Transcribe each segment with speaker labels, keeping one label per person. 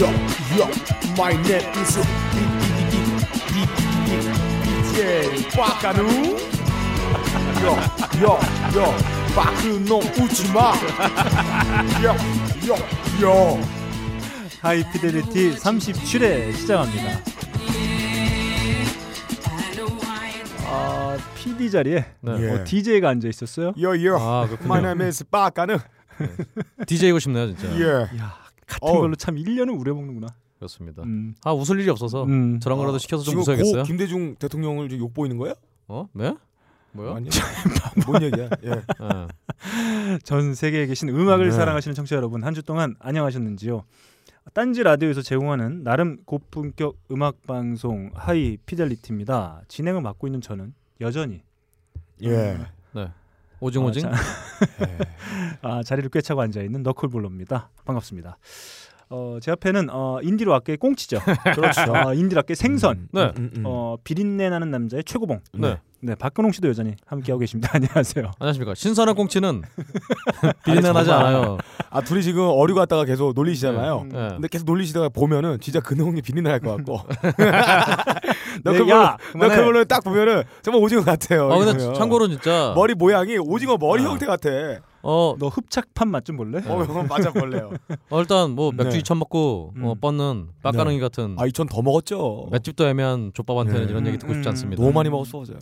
Speaker 1: Yo, yo, my name is DJ 박한우. Yo, yo, yo, 박근홍 웃지 마. Yo, yo, yo.
Speaker 2: 하이피델리티 37회 시작합니다. 아, PD 자리에
Speaker 1: 예.
Speaker 2: 어, DJ가 앉아 있었어요.
Speaker 1: Yo, yo,
Speaker 3: 아,
Speaker 1: my
Speaker 3: 그렇군요.
Speaker 1: name is 박한우.
Speaker 3: DJ고 싶네요, 진짜.
Speaker 1: Yeah.
Speaker 2: 야, 같은
Speaker 1: 어우.
Speaker 2: 걸로 참 1년은 우려먹는구나.
Speaker 3: 그렇습니다.
Speaker 2: 음.
Speaker 3: 아, 웃을 일이 없어서
Speaker 2: 음.
Speaker 3: 저런 거라도 시켜서 좀
Speaker 1: 아, 지금
Speaker 3: 웃어야겠어요.
Speaker 1: 고 김대중 대통령을 지금 욕 보이는 거예요?
Speaker 3: 어? 네? 뭐야?
Speaker 1: 아니요. 뭔 얘기야? 예.
Speaker 3: 예.
Speaker 2: 전 세계에 계신 음악을
Speaker 3: 네.
Speaker 2: 사랑하시는 청취자 여러분 한 주 동안 안녕하셨는지요? 딴지 라디오에서 제공하는 나름 고품격 음악 방송 하이피델리티입니다. 진행을 맡고 있는 저는 여전히
Speaker 1: 예.
Speaker 3: 네. 오징오징.
Speaker 2: 아, 아, 자리를 꿰차고 앉아 있는 너클볼로입니다. 반갑습니다. 어, 제 앞에는 어, 인디로 아케의 꽁치죠.
Speaker 1: 그렇죠.
Speaker 2: 아, 인디로 아케
Speaker 1: 음,
Speaker 2: 생선.
Speaker 3: 네.
Speaker 1: 음, 음.
Speaker 2: 어, 비린내 나는 남자의 최고봉.
Speaker 3: 네.
Speaker 2: 네, 박근홍 씨도 여전히 함께 하고 계십니다. 안녕하세요.
Speaker 3: 안녕하십니까. 신선한 꽁치는 비린내 나지
Speaker 1: 정말.
Speaker 3: 않아요.
Speaker 1: 아 둘이 지금 어류 갔다가 계속 놀리시잖아요.
Speaker 2: 음.
Speaker 3: 예.
Speaker 1: 근데 계속 놀리시다가 보면은 진짜 근홍이 비린내 날 것 같고.
Speaker 2: 네,
Speaker 1: 너클볼로
Speaker 2: 야, 그만해.
Speaker 1: 너클볼로 딱 보면은 정말 오징어 같아요.
Speaker 3: 아, 근데
Speaker 1: 이러면.
Speaker 3: 참고로 진짜
Speaker 1: 머리 모양이 오징어 머리
Speaker 3: 아.
Speaker 1: 형태 같아.
Speaker 3: 어,
Speaker 2: 너 흡착판 맛 좀 볼래?
Speaker 1: 어, 형은 맞아 벌레요.
Speaker 3: 어, 일단 뭐 맥주
Speaker 1: 네.
Speaker 3: 이 2천 먹고 어,
Speaker 2: 음.
Speaker 3: 뻗는 빡가릉이 같은
Speaker 1: 아, 이천 더 먹었죠.
Speaker 3: 맷집도 애매한 족밥한테는
Speaker 1: 네.
Speaker 3: 이런 얘기 듣고 싶지
Speaker 2: 음,
Speaker 3: 않습니다.
Speaker 1: 너무 많이 먹었어 어제.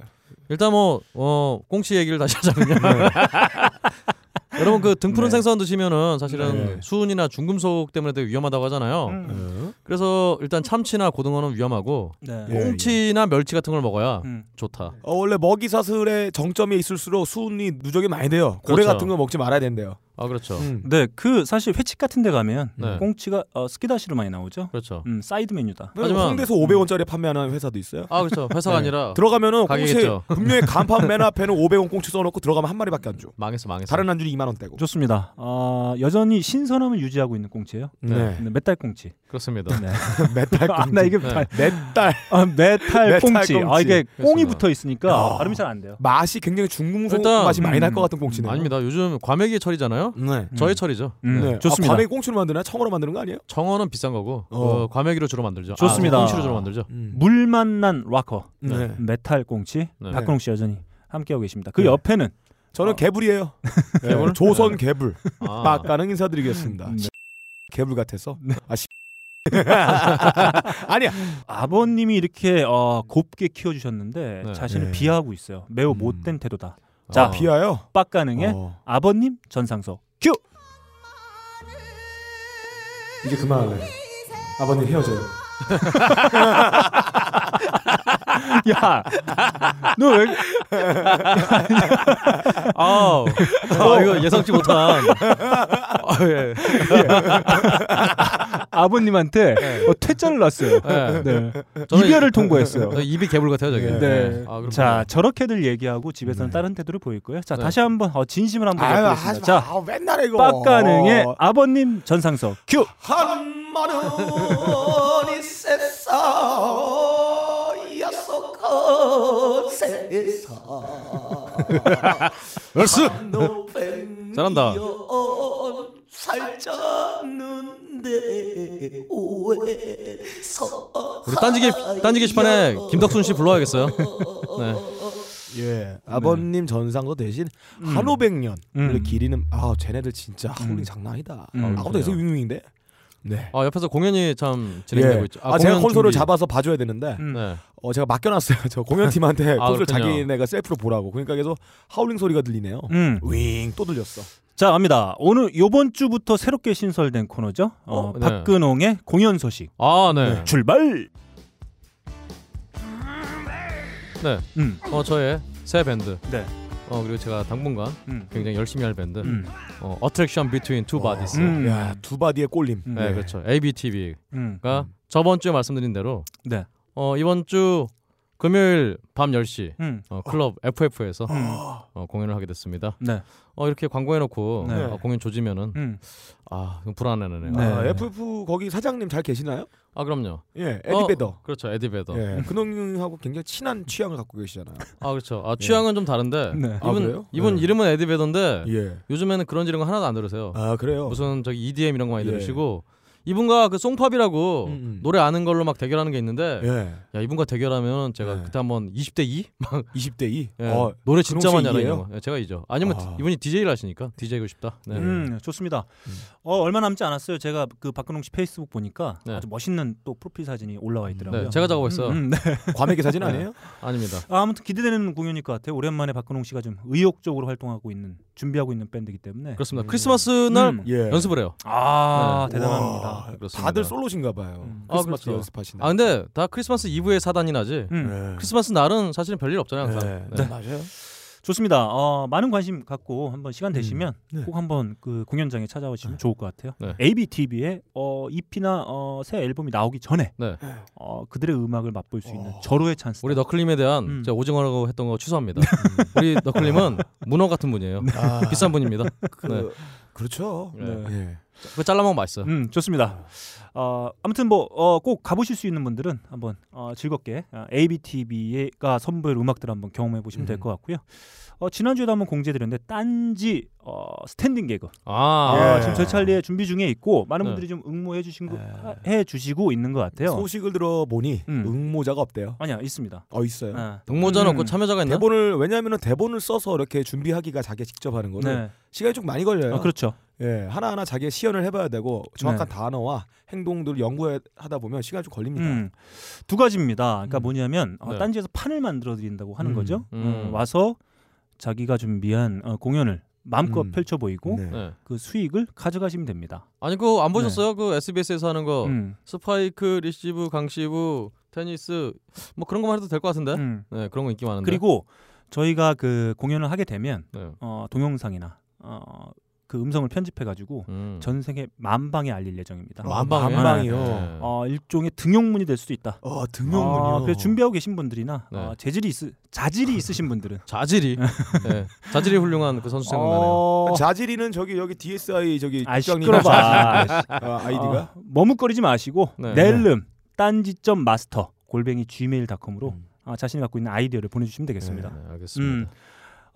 Speaker 3: 일단 뭐 어, 꽁치 얘기를 다시 하자면요. 여러분 그 등푸른
Speaker 2: 네.
Speaker 3: 생선 드시면은 사실은
Speaker 1: 네.
Speaker 3: 수은이나 중금속 때문에 되게 위험하다고 하잖아요.
Speaker 2: 음.
Speaker 3: 그래서 일단 참치나 고등어는 위험하고
Speaker 2: 네.
Speaker 1: 예,
Speaker 3: 꽁치나 멸치 같은 걸 먹어야
Speaker 2: 음.
Speaker 3: 좋다.
Speaker 1: 어, 원래 먹이 사슬의 정점에 있을수록 수분이 누적이 많이 돼요. 고래
Speaker 3: 그렇죠.
Speaker 1: 같은 거 먹지 말아야 된대요.
Speaker 3: 아 그렇죠.
Speaker 1: 음.
Speaker 2: 네, 그 사실 회집 같은 데 가면
Speaker 3: 네.
Speaker 2: 꽁치가 어, 스키다시로 많이 나오죠.
Speaker 3: 그렇죠.
Speaker 2: 음, 사이드 메뉴다.
Speaker 3: 하지만- 음.
Speaker 1: 홍대에서 500원짜리 판매하는 회사도 있어요.
Speaker 3: 아 그렇죠. 회사가
Speaker 1: 네.
Speaker 3: 아니라
Speaker 1: 들어가면은 꽁치
Speaker 3: 가게겠죠.
Speaker 1: 분명히 간판 맨 앞에는 500원 꽁치 써놓고 들어가면 한 마리밖에 안 줘.
Speaker 3: 망했어 망했어.
Speaker 1: 다른 안주는 2만 원대고.
Speaker 2: 좋습니다. 아, 여전히 신선함을 유지하고 있는 꽁치예요.
Speaker 3: 네.
Speaker 2: 네, 메탈 꽁치.
Speaker 1: 음.
Speaker 3: 그렇습니다.
Speaker 2: 네.
Speaker 1: 메탈
Speaker 2: 아, 나 이게
Speaker 3: 네.
Speaker 2: 메탈,
Speaker 1: 메탈
Speaker 2: 아, 메탈
Speaker 1: 메탈
Speaker 2: 꽁치. 아,
Speaker 1: 꽁치.
Speaker 2: 이게 꽁이
Speaker 3: 그렇습니다.
Speaker 2: 붙어 있으니까
Speaker 1: 야.
Speaker 2: 발음이 잘 안 돼요.
Speaker 1: 맛이 굉장히 중금속
Speaker 3: 일단-
Speaker 1: 맛이 많이 날
Speaker 2: 음.
Speaker 1: 것 같은 꽁치네요.
Speaker 3: 아닙니다. 요즘 과메기 철이잖아요.
Speaker 1: 네.
Speaker 2: 음.
Speaker 3: 저의 철이죠.
Speaker 2: 음.
Speaker 3: 네.
Speaker 1: 네.
Speaker 2: 좋습니다.
Speaker 1: 아, 밤에 꽁치로 만드나? 청어로 만드는 거 아니에요?
Speaker 3: 청어는 비싼 거고
Speaker 1: 어.
Speaker 3: 어, 과메기로 주로 만들죠.
Speaker 2: 좋습니다.
Speaker 3: 아, 꽁치로 주로 만들죠.
Speaker 2: 물만 난 락커.
Speaker 1: 음. 네.
Speaker 2: 메탈 꽁치.
Speaker 3: 네.
Speaker 2: 박근홍 씨 여전히 함께하고 계십니다. 그
Speaker 1: 네.
Speaker 2: 옆에는
Speaker 1: 저는
Speaker 2: 어.
Speaker 1: 아. 개불이에요. 네,
Speaker 3: 개불?
Speaker 1: 조선 개불.
Speaker 3: 아.
Speaker 1: 빡 가능 인사드리겠습니다.
Speaker 2: 네.
Speaker 1: 개불 같아서. 아 씨. 아니야.
Speaker 2: 아버님이 이렇게 어, 곱게 키워주셨는데
Speaker 3: 네.
Speaker 2: 자신을
Speaker 1: 네.
Speaker 2: 비하하고 있어요. 매우
Speaker 1: 음.
Speaker 2: 못된 태도다.
Speaker 3: 아,
Speaker 2: 자,
Speaker 1: 비하요.
Speaker 2: 빡가능의
Speaker 1: 어.
Speaker 2: 아버님 전상서 큐.
Speaker 1: 이제 그만할래. 네. 아버님 헤어져요.
Speaker 3: 아.
Speaker 2: 야, 너 왜?
Speaker 3: 아우. 아, 이거 예상치 못한. 아, 예.
Speaker 2: 아버님한테
Speaker 3: 네.
Speaker 2: 어, 퇴짜를 났어요.
Speaker 3: 네.
Speaker 2: 네.
Speaker 3: 저는
Speaker 2: 이별을 통보했어요.
Speaker 3: 어, 입이 개불 같아요, 저게.
Speaker 1: 네.
Speaker 2: 네.
Speaker 3: 아, 그렇군요.
Speaker 2: 자, 저렇게들 얘기하고 집에서는 다른 태도를 보일 거예요. 자,
Speaker 3: 네.
Speaker 2: 다시 한번 어, 진심을 한번
Speaker 1: 아유
Speaker 2: 뵙겠습니다.
Speaker 1: 하지 마.
Speaker 2: 자,
Speaker 1: 아, 맨날 이거. 어.
Speaker 2: 빡가능의
Speaker 3: 어.
Speaker 2: 아버님 전상서 큐.
Speaker 1: 한 마른 이 세상 약속한 세상
Speaker 3: 얼쑤!
Speaker 4: 노뱀
Speaker 3: 잘한다.
Speaker 4: 살쪘는데 오해서
Speaker 3: 우리 딴지, 게, 딴지 게시판에 김덕순 씨 불러야겠어요. 네.
Speaker 1: 예 아버님 전상도 대신 한오백년을
Speaker 2: 음.
Speaker 1: 기리는 아 쟤네들 진짜 하울링 장난 아니다
Speaker 2: 음.
Speaker 1: 아무도 계속 윙윙인데 네
Speaker 3: 아, 옆에서 공연이 참 진행되고
Speaker 2: 예.
Speaker 3: 있죠.
Speaker 1: 아, 제가
Speaker 3: 공연
Speaker 1: 콘솔을
Speaker 3: 준비.
Speaker 1: 잡아서 봐줘야 되는데
Speaker 2: 음.
Speaker 3: 네.
Speaker 1: 어 제가 맡겨놨어요 저 공연팀한테
Speaker 3: 아,
Speaker 1: 콘솔
Speaker 3: 그렇군요.
Speaker 1: 자기네가 셀프로 보라고 그러니까 계속 하울링 소리가 들리네요
Speaker 2: 음.
Speaker 1: 윙 또 들렸어
Speaker 2: 자, 갑니다. 오늘 요번 주부터 새롭게 신설된 코너죠. 어,
Speaker 3: 어, 네.
Speaker 2: 박근홍의 공연 소식
Speaker 3: 아, 네.
Speaker 2: 출발.
Speaker 3: 네.
Speaker 2: 음.
Speaker 3: 어, 저의 새 밴드.
Speaker 2: 네.
Speaker 3: 어, 그리고 제가 당분간
Speaker 2: 음.
Speaker 3: 굉장히 열심히 할 밴드.
Speaker 2: 음.
Speaker 3: 어, Attraction Between Two Bodies.
Speaker 2: 음.
Speaker 1: 야두 바디의 꼴림
Speaker 2: 음.
Speaker 3: 네, 그렇죠. ABTV가
Speaker 2: 음.
Speaker 3: 저번 주에 말씀드린 대로
Speaker 2: 네.
Speaker 3: 어, 이번 주 금요일 밤 10시
Speaker 2: 음.
Speaker 3: 어, 클럽 FF에서
Speaker 2: 음.
Speaker 3: 어, 공연을 하게 됐습니다.
Speaker 2: 네.
Speaker 3: 어, 이렇게 광고해놓고
Speaker 2: 네.
Speaker 3: 어, 공연 조지면은
Speaker 2: 음.
Speaker 3: 아 이거 불안해네요.
Speaker 2: 네.
Speaker 1: 아, FF 거기 사장님 잘 계시나요?
Speaker 3: 아 그럼요.
Speaker 1: 예
Speaker 3: 어,
Speaker 1: 에디베더
Speaker 3: 그렇죠. 에디베더.
Speaker 1: 예, 근홍님하고 굉장히 친한 취향을 갖고 계시잖아요.
Speaker 3: 아 그렇죠. 아 취향은 좀 다른데
Speaker 2: 네.
Speaker 1: 아,
Speaker 3: 이분
Speaker 1: 그래요?
Speaker 3: 이분
Speaker 1: 예. 네.
Speaker 3: 이름은 에디베더인데
Speaker 1: 예.
Speaker 3: 요즘에는 그런 이런 거 하나도 안 들으세요.
Speaker 1: 아 그래요.
Speaker 3: 무슨 저기 EDM 이런 거 많이
Speaker 1: 예.
Speaker 3: 들으시고 이분과 그 송팝이라고
Speaker 1: 음, 음.
Speaker 3: 노래 아는 걸로 막 대결하는 게 있는데
Speaker 1: 예.
Speaker 3: 야 이분과 대결하면 제가
Speaker 1: 네.
Speaker 3: 그때 한번 20대 2? 막
Speaker 1: 20대 2.
Speaker 3: 예,
Speaker 1: 어,
Speaker 3: 노래 진짜
Speaker 1: 그럼 혹시
Speaker 3: 많이 알아요.
Speaker 1: 이해요?
Speaker 3: 이런 거. 예, 제가 이죠. 아니면
Speaker 1: 아.
Speaker 3: 이분이 DJ를 하시니까 DJ고 싶다. 네.
Speaker 2: 음, 좋습니다.
Speaker 1: 음.
Speaker 2: 어, 얼마 남지 않았어요. 제가 그 박근홍 씨 페이스북 보니까
Speaker 3: 네.
Speaker 2: 아주 멋있는 또 프로필 사진이 올라와 있더라고요.
Speaker 3: 네, 제가 작업했어요.
Speaker 2: 음, 음, 네.
Speaker 1: 과메기 사진
Speaker 3: 네.
Speaker 1: 아니에요?
Speaker 3: 아닙니다.
Speaker 2: 아, 아무튼 기대되는 공연일 것 같아요. 오랜만에 박근홍 씨가 좀 의욕적으로 활동하고 있는 준비하고 있는 밴드이기 때문에.
Speaker 1: 음.
Speaker 3: 그렇습니다. 크리스마스 날
Speaker 2: 음.
Speaker 1: 예.
Speaker 3: 연습을 해요.
Speaker 2: 아,
Speaker 3: 네.
Speaker 1: 와,
Speaker 2: 대단합니다.
Speaker 3: 그렇습니다.
Speaker 1: 다들 솔로신가 봐요.
Speaker 2: 음.
Speaker 3: 아,
Speaker 1: 크리스마스
Speaker 3: 그렇죠.
Speaker 1: 연습하시는.
Speaker 3: 아 근데 다 크리스마스 이브에 사단이 나지.
Speaker 2: 음,
Speaker 1: 예.
Speaker 3: 크리스마스 날은 사실은 별일 없잖아요. 항상.
Speaker 1: 네.
Speaker 3: 네.
Speaker 1: 맞아요.
Speaker 2: 좋습니다. 어, 많은 관심 갖고 한번 시간 되시면
Speaker 1: 네.
Speaker 2: 꼭 한번 그 공연장에 찾아오시면 좋을 것 같아요.
Speaker 3: 네.
Speaker 2: ABTV의 어, EP나 어, 새 앨범이 나오기 전에
Speaker 3: 네.
Speaker 2: 어, 그들의 음악을 맛볼 수 있는
Speaker 1: 어.
Speaker 2: 절호의 찬스.
Speaker 3: 우리 너클림에 대한
Speaker 2: 음.
Speaker 3: 제가 오징어라고 했던 거 취소합니다. 우리 너클림은 문어 같은 분이에요.
Speaker 1: 아,
Speaker 3: 비싼 분입니다.
Speaker 1: 그,
Speaker 3: 네.
Speaker 1: 그렇죠.
Speaker 3: 네.
Speaker 1: 예.
Speaker 3: 그 잘라먹으면 맛있어요.
Speaker 2: 음, 좋습니다. 어, 아무튼 뭐 꼭 가보실 수 있는 분들은 한번 어, 즐겁게 ABTV가 선보일 음악들 을 한번 경험해 보시면 될 것 같고요. 어, 지난주에도 한번 공지해드렸는데 딴지 어, 스탠딩 개그
Speaker 3: 아,
Speaker 2: 아,
Speaker 1: 예.
Speaker 2: 지금 절찰리에 준비 중에 있고 많은
Speaker 3: 네.
Speaker 2: 분들이 좀 응모해 주신 거,
Speaker 1: 예.
Speaker 2: 하- 해 주시고 있는 것 같아요.
Speaker 1: 소식을 들어보니
Speaker 2: 음.
Speaker 1: 응모자가 없대요.
Speaker 2: 아니야 있습니다.
Speaker 1: 어 있어요. 네.
Speaker 2: 네.
Speaker 3: 등모자는 없고
Speaker 2: 음.
Speaker 3: 참여자가 있나?
Speaker 1: 대본을 왜냐하면 대본을 써서 이렇게 준비하기가 자기 직접 하는 거는
Speaker 2: 네.
Speaker 1: 시간이 좀 많이 걸려요.
Speaker 2: 아, 그렇죠.
Speaker 1: 예, 하나하나 자기가 시연을 해봐야 되고 정확한 단어와 행동들을 연구하다 보면 시간이 좀 걸립니다.
Speaker 2: 음. 두 가지입니다. 그러니까
Speaker 1: 음.
Speaker 2: 뭐냐면 어,
Speaker 3: 네.
Speaker 2: 딴지에서 판을 만들어 드린다고 하는
Speaker 1: 음.
Speaker 2: 거죠.
Speaker 3: 음.
Speaker 2: 어, 와서 자기가 준비한 어, 공연을 마음껏
Speaker 1: 음.
Speaker 2: 펼쳐 보이고
Speaker 1: 네.
Speaker 3: 네.
Speaker 2: 그 수익을 가져가시면 됩니다.
Speaker 3: 아니 그거 안 보셨어요? 그 SBS에서 하는 거
Speaker 2: 음.
Speaker 3: 스파이크, 리시브, 강시브, 테니스 뭐 그런 것만 해도 될 것 같은데.
Speaker 2: 음.
Speaker 3: 네, 그런 거 인기 많은데.
Speaker 2: 그리고 저희가 그 공연을 하게 되면
Speaker 3: 네.
Speaker 2: 어, 동영상이나 어, 그 음성을 편집해 가지고
Speaker 3: 음.
Speaker 2: 전 세계 만방에 알릴 예정입니다.
Speaker 1: 아,
Speaker 3: 만방에?
Speaker 1: 만방이요.
Speaker 3: 네.
Speaker 2: 어, 일종의 등용문이 될 수도 있다.
Speaker 1: 어, 등용문이요.
Speaker 2: 아, 그래서 준비하고 계신 분들이나
Speaker 3: 네.
Speaker 2: 어, 재질이 있, 자질이 있으신 분들은
Speaker 3: 자질이 네. 자질이 훌륭한 그 선수 어. 생각나네요.
Speaker 2: 어,
Speaker 1: 자질이는 저기 여기 DSI 저기
Speaker 2: 아
Speaker 1: 국장님
Speaker 2: 시끄러봐.
Speaker 1: 아, 아이디가
Speaker 2: 어, 머뭇거리지 마시고
Speaker 3: 네.
Speaker 2: 낼름 딴지점 마스터 골뱅이 gmail.com으로 아,
Speaker 1: 음.
Speaker 2: 자신이 갖고 있는 아이디어를 보내주시면 되겠습니다.
Speaker 3: 네,
Speaker 2: 음.
Speaker 3: 알겠습니다.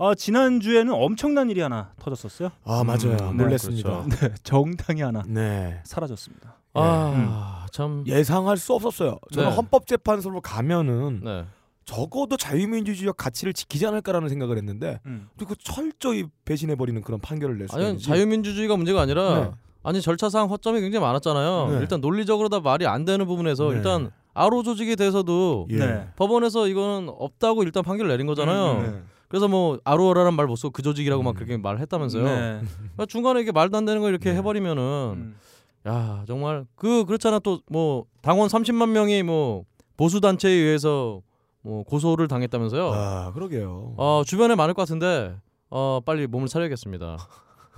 Speaker 2: 어, 지난 주에는 엄청난 일이 하나 터졌었어요.
Speaker 1: 아
Speaker 3: 음,
Speaker 1: 맞아요.
Speaker 3: 네,
Speaker 1: 놀랬습니다.
Speaker 3: 그렇죠.
Speaker 2: 정당이 하나
Speaker 1: 네.
Speaker 2: 사라졌습니다.
Speaker 3: 아, 참.
Speaker 1: 예상할 수 없었어요. 저는
Speaker 3: 네.
Speaker 1: 헌법재판소로 가면은
Speaker 3: 네.
Speaker 1: 적어도 자유민주주의적 가치를 지키지 않을까라는 생각을 했는데
Speaker 2: 음.
Speaker 1: 그리고 철저히 배신해 버리는 그런 판결을 냈어요.
Speaker 3: 아니 자유민주주의가 문제가 아니라
Speaker 1: 네.
Speaker 3: 아니 절차상 허점이 굉장히 많았잖아요.
Speaker 1: 네.
Speaker 3: 일단 논리적으로 다 말이 안 되는 부분에서
Speaker 1: 네.
Speaker 3: 일단 아로 조직에 대해서도
Speaker 1: 예.
Speaker 2: 네.
Speaker 3: 법원에서 이거는 없다고 일단 판결을 내린 거잖아요.
Speaker 2: 음,
Speaker 1: 네.
Speaker 3: 그래서 뭐 아로라란 말 못 쓰고 그 조직이라고 막
Speaker 1: 음.
Speaker 3: 그렇게 말했다면서요.
Speaker 2: 네.
Speaker 3: 그러니까 중간에 이게 말도 안 되는 걸 이렇게
Speaker 1: 네.
Speaker 3: 해버리면은
Speaker 2: 음.
Speaker 3: 야 정말 그 그렇잖아 또 뭐 당원 30만 명이 뭐 보수 단체에 의해서 뭐 고소를 당했다면서요.
Speaker 1: 아 그러게요.
Speaker 3: 어 주변에 많을 것 같은데 어 빨리 몸을 차려야겠습니다.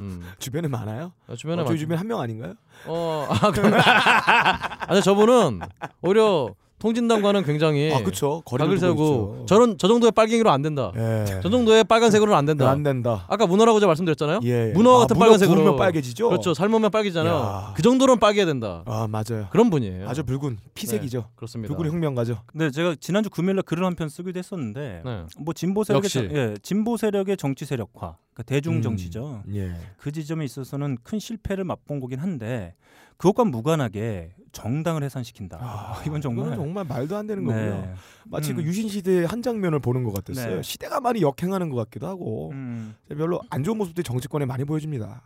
Speaker 3: 음,
Speaker 1: 주변에 많아요?
Speaker 3: 어, 주변에
Speaker 1: 어,
Speaker 3: 많.
Speaker 1: 저희 주변에 한 명 아닌가요?
Speaker 3: 어, 아, 그런. 아니 저분은 오히려 통진당과는 굉장히
Speaker 1: 아 그렇죠. 거리를
Speaker 3: 각을
Speaker 1: 두고
Speaker 3: 예. 세우고
Speaker 1: 있죠.
Speaker 3: 저런 저 정도의 빨갱이로 안 된다.
Speaker 1: 예.
Speaker 3: 저 정도의 빨간색으로는 안 된다.
Speaker 1: 안 된다.
Speaker 3: 아까 문어라고 제가 말씀드렸잖아요.
Speaker 1: 예. 예.
Speaker 3: 문어 같은
Speaker 1: 문어
Speaker 3: 빨간색으로.
Speaker 1: 구우면 빨개지죠.
Speaker 3: 그렇죠. 삶으면 빨개잖아요.
Speaker 1: 예. 야.
Speaker 3: 그 정도는 빨개야 된다.
Speaker 1: 아 맞아요.
Speaker 3: 그런 분이에요.
Speaker 1: 아주 붉은 피색이죠.
Speaker 3: 그렇습니다.
Speaker 1: 붉은 혁명가죠.
Speaker 2: 네, 제가 지난주 금요일날 글을 한 편 쓰기도 했었는데
Speaker 3: 네.
Speaker 2: 뭐 진보 세력의
Speaker 3: 역시.
Speaker 2: 정- 예, 진보 세력의 정치 세력화, 그러니까 대중
Speaker 1: 음.
Speaker 2: 정치죠.
Speaker 1: 예.
Speaker 3: 네.
Speaker 2: 그 지점에 있어서는 큰 실패를 맛본 거긴 한데 그것과 무관하게 정당을 해산시킨다.
Speaker 1: 아,
Speaker 2: 이건 정말
Speaker 3: 네.
Speaker 1: 이거는 정말 말도 안 되는 거고요.
Speaker 2: 네.
Speaker 1: 마치
Speaker 2: 음.
Speaker 1: 그 유신 시대의 한 장면을 보는 것 같았어요.
Speaker 2: 네.
Speaker 1: 시대가 많이 역행하는 것 같기도 하고
Speaker 2: 음.
Speaker 1: 별로 안 좋은 모습들이 정치권에 많이 보여집니다.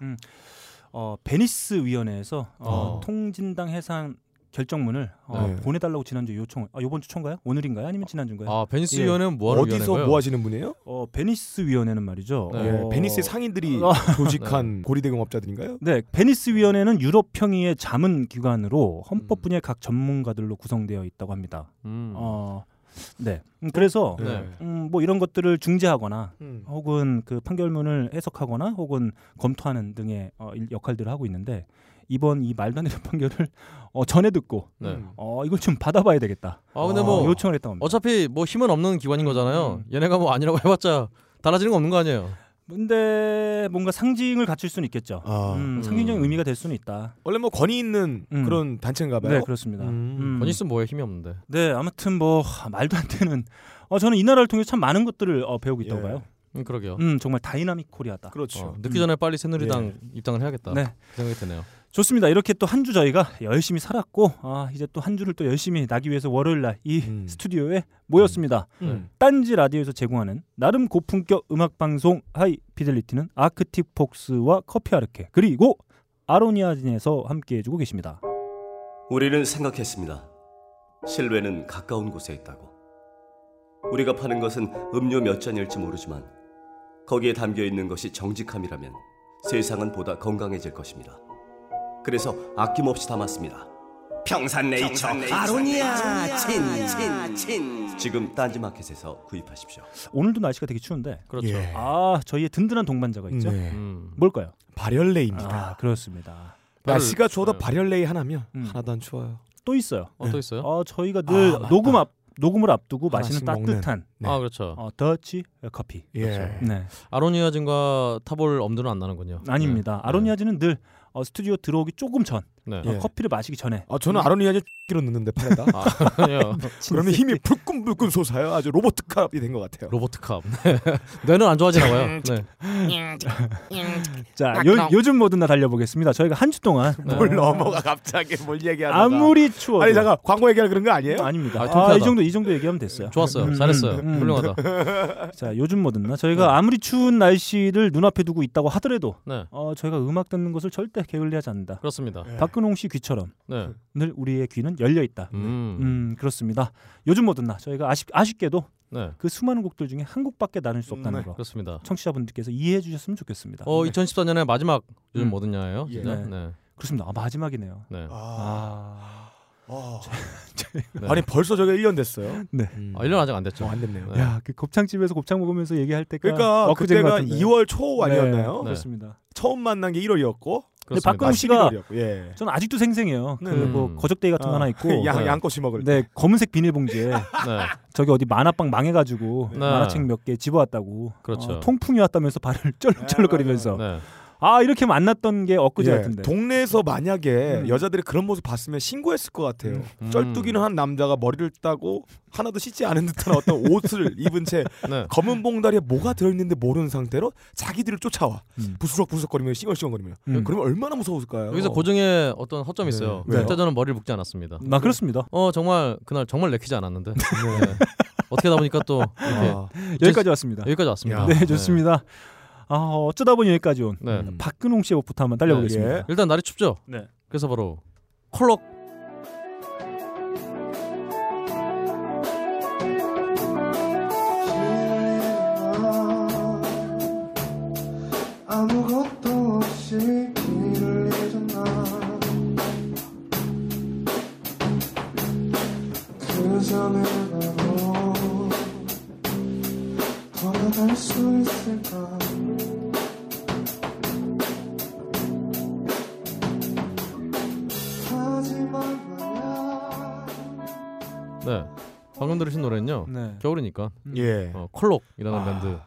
Speaker 2: 어, 베니스 위원회에서 어,
Speaker 3: 어.
Speaker 2: 통진당 해산 결정문을 어,
Speaker 1: 네.
Speaker 2: 보내달라고 지난주 요청. 아, 이번 주 초인가요? 오늘인가요? 아니면 지난주인가요?
Speaker 3: 아 베니스
Speaker 2: 예.
Speaker 3: 위원회는 뭐 하는
Speaker 1: 어디서
Speaker 3: 위원회인가요?
Speaker 1: 뭐 하시는 분이에요?
Speaker 2: 어, 베니스 위원회는 말이죠.
Speaker 3: 네.
Speaker 1: 예,
Speaker 2: 어,
Speaker 1: 베니스의 상인들이
Speaker 2: 어.
Speaker 1: 조직한 고리대금업자들인가요?
Speaker 2: 네, 베니스 위원회는 유럽 평의의 자문 기관으로
Speaker 1: 음.
Speaker 2: 헌법 분야 의각 전문가들로 구성되어 있다고 합니다.
Speaker 3: 음.
Speaker 1: 아,
Speaker 2: 어, 네, 음, 그래서
Speaker 3: 네.
Speaker 2: 음, 뭐 이런 것들을 중재하거나
Speaker 1: 음.
Speaker 2: 혹은 그 판결문을 해석하거나 혹은 검토하는 등의 어, 일- 역할들을 하고 있는데 이번 이 말도 안 되는 판결을 어, 전에 듣고
Speaker 3: 네.
Speaker 1: 음.
Speaker 2: 어, 이걸 좀 받아봐야 되겠다.
Speaker 3: 아 근데
Speaker 1: 어,
Speaker 3: 뭐
Speaker 2: 요청을 했던 겁니다.
Speaker 3: 어차피 뭐 힘은 없는 기관인 거잖아요.
Speaker 2: 음.
Speaker 3: 얘네가 뭐 아니라고 해봤자 달라지는 거 없는 거 아니에요.
Speaker 2: 근데 뭔가 상징을 갖출 수는 있겠죠.
Speaker 1: 아.
Speaker 2: 음,
Speaker 3: 음.
Speaker 2: 상징적인 의미가 될 수는 있다.
Speaker 1: 원래 뭐 권위 있는
Speaker 2: 음.
Speaker 1: 그런 단체인가봐요.
Speaker 2: 네, 그렇습니다.
Speaker 1: 음.
Speaker 2: 음.
Speaker 3: 권니스 뭐에 힘이 없는데.
Speaker 2: 네, 아무튼 뭐 하, 말도 안 되는. 어, 저는 이 나라를 통해 서참 많은 것들을 어, 배우고 있다고
Speaker 1: 예.
Speaker 2: 봐요.
Speaker 3: 음, 그러게요.
Speaker 2: 음, 정말 다이나믹 코리아다.
Speaker 1: 그렇죠.
Speaker 3: 어, 늦기 전에 빨리 새누리당 입당을 해야겠다.
Speaker 2: 네.
Speaker 3: 그 생각이 드네요.
Speaker 2: 좋습니다. 이렇게 또 한 주 저희가 열심히 살았고 아, 이제 또 한 주를 또 열심히 나기 위해서 월요일 날 이
Speaker 1: 음.
Speaker 2: 스튜디오에 모였습니다.
Speaker 3: 음.
Speaker 2: 딴지 라디오에서 제공하는 나름 고품격 음악 방송 하이 피델리티는 아크틱 폭스와 커피 아르케 그리고 아로니아진에서 함께 해주고 계십니다.
Speaker 5: 우리는 생각했습니다. 실외는 가까운 곳에 있다고. 우리가 파는 것은 음료 몇 잔일지 모르지만 거기에 담겨 있는 것이 정직함이라면 세상은 보다 건강해질 것입니다. 그래서 아낌없이 담았습니다. 평산네이처, 아로니아 진진 지금 딴지마켓에서 구입하십시오.
Speaker 2: 오늘도 날씨가 되게 추운데
Speaker 3: 그렇죠.
Speaker 1: 예.
Speaker 2: 아 저희의 든든한 동반자가 있죠.
Speaker 1: 네.
Speaker 3: 음.
Speaker 2: 뭘까요?
Speaker 1: 발열레입니다.
Speaker 2: 아 그렇습니다.
Speaker 1: 날씨가 추워도
Speaker 3: 추워요.
Speaker 1: 발열레이 하나면
Speaker 2: 음.
Speaker 1: 하나도 안 추워요.
Speaker 2: 또 있어요.
Speaker 3: 어떠 있어요?
Speaker 2: 어, 저희가 늘
Speaker 1: 아, 맞다.
Speaker 2: 녹음 앞 녹음을 앞두고 마시는
Speaker 1: 하나씩 먹는.
Speaker 2: 따뜻한
Speaker 1: 네.
Speaker 3: 아 그렇죠.
Speaker 2: 어, 더치 커피.
Speaker 1: 예.
Speaker 2: 네,
Speaker 3: 아로니아진과 타볼 엄두는 안 나는군요.
Speaker 2: 아닙니다. 아로니아진은 늘 어, 스튜디오 들어오기 조금 전
Speaker 3: 네.
Speaker 2: 어,
Speaker 1: 예.
Speaker 2: 커피를 마시기 전에
Speaker 1: 아 저는 아로니아제 끼로 넣는데 팔에다.
Speaker 3: 아, 아니요.
Speaker 1: 그러면 힘이 불끈불끈 솟아요. 아주 로봇 캅이 된 것 같아요.
Speaker 3: 로보트캅. 네. 뇌는 안 좋아지나 봐요. 네.
Speaker 2: 자 요, 요즘 뭐든 다 달려보겠습니다. 저희가 한 주 동안
Speaker 3: 네.
Speaker 1: 뭘 넘어가 갑자기 뭘 얘기하다가.
Speaker 2: 네. 아무리 추워도
Speaker 1: 아니 잠깐 광고 얘기하려 그런 거 아니에요?
Speaker 2: 닙니다
Speaker 3: 아,
Speaker 2: 아,
Speaker 3: 통쾌하다.
Speaker 2: 이 정도 이 정도 얘기하면 됐어요.
Speaker 3: 좋았어요.
Speaker 2: 음,
Speaker 3: 잘했어요.
Speaker 2: 음, 음.
Speaker 3: 훌륭하다.
Speaker 2: 자 요즘 뭐든나 저희가 아무리 추운 날씨를 눈앞에 두고 있다고 하더라도
Speaker 3: 네.
Speaker 2: 어, 저희가 음악 듣는 것을 절대 게을리하지 않는다.
Speaker 3: 그렇습니다.
Speaker 1: 네.
Speaker 2: 박근홍 씨 귀처럼
Speaker 3: 네.
Speaker 2: 늘 우리의 귀는 열려 있다.
Speaker 3: 음.
Speaker 2: 음 그렇습니다. 요즘 뭐든나 저희가 아쉽, 아쉽게도
Speaker 3: 네.
Speaker 2: 그 수많은 곡들 중에 한 곡밖에 나눌 수 없다는
Speaker 1: 네,
Speaker 2: 거
Speaker 3: 음, 그렇습니다.
Speaker 2: 청취자분들께서 이해해 주셨으면 좋겠습니다.
Speaker 3: 어, 2014년에 마지막 요즘
Speaker 2: 음.
Speaker 3: 뭐든냐예요. 진짜.
Speaker 2: 예.
Speaker 3: 네.
Speaker 2: 그렇습니다. 아, 마지막이네요.
Speaker 3: 네.
Speaker 1: 아,
Speaker 2: 아,
Speaker 1: 어.
Speaker 3: 네.
Speaker 1: 아니 벌써 저게 1년 됐어요.
Speaker 2: 네.
Speaker 1: 음.
Speaker 3: 아, 1년 아직 안 됐죠.
Speaker 1: 어, 안 됐네요.
Speaker 3: 네.
Speaker 2: 야, 그 곱창집에서 곱창 먹으면서 얘기할 때가
Speaker 1: 그러니까
Speaker 2: 엊그제인 것
Speaker 1: 그때가
Speaker 2: 네. 같은데.
Speaker 1: 2월 초 아니었나요?
Speaker 3: 네.
Speaker 2: 그렇습니다.
Speaker 1: 처음 만난 게 1월이었고
Speaker 3: 그렇습니다.
Speaker 2: 박근홍 씨- 씨가-
Speaker 1: 11월이었고. 예.
Speaker 2: 저는 아직도 생생해요.
Speaker 1: 네.
Speaker 2: 그 뭐
Speaker 3: 음.
Speaker 2: 거적대기 같은 거
Speaker 1: 아,
Speaker 2: 하나 있고,
Speaker 1: 양
Speaker 3: 네.
Speaker 1: 양꼬치 먹을 때.
Speaker 2: 네 검은색 비닐봉지에
Speaker 3: 네.
Speaker 2: 저기 어디 만화방 망해가지고
Speaker 3: 네.
Speaker 2: 만화책 몇 개 집어왔다고.
Speaker 3: 그렇죠.
Speaker 2: 어, 통풍이 왔다면서 발을 쩔룩쩔룩거리면서.
Speaker 3: 네.
Speaker 2: 아 이렇게 만났던 게 엊그제
Speaker 1: 예,
Speaker 2: 같은데.
Speaker 1: 동네에서 만약에
Speaker 2: 음.
Speaker 1: 여자들이 그런 모습 봤으면 신고했을 것 같아요.
Speaker 3: 음.
Speaker 1: 쩔뚝이는 한 남자가 머리를 따고 하나도 씻지 않은 듯한 어떤 옷을 입은 채
Speaker 3: 네.
Speaker 1: 검은 봉다리에 뭐가 들어있는데 모르는 상태로 자기들을 쫓아와
Speaker 2: 음.
Speaker 1: 부스럭부스럭거리며 싱얼싱얼거리며
Speaker 2: 음.
Speaker 1: 그러면 얼마나 무서울까요?
Speaker 3: 여기서 고증에 어떤 허점이
Speaker 1: 네.
Speaker 3: 있어요.
Speaker 1: 왜요?
Speaker 3: 그때 저는 머리를 묶지 않았습니다.
Speaker 2: 나 아, 그렇습니다.
Speaker 3: 어 정말 그날 정말 내키지 않았는데 네. 어떻게 하다 보니까 또 이렇게
Speaker 1: 아,
Speaker 2: 여기까지 왔습니다.
Speaker 1: 예.
Speaker 3: 여기까지 왔습니다.
Speaker 1: 야.
Speaker 2: 네 좋습니다. 아 어쩌다 보니 여기까지 온
Speaker 3: 네.
Speaker 1: 음.
Speaker 2: 박근홍 씨의 부터 한번 달려보겠습니다.
Speaker 1: 예.
Speaker 3: 일단 날이 춥죠.
Speaker 2: 네.
Speaker 3: 그래서 바로 콜록
Speaker 6: 아, 아무것도 없이 길을 잃었나 그 점을 보고 돌아갈 수 있을까 하지 말아야
Speaker 3: 네. 방금 들으신 노래는요.
Speaker 2: 네.
Speaker 3: 겨울이니까
Speaker 1: 예.
Speaker 3: 어, 네. 콜록이라는
Speaker 1: 아.
Speaker 3: 밴드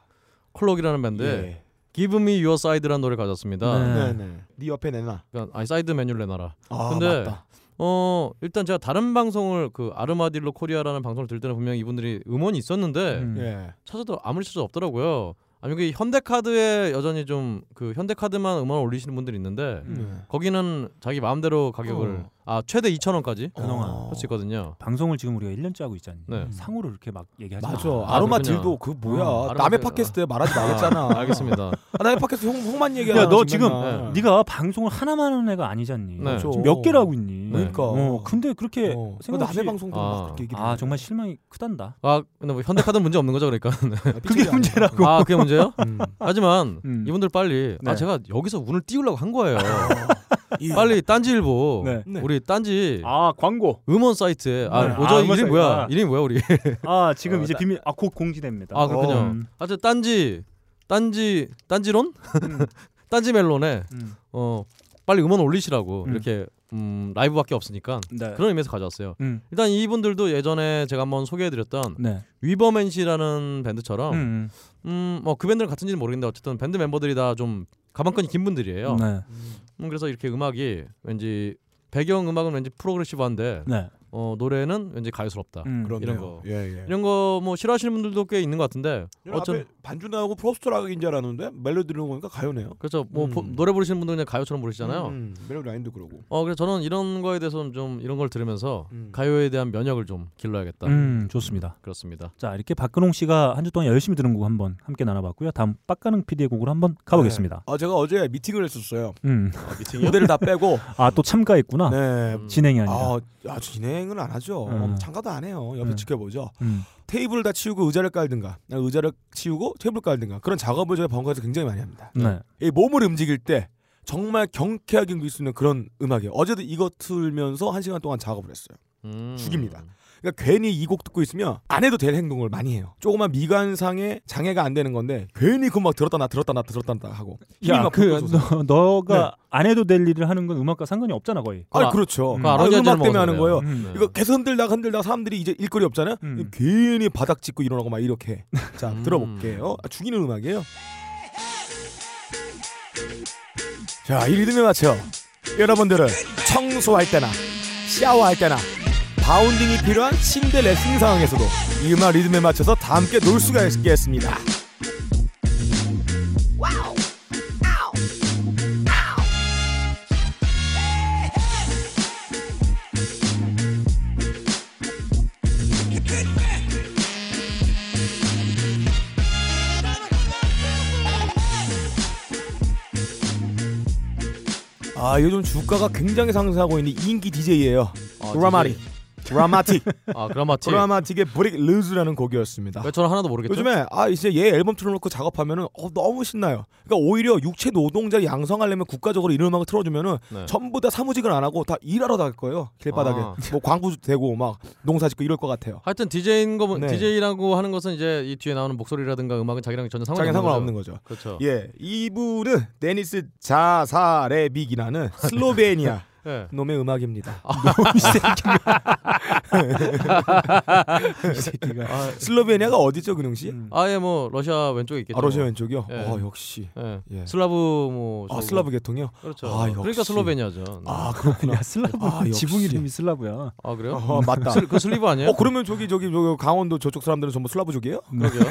Speaker 3: 콜록이라는 밴드 의
Speaker 1: 예.
Speaker 3: Give Me Your Side라는 노래 가졌습니다.
Speaker 2: 네.
Speaker 1: 네네. 네 옆에 내놔.
Speaker 3: 그러니까 아이 사이드 메뉴를 내놔라.
Speaker 1: 아
Speaker 3: 근데
Speaker 1: 맞다.
Speaker 3: 어 일단 제가 다른 방송을 그 아르마딜로 코리아라는 방송을 들 때는 분명 히 이분들이 음원이 있었는데
Speaker 2: 음.
Speaker 1: 예.
Speaker 3: 찾아도 아무리 찾아도 없더라고요. 아니면 그 현대카드에 여전히 좀 그 현대카드만 음원 올리시는 분들이 있는데
Speaker 2: 음. 어.
Speaker 3: 거기는 자기 마음대로 가격을 아 최대 2천 원까지
Speaker 2: 그동안
Speaker 1: 어.
Speaker 3: 할 수 있거든요.
Speaker 2: 방송을 지금 우리가 1년째 하고 있잖아요.
Speaker 3: 네.
Speaker 2: 상호를 이렇게 막 얘기하지
Speaker 1: 맞아.
Speaker 2: 마.
Speaker 1: 아, 로마
Speaker 3: 그렇군요. 음,
Speaker 1: 딜도 그 뭐야.
Speaker 2: 어,
Speaker 3: 아로마
Speaker 1: 남의
Speaker 3: 딜.
Speaker 1: 팟캐스트에 말하지
Speaker 3: 아,
Speaker 1: 말랬잖아.
Speaker 3: 알겠습니다.
Speaker 1: 아, 남의 팟캐스트 형, 형만 얘기하는
Speaker 2: 야, 너 지금
Speaker 3: 네.
Speaker 2: 네가 방송을 하나만 하는 애가 아니잖니.
Speaker 3: 네.
Speaker 2: 지금 몇 개를 하고 있니?
Speaker 3: 네.
Speaker 1: 그러니까.
Speaker 2: 어, 근데 그렇게
Speaker 1: 어.
Speaker 2: 생각
Speaker 1: 남의
Speaker 2: 없이
Speaker 1: 방송도 막
Speaker 3: 아.
Speaker 1: 그렇게 얘기를
Speaker 2: 아 정말 실망이 크단다.
Speaker 3: 아 근데 뭐 현대카드 문제 없는 거죠 그러니까.
Speaker 1: 아,
Speaker 2: 그게 문제라고.
Speaker 3: 아 그게 문제예요?
Speaker 1: 음.
Speaker 3: 하지만
Speaker 2: 음.
Speaker 3: 이분들 빨리
Speaker 2: 네.
Speaker 3: 아 제가 여기서 운을 띄우려고 한 거예요.
Speaker 1: 이-
Speaker 3: 빨리 딴지일보
Speaker 2: 네.
Speaker 1: 네.
Speaker 3: 우리 딴지
Speaker 2: 아 광고.
Speaker 3: 음원 사이트에 아
Speaker 2: 네.
Speaker 3: 뭐죠
Speaker 2: 아, 음원
Speaker 3: 이름이 뭐야
Speaker 2: 사이트. 아.
Speaker 3: 이름이 뭐야 우리
Speaker 2: 아 지금
Speaker 3: 어,
Speaker 2: 이제
Speaker 3: 나-
Speaker 2: 비밀 아 곧 공지됩니다.
Speaker 3: 아 그렇군요.
Speaker 1: 어.
Speaker 2: 음.
Speaker 3: 하여튼 딴지 딴지 딴지론
Speaker 2: 음.
Speaker 3: 딴지 멜론에
Speaker 2: 음.
Speaker 3: 어 빨리 음원 올리시라고
Speaker 2: 음.
Speaker 3: 이렇게 음 라이브밖에 없으니까
Speaker 2: 네.
Speaker 3: 그런 의미에서 가져왔어요.
Speaker 2: 음.
Speaker 3: 일단 이분들도 예전에 제가 한번 소개해드렸던
Speaker 2: 네.
Speaker 3: 위버맨시라는 밴드처럼
Speaker 2: 음.
Speaker 3: 음뭐그 밴드랑 같은지는 모르겠는데 어쨌든 밴드 멤버들이 다 좀 가방끈이 긴 분들이에요.
Speaker 2: 네.
Speaker 3: 음, 그래서 이렇게 음악이 왠지 배경 음악은 왠지 프로그레시브한데
Speaker 2: 네.
Speaker 3: 어, 노래는 왠지 가요스럽다.
Speaker 2: 음.
Speaker 1: 그런
Speaker 3: 이런 거.
Speaker 1: 예, 예.
Speaker 3: 이런 거 뭐 싫어하시는 분들도 꽤 있는 것 같은데
Speaker 1: 앞에
Speaker 3: 어쨌든
Speaker 1: 반주 나오고 프로스트 락인 줄 알았는데 멜로디 들은 거니까 가요네요.
Speaker 3: 그렇죠. 뭐
Speaker 1: 음.
Speaker 3: 보- 노래 부르시는 분들은 그냥 가요처럼 부르시잖아요.
Speaker 1: 음, 음. 멜로디 라인도 그러고.
Speaker 3: 어 그래서 저는 이런 거에 대해서 좀 이런 걸 들으면서
Speaker 1: 음.
Speaker 3: 가요에 대한 면역을 좀 길러야겠다.
Speaker 2: 음, 좋습니다.
Speaker 3: 그렇습니다.
Speaker 2: 자, 이렇게 박근홍 씨가 한 주 동안 열심히 들은 곡 한번 함께 나눠봤고요. 다음 빡가능 PD의 곡으로 한번 가보겠습니다.
Speaker 1: 네. 아 제가 어제 미팅을 했었어요.
Speaker 2: 음,
Speaker 1: 무대를 다 빼고.
Speaker 2: 아 또 참가했구나.
Speaker 1: 네.
Speaker 3: 음.
Speaker 2: 진행이 아니라.
Speaker 1: 아, 아 진행은 안 하죠.
Speaker 2: 음.
Speaker 1: 참가도 안 해요. 옆에
Speaker 2: 음.
Speaker 1: 지켜보죠.
Speaker 2: 음,
Speaker 1: 테이블을 다 치우고 의자를 깔든가, 아니면 의자를 치우고 테이블 깔든가 그런 작업을 제가 번거에서 굉장히 많이 합니다.
Speaker 2: 네.
Speaker 1: 이 몸을 움직일 때 정말 경쾌하게 움직일 수 있는 그런 음악이에요. 어제도 이거 틀면서 한 시간 동안 작업을 했어요.
Speaker 3: 음.
Speaker 1: 죽입니다. 그러니까 괜히 이 곡 듣고 있으면 안 해도 될 행동을 많이 해요. 조그만 미관상의 장애가 안 되는 건데 괜히 그 막 들었다 나 들었다 나 들었다 나 하고 힘이 막
Speaker 2: 그
Speaker 1: 북돋아서.
Speaker 2: 너, 너가 안 해도 될 일을 하는 건 음악과 상관이 없잖아 거의.
Speaker 1: 아 그렇죠.
Speaker 2: 음.
Speaker 1: 아,
Speaker 3: 아로니아 젤
Speaker 1: 음악 때문에
Speaker 3: 먹어서
Speaker 1: 하는
Speaker 3: 그래요. 네.
Speaker 1: 거예요.
Speaker 2: 음.
Speaker 1: 이거 계속 흔들다가 흔들다가 사람들이 이제 일거리 없잖아요.
Speaker 2: 음.
Speaker 1: 괜히 바닥 짚고 일어나고 막 이렇게. 자
Speaker 3: 음.
Speaker 1: 들어볼게요. 아, 죽이는 음악이에요. 자 이 리듬에 맞춰 여러분들을 청소할 때나 샤워할 때나 바운딩이 필요한 침대 레슨 상황에서도 이 음악 리듬에 맞춰서 다 함께 놀 수가 있겠습니다. 아 요즘 주가가 굉장히 상승하고 있는 인기 DJ예요.
Speaker 3: 아,
Speaker 1: 드라마리,
Speaker 3: DJ.
Speaker 1: 드라마틱,
Speaker 3: 아 그라마틱.
Speaker 1: 드라마틱의 브릭 루즈라는 곡이었습니다.
Speaker 3: 왜 저는 하나도 모르겠죠?
Speaker 1: 요즘에 아 이제 얘 앨범 틀어놓고 작업하면은 어, 너무 신나요. 그러니까 오히려 육체 노동자 양성하려면 국가적으로 이런 음악을 틀어주면은
Speaker 3: 네.
Speaker 1: 전부 다 사무직을 안 하고 다 일하러 갈 거예요 길바닥에
Speaker 3: 아.
Speaker 1: 뭐 광부 되고 막 농사짓고 이럴 것 같아요.
Speaker 3: 하여튼 DJ인 거
Speaker 1: 네.
Speaker 3: DJ라고 하는 것은 이제 이 뒤에 나오는 목소리라든가 음악은 자기랑 전혀 상관이
Speaker 1: 자기
Speaker 3: 없는
Speaker 1: 상관없는
Speaker 3: 거죠.
Speaker 1: 거죠.
Speaker 3: 그렇죠.
Speaker 1: 예, 이분은 데니스 자사레빅이라는 슬로베니아
Speaker 3: 예.
Speaker 1: 놈의 음악입니다.
Speaker 3: 아,
Speaker 1: 슬로베니아가 어디죠, 근영 씨?
Speaker 2: 음.
Speaker 3: 아예 뭐 러시아 왼쪽에 있겠죠.
Speaker 1: 아, 러시아 왼쪽이요.
Speaker 3: 예.
Speaker 1: 어, 역시.
Speaker 3: 예.
Speaker 1: 예.
Speaker 3: 슬라브 뭐
Speaker 1: 아,
Speaker 3: 저거.
Speaker 1: 슬라브 계통이요.
Speaker 3: 그렇죠.
Speaker 1: 아, 역시.
Speaker 3: 그러니까 슬로베니아죠. 네.
Speaker 1: 아, 그렇구나.
Speaker 2: 야 슬라브
Speaker 1: 아, 역시.
Speaker 2: 지붕 이름이 슬라브야.
Speaker 3: 아, 그래요?
Speaker 1: 어, 맞다.
Speaker 3: 슬- 그 슬리브 아니에요?
Speaker 1: 어, 그러면 저기 저기 저기 강원도 저쪽 사람들은 전부 슬라브족이에요?
Speaker 3: 그러게요.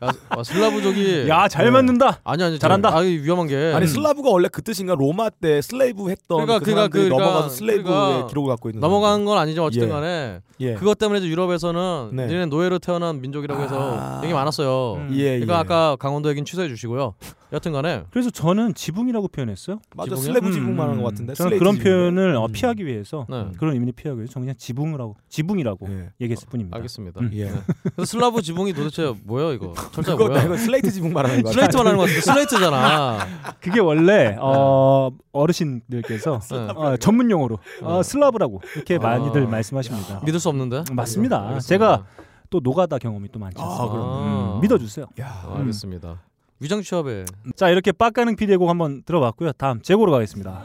Speaker 3: 아, 아, 슬라브족이
Speaker 2: 야 잘
Speaker 1: 네.
Speaker 2: 맞는다.
Speaker 3: 아니 아니
Speaker 2: 잘한다.
Speaker 3: 아 위험한 게
Speaker 1: 아니
Speaker 2: 음.
Speaker 1: 슬라브가 원래 그 뜻인가 로마 때 슬레이브 했던
Speaker 3: 그러니까,
Speaker 1: 그
Speaker 3: 그러니까,
Speaker 1: 사람들이
Speaker 3: 그러니까,
Speaker 1: 넘어가서 슬레이브의
Speaker 3: 그러니까
Speaker 1: 기록을 갖고
Speaker 2: 음.
Speaker 1: 있는
Speaker 3: 넘어간 건 아니지만 어쨌든
Speaker 1: 예.
Speaker 3: 간에
Speaker 1: 사람들.
Speaker 2: 네.
Speaker 1: 예.
Speaker 3: 그것 때문에 이제 유럽에서는
Speaker 1: 네.
Speaker 3: 얘네 노예로 태어난 민족이라고 해서
Speaker 1: 아.
Speaker 3: 얘기 많았어요.
Speaker 2: 음.
Speaker 1: 예,
Speaker 3: 그러니까
Speaker 1: 예.
Speaker 3: 아까 강원도 얘기는 취소해 주시고요. 여하튼 간에
Speaker 2: 그래서 저는 지붕이라고 표현했어요.
Speaker 1: 맞아
Speaker 3: 지붕이요?
Speaker 1: 슬레브
Speaker 2: 음,
Speaker 1: 지붕 말하는 것
Speaker 2: 음.
Speaker 1: 같은데
Speaker 2: 저는
Speaker 1: 슬레이브
Speaker 2: 그런
Speaker 1: 지붕이요?
Speaker 2: 표현을 어,
Speaker 1: 음.
Speaker 2: 피하기 위해서
Speaker 3: 네.
Speaker 2: 그런 의미를 피하기 위해서 저는 그냥 지붕이라고 지붕이라고
Speaker 1: 예.
Speaker 2: 얘기했을 뿐입니다.
Speaker 3: 알겠습니다.
Speaker 2: 음.
Speaker 1: 예.
Speaker 3: 그래서 슬라브 지붕이 도대체 뭐예요 이거? 철자
Speaker 1: 그거
Speaker 3: 뭐야?
Speaker 1: 이거 슬레이트 지붕 말하는 거 같아.
Speaker 3: 슬레이트 말하는 거 같은데 슬레이트잖아.
Speaker 2: 그게 원래 어, 어르신들께서
Speaker 3: 슬라브라고요?
Speaker 2: 어, 전문 용어로 어,
Speaker 3: 어.
Speaker 2: 슬라브라고 이렇게
Speaker 3: 아.
Speaker 2: 많이들 말씀하십니다.
Speaker 3: 믿을 수 없는데.
Speaker 2: 맞습니다.
Speaker 3: 알겠습니다.
Speaker 2: 음. 제가 또 노가다 경험이 또 많지 않습니까?
Speaker 1: 아,
Speaker 3: 그럼.
Speaker 2: 음, 믿어주세요.
Speaker 1: 야.
Speaker 3: 아, 알겠습니다. 위장 취업에
Speaker 2: 자 이렇게 빡가는 피디의 곡 한번 들어봤고요. 다음 재고로 가겠습니다.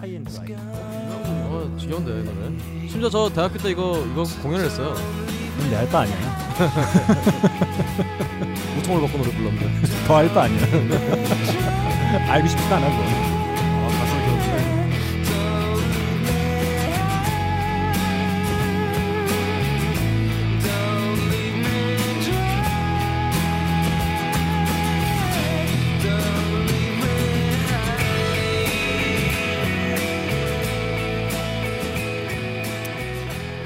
Speaker 2: 하이엔드 라이.
Speaker 3: 어, 지겨운데 이 노래. 심지어 저 대학교 때 이거 이거 공연을 했어요.
Speaker 2: 근데 알바 아니야.
Speaker 3: 우통을 벗고 노래 불렀는데.
Speaker 2: 더 알바 아니야. 알고 싶지도 않아 그거.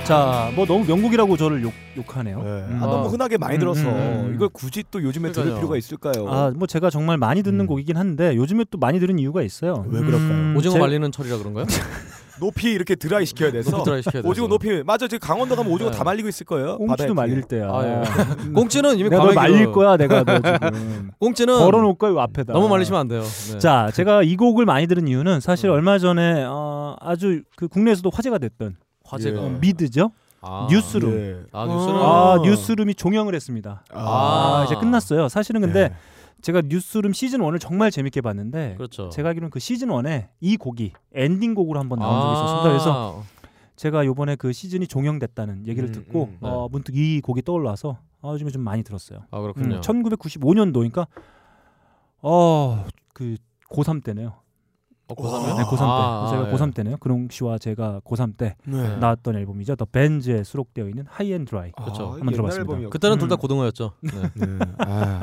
Speaker 2: 자, 뭐 너무 명곡이라고 저를 욕 욕하네요.
Speaker 1: 예.
Speaker 2: 음.
Speaker 1: 아, 너무 흔하게 많이
Speaker 2: 음,
Speaker 1: 들어서
Speaker 2: 음, 음.
Speaker 1: 이걸 굳이 또 요즘에
Speaker 3: 그러니까요.
Speaker 1: 들을 필요가 있을까요?
Speaker 2: 아, 뭐 제가 정말 많이 듣는
Speaker 1: 어. 음.
Speaker 2: 곡이긴 한데 요즘에 또 많이 들은 이유가 있어요. 음,
Speaker 1: 왜 그럴까요?
Speaker 3: 오징어
Speaker 2: 제-
Speaker 3: 말리는 철이라 그런가요?
Speaker 1: 높이 이렇게 드라이 시켜야 돼서
Speaker 3: 높이 드라이 시켜야 돼서.
Speaker 1: 오징어 높이 맞아 지금 강원도 가면 오징어
Speaker 3: 네.
Speaker 1: 다 말리고 있을 거예요. 바다에
Speaker 2: 꽁치도 말릴 때야.
Speaker 3: 아, 예. 꽁치는 이미
Speaker 2: 내가 널
Speaker 3: 과메기로-
Speaker 2: 말릴 거야, 내가 너 지금.
Speaker 3: 꽁치는
Speaker 2: 걸어놓을 거야, 요 앞에다.
Speaker 3: 너무 말리시면 안 돼요. 네.
Speaker 2: 자, 제가 이 곡을 많이 들은 이유는 사실
Speaker 3: 음.
Speaker 2: 얼마 전에 어, 아주 그 국내에서도 화제가 됐던 어,
Speaker 3: 화제가
Speaker 1: 예.
Speaker 2: 미드죠.
Speaker 3: 아.
Speaker 2: 뉴스룸.
Speaker 1: 예.
Speaker 3: 아 뉴스룸.
Speaker 2: 아,
Speaker 1: 아.
Speaker 2: 뉴스룸이 종영을 했습니다. 아,
Speaker 3: 아.
Speaker 2: 이제 끝났어요. 사실은 근데
Speaker 1: 예.
Speaker 2: 제가 뉴스룸 시즌 1을 정말 재밌게 봤는데
Speaker 3: 그렇죠.
Speaker 2: 제가 알기로는 그 시즌 1에 이 곡이 엔딩 곡으로 한번 나온
Speaker 3: 아.
Speaker 2: 적이 있었습니다. 그래서 제가 요번에 그 시즌이 종영됐다는 얘기를
Speaker 1: 음,
Speaker 2: 듣고
Speaker 1: 음,
Speaker 3: 네.
Speaker 2: 어, 문득 이 곡이 떠올라서 아, 요즘에 좀 많이 들었어요.
Speaker 3: 아 그렇군요.
Speaker 2: 음, 1995년도니까 어, 그 고3 때네요.
Speaker 3: 어,
Speaker 1: 와.
Speaker 3: 고3이요?
Speaker 2: 네, 고3 때.
Speaker 3: 아, 아,
Speaker 2: 제가
Speaker 3: 예.
Speaker 2: 고3 때네요. 근홍 씨와 제가 고3 때
Speaker 1: 네.
Speaker 2: 나왔던 앨범이죠. 더 벤즈에 수록되어 있는 하이 앤 드라이.
Speaker 3: 그렇죠.
Speaker 1: 아,
Speaker 2: 한번
Speaker 1: 옛날
Speaker 2: 들어봤습니다.
Speaker 1: 앨범이었구나.
Speaker 3: 그때는 둘 다
Speaker 2: 음.
Speaker 3: 고등어였죠. 네.
Speaker 1: 네. 아.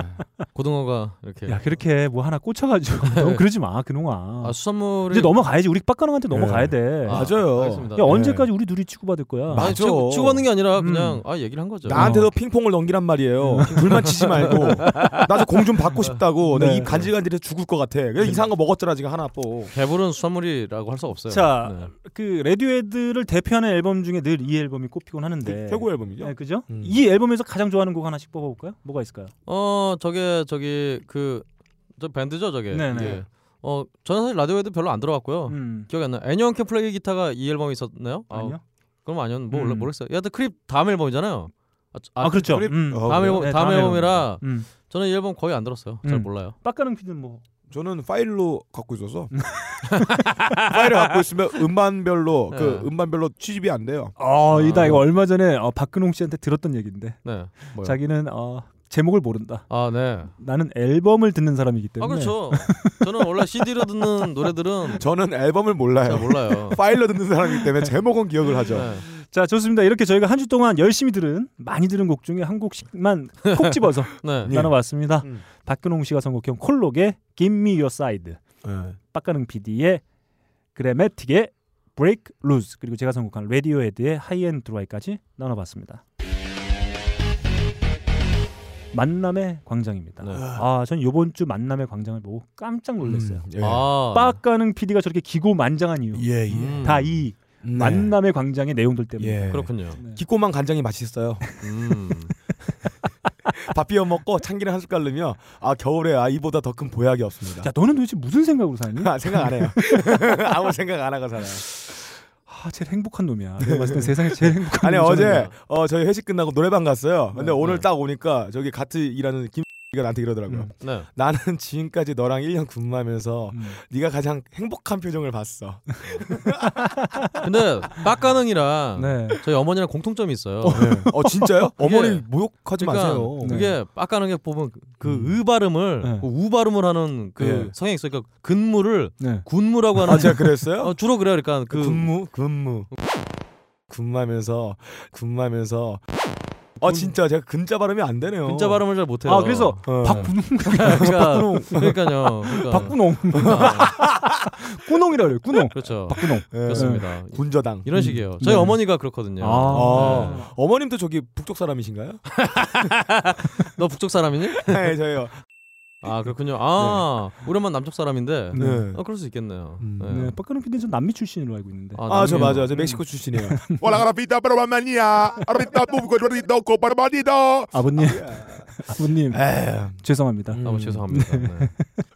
Speaker 3: 고등어가 이렇게
Speaker 2: 야, 그렇게 뭐 하나 꽂혀 가지고 너무 그러지 마, 그놈아.
Speaker 3: 예. 네. 아, 수산물이
Speaker 2: 이제 넘어가야지. 우리 빡가능한테 넘어가야 돼.
Speaker 3: 아,
Speaker 1: 맞아요.
Speaker 3: 알겠습니다.
Speaker 2: 야, 음. 언제까지 우리 둘이 치고받을 거야?
Speaker 1: 맞아.
Speaker 3: 아니, 치고, 치고받는 게 아니라 그냥 아 얘기를 한 거죠.
Speaker 1: 나한테도 핑퐁을 넘기란 말이에요. 둘만 치지 말고 나 저 공 좀 받고 싶다고
Speaker 2: 네.
Speaker 1: 내 입 간질간질해서 죽을 것 같아. 그래서 이상한 거 먹었잖아 지금 하나 또.
Speaker 3: 배부른 수산물이라고 할 수 없어요.
Speaker 2: 자,
Speaker 3: 네.
Speaker 2: 그 레디오헤드를 대표하는 앨범 중에 늘 이 앨범이 꼽히곤 하는데.
Speaker 1: 최고 앨범이죠.
Speaker 3: 예,
Speaker 2: 네, 그죠?
Speaker 1: 음.
Speaker 2: 이 앨범에서 가장 좋아하는 곡 하나씩 뽑아 볼까요? 뭐가 있을까요?
Speaker 3: 어 저게 저기 그 저 밴드죠 저게.
Speaker 2: 네네.
Speaker 3: 예. 어 저는 사실 라디오에도 별로 안 들어갔고요.
Speaker 2: 음.
Speaker 3: 기억이 안 나. 애니언 캠 플레이 기타가 이 앨범에 있었나요? 아,
Speaker 2: 아니요.
Speaker 3: 그럼 아니었 뭐 원래
Speaker 2: 음.
Speaker 3: 모르겠어요. 여하튼 크립 다음 앨범이잖아요. 아, 저-
Speaker 2: 아,
Speaker 3: 아,
Speaker 2: 그렇죠.
Speaker 1: 그립-
Speaker 2: 음.
Speaker 1: 어,
Speaker 3: 다음
Speaker 1: 그래요?
Speaker 3: 앨범
Speaker 2: 네,
Speaker 3: 다음,
Speaker 2: 다음
Speaker 3: 앨범이라
Speaker 2: 음.
Speaker 3: 저는 이 앨범 거의 안 들었어요. 잘
Speaker 2: 음.
Speaker 3: 몰라요.
Speaker 2: 빡가능 피디는 뭐
Speaker 1: 저는 파일로 갖고 있어서
Speaker 2: 음.
Speaker 1: 파일을 갖고 있으면 음반별로 그
Speaker 3: 네.
Speaker 1: 음반별로 취집이 안 돼요.
Speaker 2: 아, 이다
Speaker 3: 아.
Speaker 2: 이거 얼마 전에 어, 박근홍 씨한테 들었던 얘기인데
Speaker 3: 네. 뭐요?
Speaker 2: 자기는 어, 제목을 모른다.
Speaker 3: 아 네.
Speaker 2: 나는 앨범을 듣는 사람이기 때문에
Speaker 3: 아 그렇죠. 저는 원래 CD로 듣는 노래들은
Speaker 1: 저는 앨범을
Speaker 2: 아,
Speaker 3: 잘
Speaker 1: 몰라요.
Speaker 3: 몰라요.
Speaker 1: 파일로 듣는 사람이기 때문에 제목은 기억을 하죠.
Speaker 3: 네.
Speaker 2: 자 좋습니다. 이렇게 저희가 한 주 동안 열심히 들은 많이 들은 곡 중에 한 곡씩만 콕 집어서
Speaker 3: 네.
Speaker 2: 나눠봤습니다.
Speaker 1: 음.
Speaker 2: 박근홍 씨가 선곡한 콜록의 Give Me Your Side,
Speaker 1: 네.
Speaker 2: 빡가능 PD의 그래매틱의 Break Loose 그리고 제가 선곡한 레디오헤드의 하이엔 드라이까지 나눠봤습니다. 만남의 광장입니다.
Speaker 3: 네.
Speaker 2: 아, 전 이번 주 만남의 광장을 보고 깜짝 놀랐어요.
Speaker 1: 예.
Speaker 3: 아.
Speaker 2: 빡가는 PD가 저렇게 기고만장한 이유
Speaker 1: 예, 예.
Speaker 3: 음.
Speaker 2: 다 이
Speaker 1: 네.
Speaker 2: 만남의 광장의 내용들 때문에.
Speaker 1: 예.
Speaker 3: 그렇군요.
Speaker 2: 네.
Speaker 1: 기꼬만 간장이 맛있어요.
Speaker 3: 음.
Speaker 1: 밥 비벼 먹고 참기름 한 숟갈 넣으면 아 겨울에 아 이보다 더 큰 보약이 없습니다.
Speaker 2: 야, 너는 도대체 무슨 생각으로 사니?
Speaker 1: 아, 생각 안 해요. 아무 생각 안 하고 살아요.
Speaker 2: 아, 제일 행복한 놈이야. 내가 봤을 때 세상에 제일 행복한
Speaker 1: 아니
Speaker 2: 놈이잖아.
Speaker 1: 어제 어, 저희 회식 끝나고 노래방 갔어요. 근데
Speaker 3: 음, 네,
Speaker 1: 오늘
Speaker 3: 네.
Speaker 1: 딱 오니까 저기 같이 일하는 김이가 나한테 이러더라고요.
Speaker 2: 음.
Speaker 3: 네.
Speaker 1: 나는 지금까지 너랑 1년 근무하면서
Speaker 2: 음.
Speaker 1: 네가 가장 행복한 표정을 봤어.
Speaker 3: 근데 빡가능이랑
Speaker 2: 네.
Speaker 3: 저희 어머니랑 공통점이 있어요. 예. 그러니까
Speaker 1: 어 진짜요? 어머니
Speaker 3: 그게-
Speaker 1: 모욕하지 마세요.
Speaker 2: 네.
Speaker 3: 그게 빡가능에
Speaker 1: 음.
Speaker 3: 보면 그의 발음을
Speaker 2: 네.
Speaker 3: 그 우 발음을 하는 그
Speaker 1: 예.
Speaker 3: 성향이 있어요. 그러니까 근무를
Speaker 2: 네.
Speaker 3: 군무라고 하는
Speaker 1: 아 제가 그랬어요?
Speaker 3: 어, 주로 그래요. 그러니까 그
Speaker 1: 근무 근무 근무하면서 근무하면서 어 진짜 제가 근자 발음이 안 되네요.
Speaker 3: 근자 발음을 잘 못해요.
Speaker 2: 아, 그래서
Speaker 1: 어.
Speaker 2: 박군홍
Speaker 3: 그러니까, 그러니까요. 그러니까.
Speaker 2: 박군홍.
Speaker 3: 아,
Speaker 2: 꾸농이라 그래요. 꾸농.
Speaker 3: 그렇죠.
Speaker 2: 박군홍.
Speaker 1: 예.
Speaker 3: 그렇습니다. 예.
Speaker 1: 군저당.
Speaker 3: 이런 식이에요. 저희
Speaker 2: 네.
Speaker 3: 어머니가 그렇거든요.
Speaker 2: 아.
Speaker 3: 네.
Speaker 1: 어머님도 저기 북쪽 사람이신가요?
Speaker 3: 너 북쪽 사람이니?
Speaker 1: 네 저요.
Speaker 3: 아 그렇군요. 아 우리 엄마 남쪽 사람인데.
Speaker 1: 네.
Speaker 3: 아 그럴 수 있겠네요.
Speaker 1: 음.
Speaker 3: 네.
Speaker 2: 네. 박근홍 PD는 전 남미 출신으로 알고 있는데.
Speaker 1: 아 저
Speaker 3: 남미에는-
Speaker 1: 맞아 저 멕시코 출신이에요.
Speaker 7: Hola, grafita, pero manía. Ahorita tú, gordito, copa, hermanito.
Speaker 2: 아버님.
Speaker 1: 예.
Speaker 2: 아버님.
Speaker 1: 에휴.
Speaker 2: 죄송합니다.
Speaker 3: 아, 뭐 죄송합니다. 네.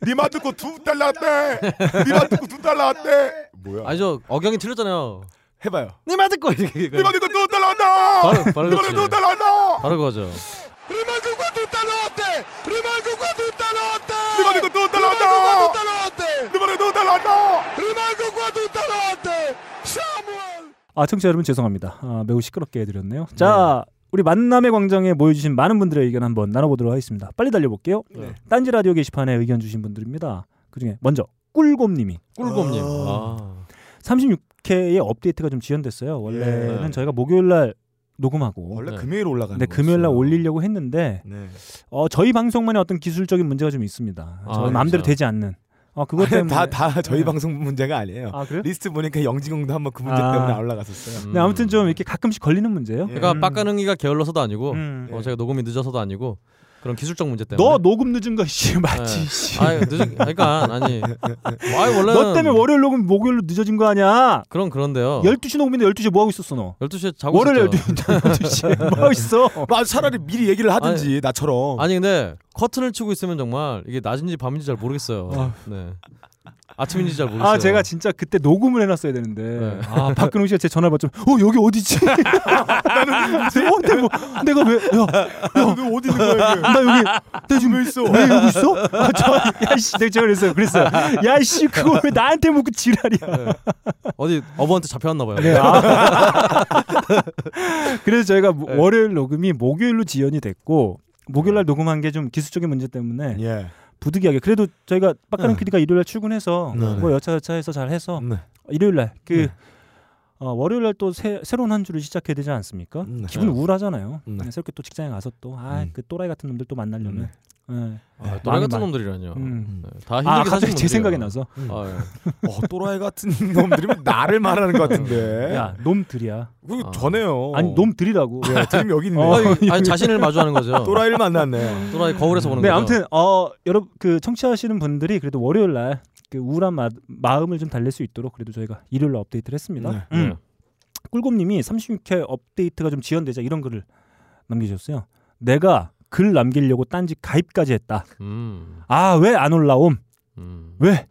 Speaker 7: Dima tu cutu talate. Dima tu cutu talate.
Speaker 3: 아니 저 억양이 틀렸잖아요.
Speaker 1: 해봐요.
Speaker 2: 네,
Speaker 3: 니마 듣고 이렇게
Speaker 7: Dima tu cutu talate.
Speaker 3: 바로
Speaker 7: Dima tu
Speaker 3: 바로 그렇지.
Speaker 7: cutu talate.
Speaker 3: 바로 그거죠.
Speaker 7: Dima tu cutu talate. Dima tu cutu talate. Dima tu cutu talate. Dima tu cutu talate. Dima tu cutu talate. Samuel.
Speaker 2: 아, 청취자 여러분 죄송합니다. 아, 매우 시끄럽게 해드렸네요. 자, 우리 만남의 광장에 모여주신 많은 분들의 의견 한번 나눠보도록 하겠습니다. 빨리 달려볼게요.
Speaker 3: 네.
Speaker 2: 딴지 라디오 게시판에 의견 주신 분들입니다. 그중에 먼저 꿀곰님이
Speaker 3: 꿀곰님. 아.
Speaker 2: 36회의 업데이트가 좀 지연됐어요. 원래는 저희가 목요일 날 녹음하고
Speaker 1: 원래
Speaker 3: 네.
Speaker 1: 금요일 올라가는
Speaker 2: 근데
Speaker 1: 거였어요.
Speaker 2: 금요일 날 올리려고 했는데
Speaker 1: 네.
Speaker 2: 어, 저희 방송만의 어떤 기술적인 문제가 좀 있습니다.
Speaker 3: 아,
Speaker 2: 저희 마음대로
Speaker 3: 그렇죠.
Speaker 2: 되지 않는. 어, 그것 때문에
Speaker 1: 아, 다다 저희
Speaker 2: 네.
Speaker 1: 방송 문제가 아니에요.
Speaker 2: 아, 그래요?
Speaker 1: 리스트 보니까 영지공도 한번 그 문제
Speaker 2: 아.
Speaker 1: 때문에 안 올라갔었어요.
Speaker 2: 네, 아무튼 좀 이렇게 가끔씩 걸리는 문제예요.
Speaker 1: 예.
Speaker 3: 음. 그러니까
Speaker 2: 음.
Speaker 3: 빡가능이가 게을러서도 아니고
Speaker 2: 음.
Speaker 3: 어, 제가 녹음이 늦어서도 아니고 그런 기술적 문제 때문에.
Speaker 2: 너 녹음 늦은 거 씨, 맞지?
Speaker 3: 네.
Speaker 2: 씨.
Speaker 3: 아 늦은 그러니까 아니. 아 원래
Speaker 2: 너 때문에 월요일 녹음 목요일로 늦어진 거 아니야?
Speaker 3: 그런 그런데요.
Speaker 2: 12시 녹음인데 12시에 뭐 하고 있었어 너?
Speaker 3: 12시에 자고
Speaker 2: 월요일
Speaker 3: 어. 있었죠.
Speaker 2: 12시, 12시에 뭐 하고 있어?
Speaker 1: 맞아 차라리 미리 얘기를 하든지
Speaker 2: 네.
Speaker 1: 나처럼.
Speaker 3: 아니 근데 커튼을 치고 있으면 정말 이게 낮인지 밤인지 잘 모르겠어요.
Speaker 2: 아.
Speaker 3: 네. 아침인지 잘 모르겠어요.
Speaker 2: 아 제가 진짜 그때 녹음을 해놨어야 되는데
Speaker 3: 네.
Speaker 2: 아 박근홍 씨가 제 전화를 받죠. 어 여기 어디지? 나는 내- 어, 내가, 뭐, 내가 왜? 야,
Speaker 1: 야, 너 어디 있는 거야? 이게?
Speaker 2: 나 여기 나 지금 왜 있어? 왜 여기 있어? 아, 저, 야씨 내가 제가 그랬어요. 그랬어요. 야씨 그거 왜 나한테 묻고 지랄이야.
Speaker 3: 네. 어디 어부한테 잡혀왔나 봐요.
Speaker 2: 네, 아. 그래서 저희가 뭐 모-
Speaker 3: 네.
Speaker 2: 월요일 녹음이 목요일로 지연이 됐고 목요일날 녹음한 게 좀 기술적인 문제 때문에
Speaker 1: 예.
Speaker 2: 부득이하게 그래도 저희가 빡가는
Speaker 1: 네.
Speaker 2: PD가 일요일날 출근해서
Speaker 1: 네, 네.
Speaker 2: 뭐 여차여차해서 잘 해서
Speaker 1: 네.
Speaker 2: 일요일날 그
Speaker 1: 네.
Speaker 2: 어, 월요일날 또 새, 새로운 한 주를 시작해야 되지 않습니까?
Speaker 1: 네.
Speaker 2: 기분 이 우울하잖아요.
Speaker 1: 네.
Speaker 2: 새롭게 또 직장에 가서 또 아
Speaker 1: 음.
Speaker 2: 그 또라이 같은 놈들 또 만나려면 네.
Speaker 3: 아, 또라이
Speaker 2: 많은 말.
Speaker 3: 같은 놈들이라뇨.
Speaker 2: 음.
Speaker 3: 네, 다 힘들게
Speaker 2: 아
Speaker 3: 사신
Speaker 2: 갑자기 제
Speaker 3: 분들이에요.
Speaker 2: 생각이 나서
Speaker 3: 아, 예.
Speaker 1: 어, 또라이 같은 놈들이면 나를 말하는 것 같은데.
Speaker 2: 야 놈들이야.
Speaker 1: 그리고
Speaker 3: 아.
Speaker 1: 전에요.
Speaker 2: 아니 놈들이라고.
Speaker 1: 예, 드림 여기 있네.
Speaker 2: 어.
Speaker 3: 아, 이거- 아니 자신을 마주하는 거죠. 또라이,
Speaker 1: 또라이를 만났네.
Speaker 3: 거울에서 보는
Speaker 2: 네,
Speaker 3: 거죠.
Speaker 2: 아무튼 어 여러분 그 청취하시는 분들이 그래도 월요일 날그 우울한 마, 음을좀 달랠 수 있도록 그래도 저희가 일요일 날 업데이트를 했습니다.
Speaker 1: 네.
Speaker 2: 음.
Speaker 3: 네.
Speaker 2: 꿀곰님이 36회 업데이트가 좀 지연되자 이런 글을 남기셨어요. 내가 글 남기려고 딴지 가입까지 했다.
Speaker 3: 음,
Speaker 2: 아 왜 안 올라옴?
Speaker 3: 음.
Speaker 2: 왜?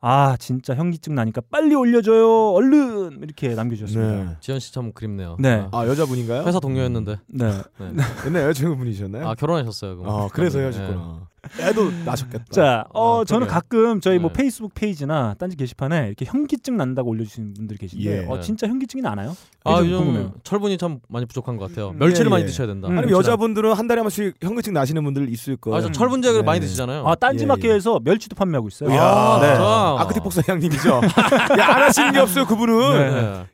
Speaker 2: 아 진짜 현기증 나니까 빨리 올려줘요 얼른 이렇게 남겨주셨습니다.
Speaker 1: 네.
Speaker 3: 지현 씨 참 그립네요.
Speaker 2: 네.
Speaker 3: 아,
Speaker 1: 아 여자분인가요?
Speaker 3: 회사 동료였는데.
Speaker 2: 네.
Speaker 1: 아,
Speaker 3: 네.
Speaker 1: 옛날 여자친구분이셨나요?
Speaker 3: 아 결혼하셨어요. 그럼.
Speaker 1: 아, 그래서
Speaker 3: 네.
Speaker 1: 헤어졌구나. 애도 나셨겠다.
Speaker 2: 자, 어,
Speaker 3: 아,
Speaker 2: 저는
Speaker 3: 그래요?
Speaker 2: 가끔 저희 뭐
Speaker 3: 네.
Speaker 2: 페이스북 페이지나 딴지 게시판에 이렇게 현기증 난다고 올려주시는 분들이 계신데,
Speaker 1: 예.
Speaker 2: 어, 진짜 현기증이 나나요?
Speaker 3: 아
Speaker 2: 좀
Speaker 3: 요즘
Speaker 2: 궁금해요.
Speaker 3: 철분이 참 많이 부족한 것 같아요.
Speaker 1: 음,
Speaker 3: 멸치를
Speaker 1: 예,
Speaker 3: 많이
Speaker 1: 예.
Speaker 3: 드셔야 된다.
Speaker 2: 음.
Speaker 1: 아니 면 여자분들은 한 달에 한 번씩 현금증 나시는 분들 있을 거예요.
Speaker 3: 아, 저 철분제를
Speaker 1: 네.
Speaker 3: 많이 드시잖아요.
Speaker 2: 아, 딴지
Speaker 1: 예,
Speaker 2: 마켓에서 멸치도 판매하고 있어요.
Speaker 1: 이야,
Speaker 3: 아,
Speaker 1: 네.
Speaker 3: 자.
Speaker 1: 아크티 폭사 양님이죠. 야, 안 하시는 게 없어요, 그분은.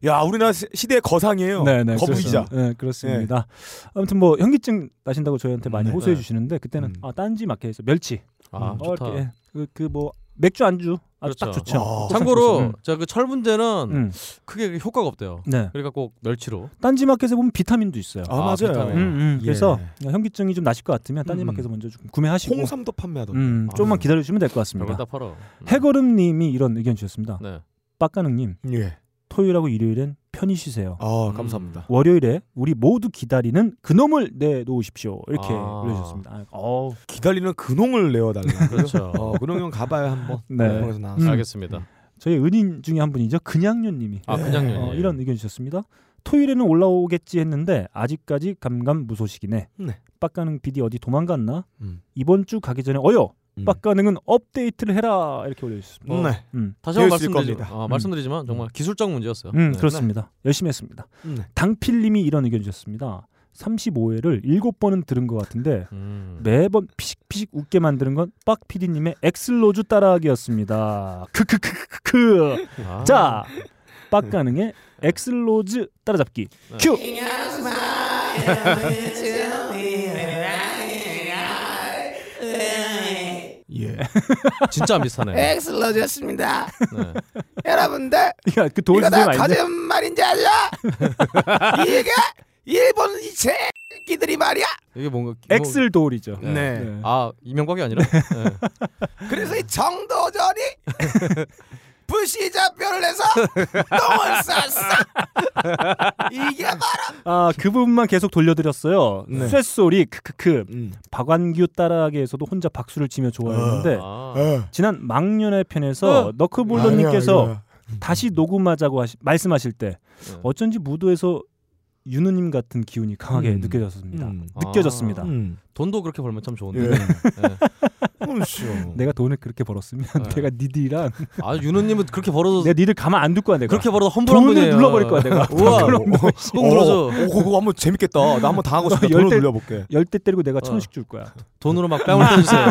Speaker 3: 네.
Speaker 1: 야, 우리나라 시- 시대의 거상이에요.
Speaker 2: 네, 네,
Speaker 1: 거북이자. 예.
Speaker 2: 그렇습니다. 네, 그렇습니다. 아무튼 뭐 현기증 나신다고 저희한테 많이
Speaker 1: 네.
Speaker 2: 호소해
Speaker 3: 네.
Speaker 2: 주시는데 그때는
Speaker 1: 음.
Speaker 2: 아, 딴지 마켓에서 멸치,
Speaker 3: 아
Speaker 2: 음,
Speaker 3: 좋다.
Speaker 2: 어, 이렇게 그 뭐 맥주 안주 아, 딱
Speaker 3: 그렇죠.
Speaker 2: 좋죠.
Speaker 1: 어.
Speaker 3: 참고로
Speaker 2: 음,
Speaker 3: 자그 철분제는
Speaker 2: 음.
Speaker 3: 크게 효과가 없대요.
Speaker 2: 네,
Speaker 3: 그러니까 꼭 멸치로.
Speaker 2: 딴지 마켓에 보면 비타민도 있어요.
Speaker 1: 아,
Speaker 3: 아,
Speaker 1: 맞아요.
Speaker 3: 비타민.
Speaker 2: 음, 음.
Speaker 1: 예.
Speaker 2: 그래서 현기증이 좀 나실 것 같으면 딴지
Speaker 1: 음, 음.
Speaker 2: 마켓에서 먼저 좀 구매하시고,
Speaker 1: 홍삼도 판매하던데.
Speaker 2: 음,
Speaker 1: 아.
Speaker 2: 조금만 기다려 주시면 될 것
Speaker 3: 별걸
Speaker 2: 같습니다.
Speaker 3: 다 팔어. 음.
Speaker 2: 해거름님이 이런 의견 주셨습니다.
Speaker 3: 네.
Speaker 2: 빡가능님
Speaker 1: 예.
Speaker 2: 토요일하고 일요일엔 편히 쉬세요.
Speaker 1: 아,
Speaker 3: 음.
Speaker 1: 감사합니다.
Speaker 2: 월요일에 우리 모두 기다리는 그놈을 내놓으십시오. 이렇게
Speaker 3: 아.
Speaker 2: 올려주셨습니다. 아, 어우,
Speaker 1: 기다리는 근홍을 내어달라.
Speaker 3: 그렇죠.
Speaker 1: 어, 근홍 형 가봐요 한번.
Speaker 2: 네.
Speaker 1: 방송에서 나와서.
Speaker 2: 음.
Speaker 3: 알겠습니다.
Speaker 2: 저희 은인 중에 한 분이죠. 그냥요님이
Speaker 3: 아 그냥
Speaker 2: 어, 이런 의견 주셨습니다. 토요일에는 올라오겠지 했는데 아직까지 감감무소식이네.
Speaker 1: 네.
Speaker 2: 빡가능 PD 어디 도망갔나?
Speaker 1: 음.
Speaker 2: 이번 주 가기 전에 어여
Speaker 1: 음.
Speaker 2: 빡가능은 업데이트를 해라 이렇게 올려주셨습니다.
Speaker 1: 음, 네.
Speaker 2: 음,
Speaker 3: 다시 한번
Speaker 1: 되었을
Speaker 3: 말씀드리지만,
Speaker 1: 겁니다.
Speaker 3: 아,
Speaker 2: 음.
Speaker 3: 말씀드리지만 정말 기술적 문제였어요.
Speaker 2: 음,
Speaker 3: 네.
Speaker 2: 그렇습니다. 열심히 했습니다.
Speaker 1: 음, 네.
Speaker 2: 당필님이 이런 의견 주셨습니다. 35회를 7번은 들은 것 같은데
Speaker 3: 음.
Speaker 2: 매번 피식피식 웃게 만드는 건 빡 PD님의 엑슬로즈 따라하기였습니다. 크크크크크.
Speaker 3: 아.
Speaker 2: 자, 빡 가능의 엑슬로즈 따라잡기. 큐.
Speaker 1: 예.
Speaker 3: 진짜 안 비슷하네.
Speaker 4: 엑슬러즈였습니다.
Speaker 3: 네.
Speaker 4: 여러분들
Speaker 2: 야, 그 도훈
Speaker 4: 이거 다
Speaker 2: 선생님 아닌데?
Speaker 1: 뭐.
Speaker 4: 거짓말인지 알죠? 이게 일본 이 새끼들이 말이야.
Speaker 3: 이게 뭔가 뭐-
Speaker 2: 엑슬 도울이죠.
Speaker 3: 네.
Speaker 1: 네.
Speaker 3: 아 이명박이 아니라 네.
Speaker 4: 그래서 이 정도전이 불시자표를 해서 똥을 쌌어. 이게 바로
Speaker 2: 아, 그 부분만 계속 돌려드렸어요.
Speaker 1: 네.
Speaker 2: 쇳소리 크크크.
Speaker 1: 음.
Speaker 2: 박완규 따라하기에서도 혼자 박수를 치며 좋아했는데
Speaker 3: 아.
Speaker 1: 어.
Speaker 2: 지난 막년의 편에서
Speaker 3: 어.
Speaker 2: 너크볼더님께서
Speaker 1: 아니야,
Speaker 2: 다시 녹음하자고 하시, 말씀하실 때
Speaker 3: 네.
Speaker 2: 어쩐지 무도에서 윤우님 같은 기운이 강하게
Speaker 1: 음.
Speaker 2: 느껴졌습니다.
Speaker 1: 음.
Speaker 2: 느껴졌습니다.
Speaker 1: 아니야. 음.
Speaker 3: 돈도 그렇게 벌면 참 좋은데.
Speaker 1: 예.
Speaker 3: 네.
Speaker 1: 그렇죠.
Speaker 2: 내가 돈을 그렇게 벌었으면
Speaker 3: 네.
Speaker 2: 내가 니들이랑
Speaker 3: 아 윤우님은 그렇게 벌어서
Speaker 2: 내가 니들 가만 안 둘 거야 내가.
Speaker 3: 그렇게 벌어서 험불한
Speaker 2: 네, 돈을
Speaker 3: 분이에요.
Speaker 2: 눌러버릴 거야 내가.
Speaker 3: 우와.
Speaker 2: 그럼
Speaker 1: 어,
Speaker 3: 똥 눌러줘.
Speaker 1: 어, 그거 한번 재밌겠다. 나 한번 당하고 싶다.
Speaker 2: 너
Speaker 1: 돈을
Speaker 2: 열대-
Speaker 1: 눌려볼게.
Speaker 2: 열대 때리고 내가 천 원씩 줄 거야.
Speaker 3: 돈으로 막 뺨을 때주세요. 네.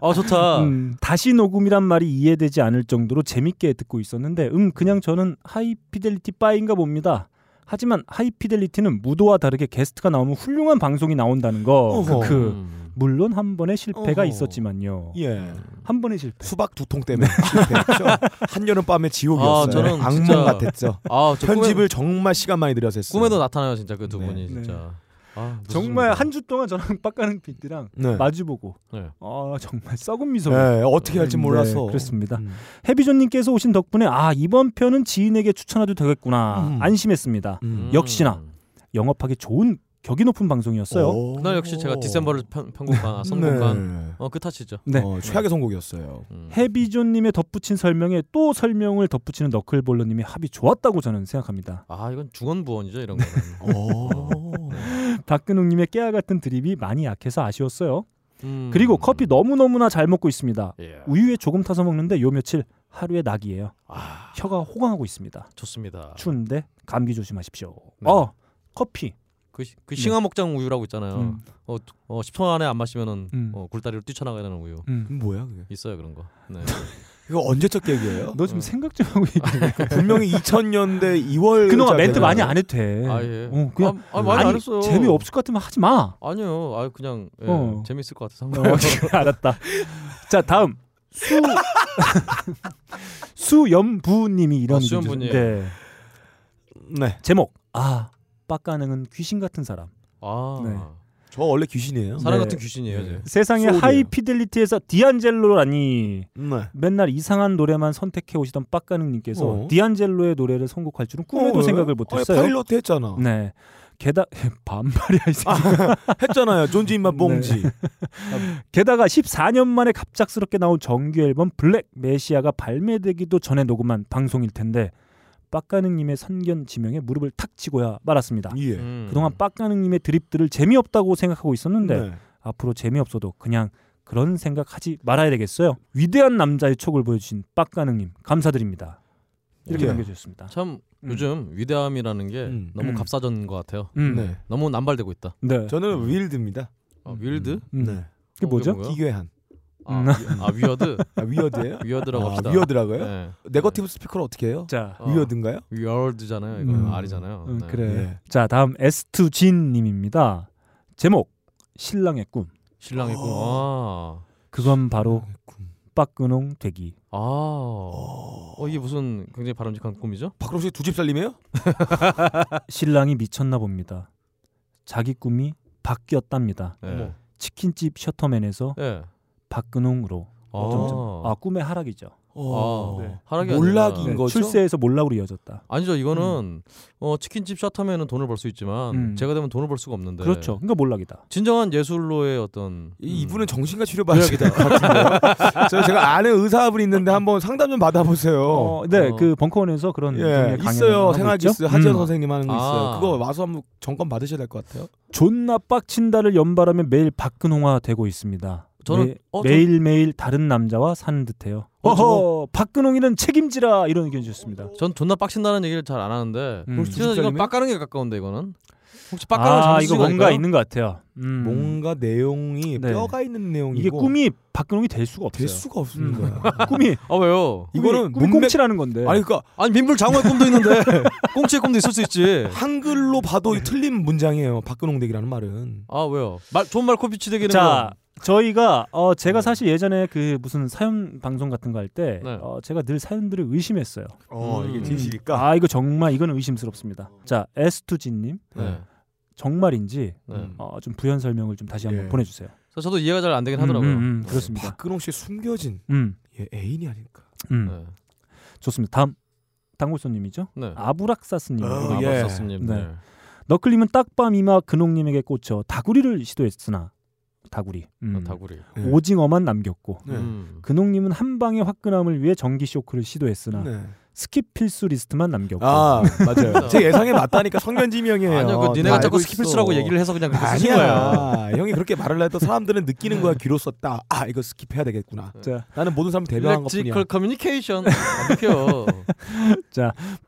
Speaker 3: 아 좋다.
Speaker 2: 음, 다시 녹음이란 말이 이해되지 않을 정도로 재밌게 듣고 있었는데 음 그냥 저는 하이피델리티 빠인가 봅니다. 하지만 하이피델리티는 무도와 다르게 게스트가 나오면 훌륭한 방송이 나온다는 거.
Speaker 1: 어허.
Speaker 2: 그
Speaker 3: 음.
Speaker 2: 물론 한 번의 실패가
Speaker 1: 어허.
Speaker 2: 있었지만요.
Speaker 1: 예.
Speaker 2: 한 번의 실패.
Speaker 1: 수박 두 통 때문에 실패했죠. 한여름 밤의 지옥이었어요. 네,
Speaker 3: 아, 저는
Speaker 1: 악몽
Speaker 3: 진짜-
Speaker 1: 같았죠.
Speaker 3: 아, 저
Speaker 1: 편집을 정말 시간 많이 들여서 했어요.
Speaker 3: 꿈에, 도 나타나요 진짜 그 두
Speaker 1: 네.
Speaker 3: 분이
Speaker 2: 네.
Speaker 3: 진짜. 아, 무슨
Speaker 2: 정말
Speaker 3: 분이야.
Speaker 2: 한 주 동안 저랑 빡가는 빅디랑
Speaker 1: 네.
Speaker 2: 마주보고
Speaker 3: 네.
Speaker 2: 아 정말 썩은 미소.
Speaker 1: 예, 어떻게 할지 몰라서.
Speaker 2: 네. 음, 그렇습니다.
Speaker 1: 음.
Speaker 2: 해비존님께서 오신 덕분에 아 이번 편은 지인에게 추천해도 되겠구나
Speaker 1: 음.
Speaker 2: 안심했습니다.
Speaker 1: 음.
Speaker 2: 역시나. 영업하기 좋은 격이 높은 방송이었어요.
Speaker 1: 오.
Speaker 3: 그날 역시 제가 디셈버를 편, 편곡한 아, 선곡한
Speaker 1: 네.
Speaker 3: 어그 탓이죠.
Speaker 2: 네.
Speaker 1: 어, 최악의 선곡이었어요.
Speaker 3: 음.
Speaker 2: 해비존님의 덧붙인 설명에 또 설명을 덧붙이는 너클볼러님의 합이 좋았다고 저는 생각합니다.
Speaker 3: 아 이건 중언부언이죠 이런 거는.
Speaker 2: 네.
Speaker 1: 어. 오.
Speaker 2: 박근홍님의 깨알 같은 드립이 많이 약해서 아쉬웠어요.
Speaker 3: 음.
Speaker 2: 그리고 커피 너무 너무나 잘 먹고 있습니다.
Speaker 3: 예.
Speaker 2: 우유에 조금 타서 먹는데 요 며칠 하루의 낙이에요.
Speaker 3: 아
Speaker 2: 혀가 호강하고 있습니다.
Speaker 3: 좋습니다.
Speaker 2: 추운데 감기 조심하십시오.
Speaker 3: 네.
Speaker 2: 어 커피
Speaker 3: 그, 시- 그 싱하 목장 우유라고 있잖아요.
Speaker 2: 음.
Speaker 3: 어, 어 10초 안에 안 마시면은
Speaker 2: 음.
Speaker 3: 어, 굴다리로 뛰쳐나가야 되는 우유
Speaker 2: 음.
Speaker 1: 뭐야 그게?
Speaker 3: 있어요 그런 거. 네.
Speaker 1: 이거 언제적 얘기예요?
Speaker 2: 너 지금 생각 좀 하고 얘기해.
Speaker 1: 분명히 2000년대 2월
Speaker 2: 네. 그놈아 멘트 많이 안 해도 돼.
Speaker 3: 아 예.
Speaker 2: 어, 그냥
Speaker 3: 아, 아, 많이
Speaker 2: 아니,
Speaker 3: 안 했어요.
Speaker 2: 재미 없을 것 같으면 하지 마.
Speaker 3: 아니요. 아 그냥 예,
Speaker 2: 어.
Speaker 3: 재밌을 것 같아서 한 거예요.
Speaker 2: 어, 알았다. 자 다음 수 수연부님이 이런
Speaker 3: 아,
Speaker 2: 의견 주셨-
Speaker 3: 수연부님.
Speaker 2: 네.
Speaker 1: 네.
Speaker 2: 제목 아 빡가능은 귀신 같은 사람.
Speaker 3: 아
Speaker 2: 네.
Speaker 1: 저 원래 귀신이에요.
Speaker 3: 사람
Speaker 2: 네.
Speaker 3: 같은 귀신이에요. 이제.
Speaker 2: 세상의
Speaker 1: 소울이에요.
Speaker 2: 하이피델리티에서 디안젤로라니
Speaker 1: 네.
Speaker 2: 맨날 이상한 노래만 선택해 오시던 빡가능님께서
Speaker 1: 어.
Speaker 2: 디안젤로의 노래를 선곡할 줄은 꿈에도
Speaker 1: 어,
Speaker 2: 생각을
Speaker 1: 왜?
Speaker 2: 못했어요.
Speaker 1: 아니, 파일럿 했잖아.
Speaker 2: 네. 게다 반말이야 이 새끼.
Speaker 1: 했잖아요. 존지 인마 봉지.
Speaker 2: 게다가 14년 만에 갑작스럽게 나온 정규 앨범 블랙 메시아가 발매되기도 전에 녹음한 방송일 텐데 빡가능님의 선견 지명에 무릎을 탁 치고야 말았습니다.
Speaker 1: 예.
Speaker 3: 음.
Speaker 2: 네. 그동안 빡가능님의 드립들을 재미없다고 생각하고 있었는데
Speaker 1: 네.
Speaker 2: 앞으로 재미없어도 그냥 그런 생각하지 말아야 되겠어요. 위대한 남자의 촉을 보여주신 빡가능님 감사드립니다. 이렇게
Speaker 1: 예.
Speaker 2: 남겨주셨습니다.
Speaker 3: 참
Speaker 2: 음.
Speaker 3: 요즘 위대함이라는 게
Speaker 1: 음.
Speaker 3: 너무
Speaker 2: 음.
Speaker 3: 값싸전 것 같아요.
Speaker 2: 음,
Speaker 1: 네.
Speaker 3: 너무 남발되고 있다.
Speaker 2: 네.
Speaker 1: 저는 윌드입니다.
Speaker 3: 아, 윌드?
Speaker 2: 음.
Speaker 1: 네.
Speaker 2: 그게
Speaker 3: 어,
Speaker 2: 뭐죠?
Speaker 3: 뭐야?
Speaker 1: 기괴한.
Speaker 3: 아,
Speaker 2: 음.
Speaker 3: 위- 아 위어드.
Speaker 1: 아, 위어드예요?
Speaker 3: 위어드라고 합시다.
Speaker 1: 아, 위어드라고요?
Speaker 3: 네.
Speaker 1: 네거티브 스피커를 어떻게 해요?
Speaker 2: 자,
Speaker 3: 어.
Speaker 1: 위어드인가요?
Speaker 3: 위어드잖아요. 이거
Speaker 2: 음.
Speaker 3: R이잖아요.
Speaker 2: 음,
Speaker 3: 네.
Speaker 2: 그래.
Speaker 1: 네.
Speaker 2: 자 다음 에스투진님입니다. 제목 신랑의 꿈.
Speaker 3: 신랑이고. 아.
Speaker 2: 그건 바로 빡그농 되기.
Speaker 3: 아. 어, 이게 무슨 굉장히 바람직한 꿈이죠?
Speaker 1: 박근홍 씨 두 집 살림이에요? 아.
Speaker 2: 신랑이 미쳤나 봅니다. 자기 꿈이 바뀌었답니다.
Speaker 3: 예.
Speaker 1: 어머.
Speaker 2: 치킨집 셔터맨에서
Speaker 3: 예.
Speaker 2: 박근홍으로 점점. 아 꿈의 하락이죠.
Speaker 1: 어.
Speaker 3: 아,
Speaker 2: 네.
Speaker 3: 하락이
Speaker 1: 몰락인
Speaker 3: 아니라-
Speaker 1: 거죠?
Speaker 2: 출세에서 몰락으로 이어졌다.
Speaker 3: 아니죠. 이거는 어, 치킨집 샷하면은 돈을 벌 수 있지만
Speaker 2: 음.
Speaker 3: 제가 되면 돈을 벌 수가 없는데.
Speaker 1: 네.
Speaker 2: 그렇죠. 그러니까 몰락이다.
Speaker 3: 진정한 예술로의 어떤
Speaker 1: 이,
Speaker 3: 음,
Speaker 1: 이분은 정신과 치료받아야 될 것 같은데요. 저 제가 아는 의사분 있는데 한번 상담 좀 받아보세요.
Speaker 2: 어, 네,
Speaker 3: 어.
Speaker 2: 그 벙커원에서 그런
Speaker 1: 예,
Speaker 2: 종류의 강연을
Speaker 1: 있어요.
Speaker 2: 하고
Speaker 1: 생활기
Speaker 2: 있죠?
Speaker 1: 있어요. 하지원
Speaker 2: 음.
Speaker 1: 선생님 하는 거 있어요.
Speaker 3: 아.
Speaker 1: 그거 와서 한번 정권 받으셔야 될 것 같아요.
Speaker 2: 존나 빡친다를 연발하며 매일 박근홍화 되고 있습니다.
Speaker 3: 저는-
Speaker 2: 매,
Speaker 3: 어, 저-
Speaker 2: 일매일 다른 남자와 사는 듯해요.
Speaker 3: 어,
Speaker 2: 어허, 박근홍이는 책임지라 이런 의견 주셨습니다.
Speaker 3: 전 존나 빡친다는 얘기를 잘 안 하는데
Speaker 2: 음.
Speaker 3: 진짜 이건
Speaker 1: 살림이에요?
Speaker 3: 빡가는 게 가까운데 이거는 혹시 빡가는
Speaker 2: 아,
Speaker 3: 잘못
Speaker 2: 이거
Speaker 3: 쓰신
Speaker 2: 뭔가
Speaker 3: 건가요?
Speaker 2: 있는 것 같아요. 음.
Speaker 1: 뭔가 내용이
Speaker 2: 네.
Speaker 1: 뼈가 있는 내용이고
Speaker 2: 이게 꿈이 박근홍이 될 수가 없어요.
Speaker 1: 될 수가 없는
Speaker 2: 음. 네.
Speaker 1: 거야.
Speaker 2: 꿈이
Speaker 3: 아 왜요?
Speaker 1: 이거는
Speaker 2: 꿈이
Speaker 1: 문맥-
Speaker 2: 꽁치라는 건데.
Speaker 1: 아니 그러니까
Speaker 3: 아니 민물 장어의 꿈도 있는데 꽁치의 꿈도 있을 수 있지.
Speaker 1: 한글로 봐도 이 틀린 문장이에요. 박근홍 댁이라는 말은.
Speaker 3: 아 왜요? 말 좋은 말 코피치 되기는
Speaker 2: 자 저희가 어 제가 사실 예전에 그 무슨 사연 방송 같은 거 할 때
Speaker 3: 네.
Speaker 2: 어, 제가 늘 사연들을 의심했어요. 음.
Speaker 1: 어
Speaker 3: 이게
Speaker 1: 진실일까?
Speaker 2: 아 이거 정말 이거는 의심스럽습니다. 자 에스투진님
Speaker 3: 네.
Speaker 2: 정말인지
Speaker 3: 네.
Speaker 2: 어, 좀 부연 설명을 좀 다시 한번
Speaker 1: 예.
Speaker 2: 보내주세요.
Speaker 3: 그래서 저도 이해가 잘 안 되긴 하더라고요.
Speaker 2: 음, 음, 음, 그렇습니다.
Speaker 1: 박근홍 씨의 숨겨진
Speaker 2: 음,
Speaker 1: 예, 애인이 아닐까?
Speaker 2: 음,
Speaker 3: 네.
Speaker 2: 좋습니다. 다음 단골손님이죠.
Speaker 3: 네.
Speaker 2: 아브락사스님.
Speaker 1: 어,
Speaker 3: 아,
Speaker 1: 예.
Speaker 3: 박사스님.
Speaker 2: 네.
Speaker 3: 네.
Speaker 2: 너클림은 딱밤 이마 근홍님에게 꽂혀 다구리를 시도했으나 다구리. 음,
Speaker 3: 아, 다구리.
Speaker 1: 네.
Speaker 2: 오징어만 남겼고
Speaker 1: 네.
Speaker 3: 음.
Speaker 2: 근홍님은 한 방의 화끈함을 위해 전기 쇼크를 시도했으나
Speaker 3: 음.
Speaker 1: 네.
Speaker 2: 스킵 필수 리스트만 남겼고
Speaker 1: 아 맞아요. 제 예상에 맞다니까 성견지명이에요.
Speaker 3: 아니요, 그
Speaker 1: 다
Speaker 3: 니네가
Speaker 1: 알고
Speaker 3: 자꾸
Speaker 1: 있어.
Speaker 3: 스키필스라고 얘기를 해서 그냥 그렇게 쓰신 거예요.
Speaker 1: 아니야. 형이 그렇게 말을 해도 사람들은 느끼는 거야. 귀로 썼다. 아 이거 스킵해야 되겠구나.
Speaker 2: 자,
Speaker 1: 나는 모든 사람 대변한 것뿐이야.
Speaker 3: 네. 일렉트리컬 커뮤니케이션 안 느껴.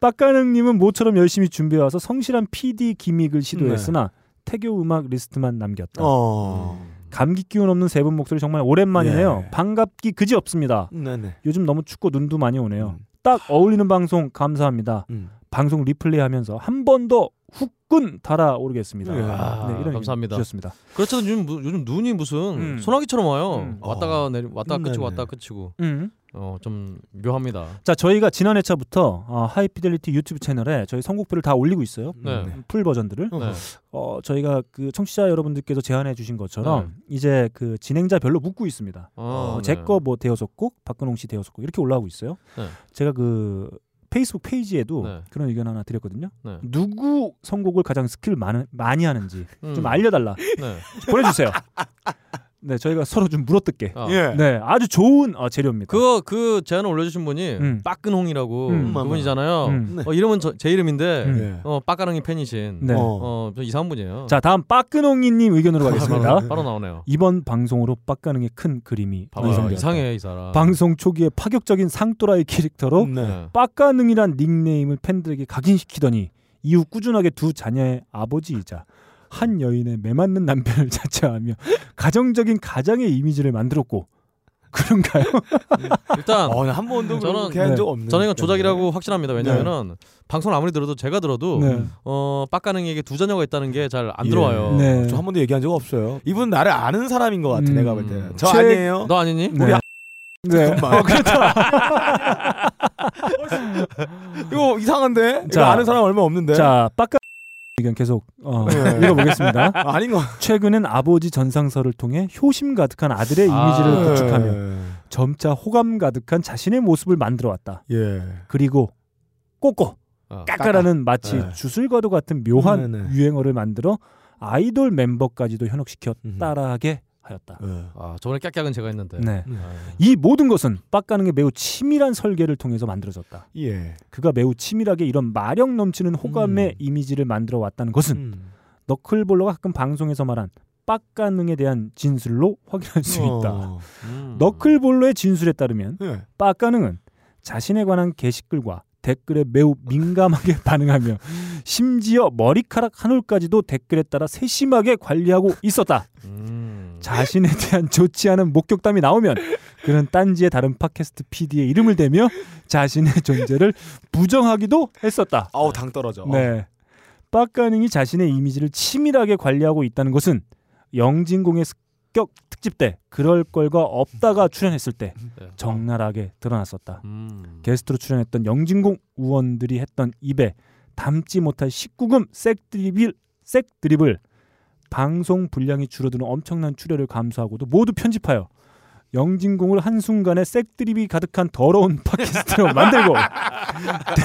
Speaker 2: 빡가능님은 모처럼 열심히 준비해와서 성실한 PD 기믹을 시도했으나 태교 음악 리스트만
Speaker 1: 네.
Speaker 2: 남겼다.
Speaker 1: 어.
Speaker 2: 감기 기운 없는 세 분 목소리 정말 오랜만이네요.
Speaker 1: 예.
Speaker 2: 반갑기 그지 없습니다.
Speaker 1: 음. 네네.
Speaker 2: 요즘 너무 춥고 눈도 많이 오네요.
Speaker 1: 음.
Speaker 2: 딱 어울리는 방송 감사합니다.
Speaker 1: 음.
Speaker 2: 방송 리플레이하면서 한 번 더 후끈 달아오르겠습니다. 네,
Speaker 1: 이야,
Speaker 2: 의견
Speaker 3: 감사합니다.
Speaker 2: 주셨습니다.
Speaker 3: 그렇죠. 요즘 무- 요즘 눈이 무슨
Speaker 2: 음.
Speaker 3: 소나기처럼 와요.
Speaker 2: 음.
Speaker 3: 왔다가 내리 왔다가
Speaker 1: 끝나네.
Speaker 3: 끝이고 왔다가 끝이고.
Speaker 2: 음.
Speaker 3: 어 좀 묘합니다.
Speaker 2: 자, 저희가 지난 회차부터 어, 하이피델리티 유튜브 채널에 저희 선곡표를 다 올리고 있어요.
Speaker 3: 네.
Speaker 1: 네.
Speaker 2: 풀 버전들을
Speaker 3: 네.
Speaker 2: 어, 저희가 그 청취자 여러분들께서 제안해 주신 것처럼
Speaker 3: 음.
Speaker 2: 이제 그 진행자 별로 묶고 있습니다.
Speaker 3: 어,
Speaker 2: 제 거 뭐 대여섯 곡, 박근홍 씨 대여섯 곡 이렇게 올라오고 있어요.
Speaker 3: 네.
Speaker 2: 제가 그 페이스북 페이지에도
Speaker 3: 네.
Speaker 2: 그런 의견 하나 드렸거든요.
Speaker 3: 네.
Speaker 2: 누구 선곡을 가장 스킬 많은, 많이 하는지
Speaker 3: 음.
Speaker 2: 좀 알려달라
Speaker 3: 네.
Speaker 2: 보내주세요. 네, 저희가 서로 좀 물어뜯게.
Speaker 3: 아.
Speaker 1: 예.
Speaker 2: 네, 아주 좋은 어, 재료입니다.
Speaker 3: 그거 그 제안을 올려주신 분이
Speaker 2: 음.
Speaker 3: 빠끈홍이라고
Speaker 2: 음.
Speaker 3: 그분이잖아요.
Speaker 2: 음.
Speaker 3: 어, 이름은 저, 제 이름인데
Speaker 2: 음.
Speaker 1: 예.
Speaker 3: 어 빠까랑이 팬이신.
Speaker 2: 네.
Speaker 1: 어.
Speaker 3: 어, 좀 이상한 분이에요.
Speaker 2: 자, 다음 빠끈홍이님 의견으로 가겠습니다.
Speaker 3: 바로, 바로 아, 나오네요.
Speaker 2: 이번 방송으로 빡가능의 큰 그림이
Speaker 3: 봐봐
Speaker 2: 완성되었다.
Speaker 3: 이상해 이 사람.
Speaker 2: 방송 초기에 파격적인 상또라의
Speaker 3: 음.
Speaker 2: 캐릭터로
Speaker 1: 네.
Speaker 2: 빡가능이란 닉네임을 팬들에게 각인시키더니 이후 꾸준하게 두 자녀의 아버지이자 한 여인의 매맞는 남편을 자처하며 가정적인 가장의 이미지를 만들었고 그런가요?
Speaker 3: 일단
Speaker 1: 어, 한 번도
Speaker 3: 저는-
Speaker 1: 그렇게 한
Speaker 2: 네.
Speaker 1: 적 없는.
Speaker 3: 저는 이건 조작이라고 확실합니다. 왜냐면은
Speaker 1: 네.
Speaker 3: 방송 을 아무리 들어도 제가 들어도
Speaker 2: 네.
Speaker 3: 어 빡가능에게 두 자녀가 있다는 게 잘 안
Speaker 1: 예.
Speaker 3: 들어와요.
Speaker 2: 네.
Speaker 1: 저한 번도 얘기한 적 없어요. 이분 나를 아는 사람인 것 같아.
Speaker 2: 음.
Speaker 1: 내가 볼 때. 저
Speaker 2: 최-
Speaker 1: 아니에요.
Speaker 3: 너 아니니?
Speaker 2: 네.
Speaker 1: 우리 아-
Speaker 2: 네.
Speaker 1: 잠깐만. 이거 이상한데? 이거
Speaker 2: 어, 자.
Speaker 1: 아는 사람 얼마 없는데.
Speaker 2: 자, 빡가 의견 계속 어,
Speaker 1: 네.
Speaker 2: 읽어보겠습니다.
Speaker 1: 아, 아닌 것.
Speaker 2: 최근엔 아버지 전상서를 통해 효심 가득한 아들의 이미지를
Speaker 3: 아.
Speaker 1: 어. 네.
Speaker 2: 구축하며 점차 호감 가득한 자신의 모습을 만들어 왔다.
Speaker 1: 예.
Speaker 2: 그리고 꼬꼬
Speaker 3: 어.
Speaker 2: 까까라는 마치
Speaker 1: 네.
Speaker 2: 주술과도 같은 묘한
Speaker 1: 네, 네.
Speaker 2: 유행어를 만들어 아이돌 멤버까지도 현혹시켜
Speaker 1: 음흠.
Speaker 2: 따라하게 하였다.
Speaker 1: 예.
Speaker 3: 아 저번에 깍깍은 제가
Speaker 1: 음.
Speaker 3: 했는데.
Speaker 2: 네.
Speaker 3: 아,
Speaker 2: 이 모든 것은 빡가능의 매우 치밀한 설계를 통해서 만들어졌다.
Speaker 1: 예.
Speaker 2: 그가 매우 치밀하게 이런 마력 넘치는 호감의
Speaker 1: 음.
Speaker 2: 이미지를 만들어 왔다는 것은
Speaker 1: 음.
Speaker 2: 너클볼러가 가끔 방송에서 말한 빡가능에 대한 진술로 확인할 수 있다.
Speaker 1: 어.
Speaker 3: 음.
Speaker 2: 너클볼러의 진술에 따르면
Speaker 1: 예.
Speaker 2: 빡가능은 자신에 관한 게시글과 댓글에 매우 민감하게 반응하며 심지어 머리카락 한 올까지도 댓글에 따라 세심하게 관리하고 있었다.
Speaker 3: 음.
Speaker 2: 자신에 대한 좋지 않은 목격담이 나오면 그는 딴지의 다른 팟캐스트 PD의 이름을 대며 자신의 존재를 부정하기도 했었다.
Speaker 1: 아우 당 떨어져.
Speaker 2: 네. 빡가능이 자신의 이미지를 치밀하게 관리하고 있다는 것은 영진공의 습격 특집 때 그럴 걸과 없다가 출연했을 때
Speaker 3: 네.
Speaker 2: 적나라하게 드러났었다.
Speaker 3: 음.
Speaker 2: 게스트로 출연했던 영진공 의원들이 했던 입에 담지 못할 19금 색 드립을 색 드립을 방송 분량이 줄어드는 엄청난 출혈을 감수하고도 모두 편집하여 영진공을 한순간에 색 드립이 가득한 더러운 팟캐스트로 만들고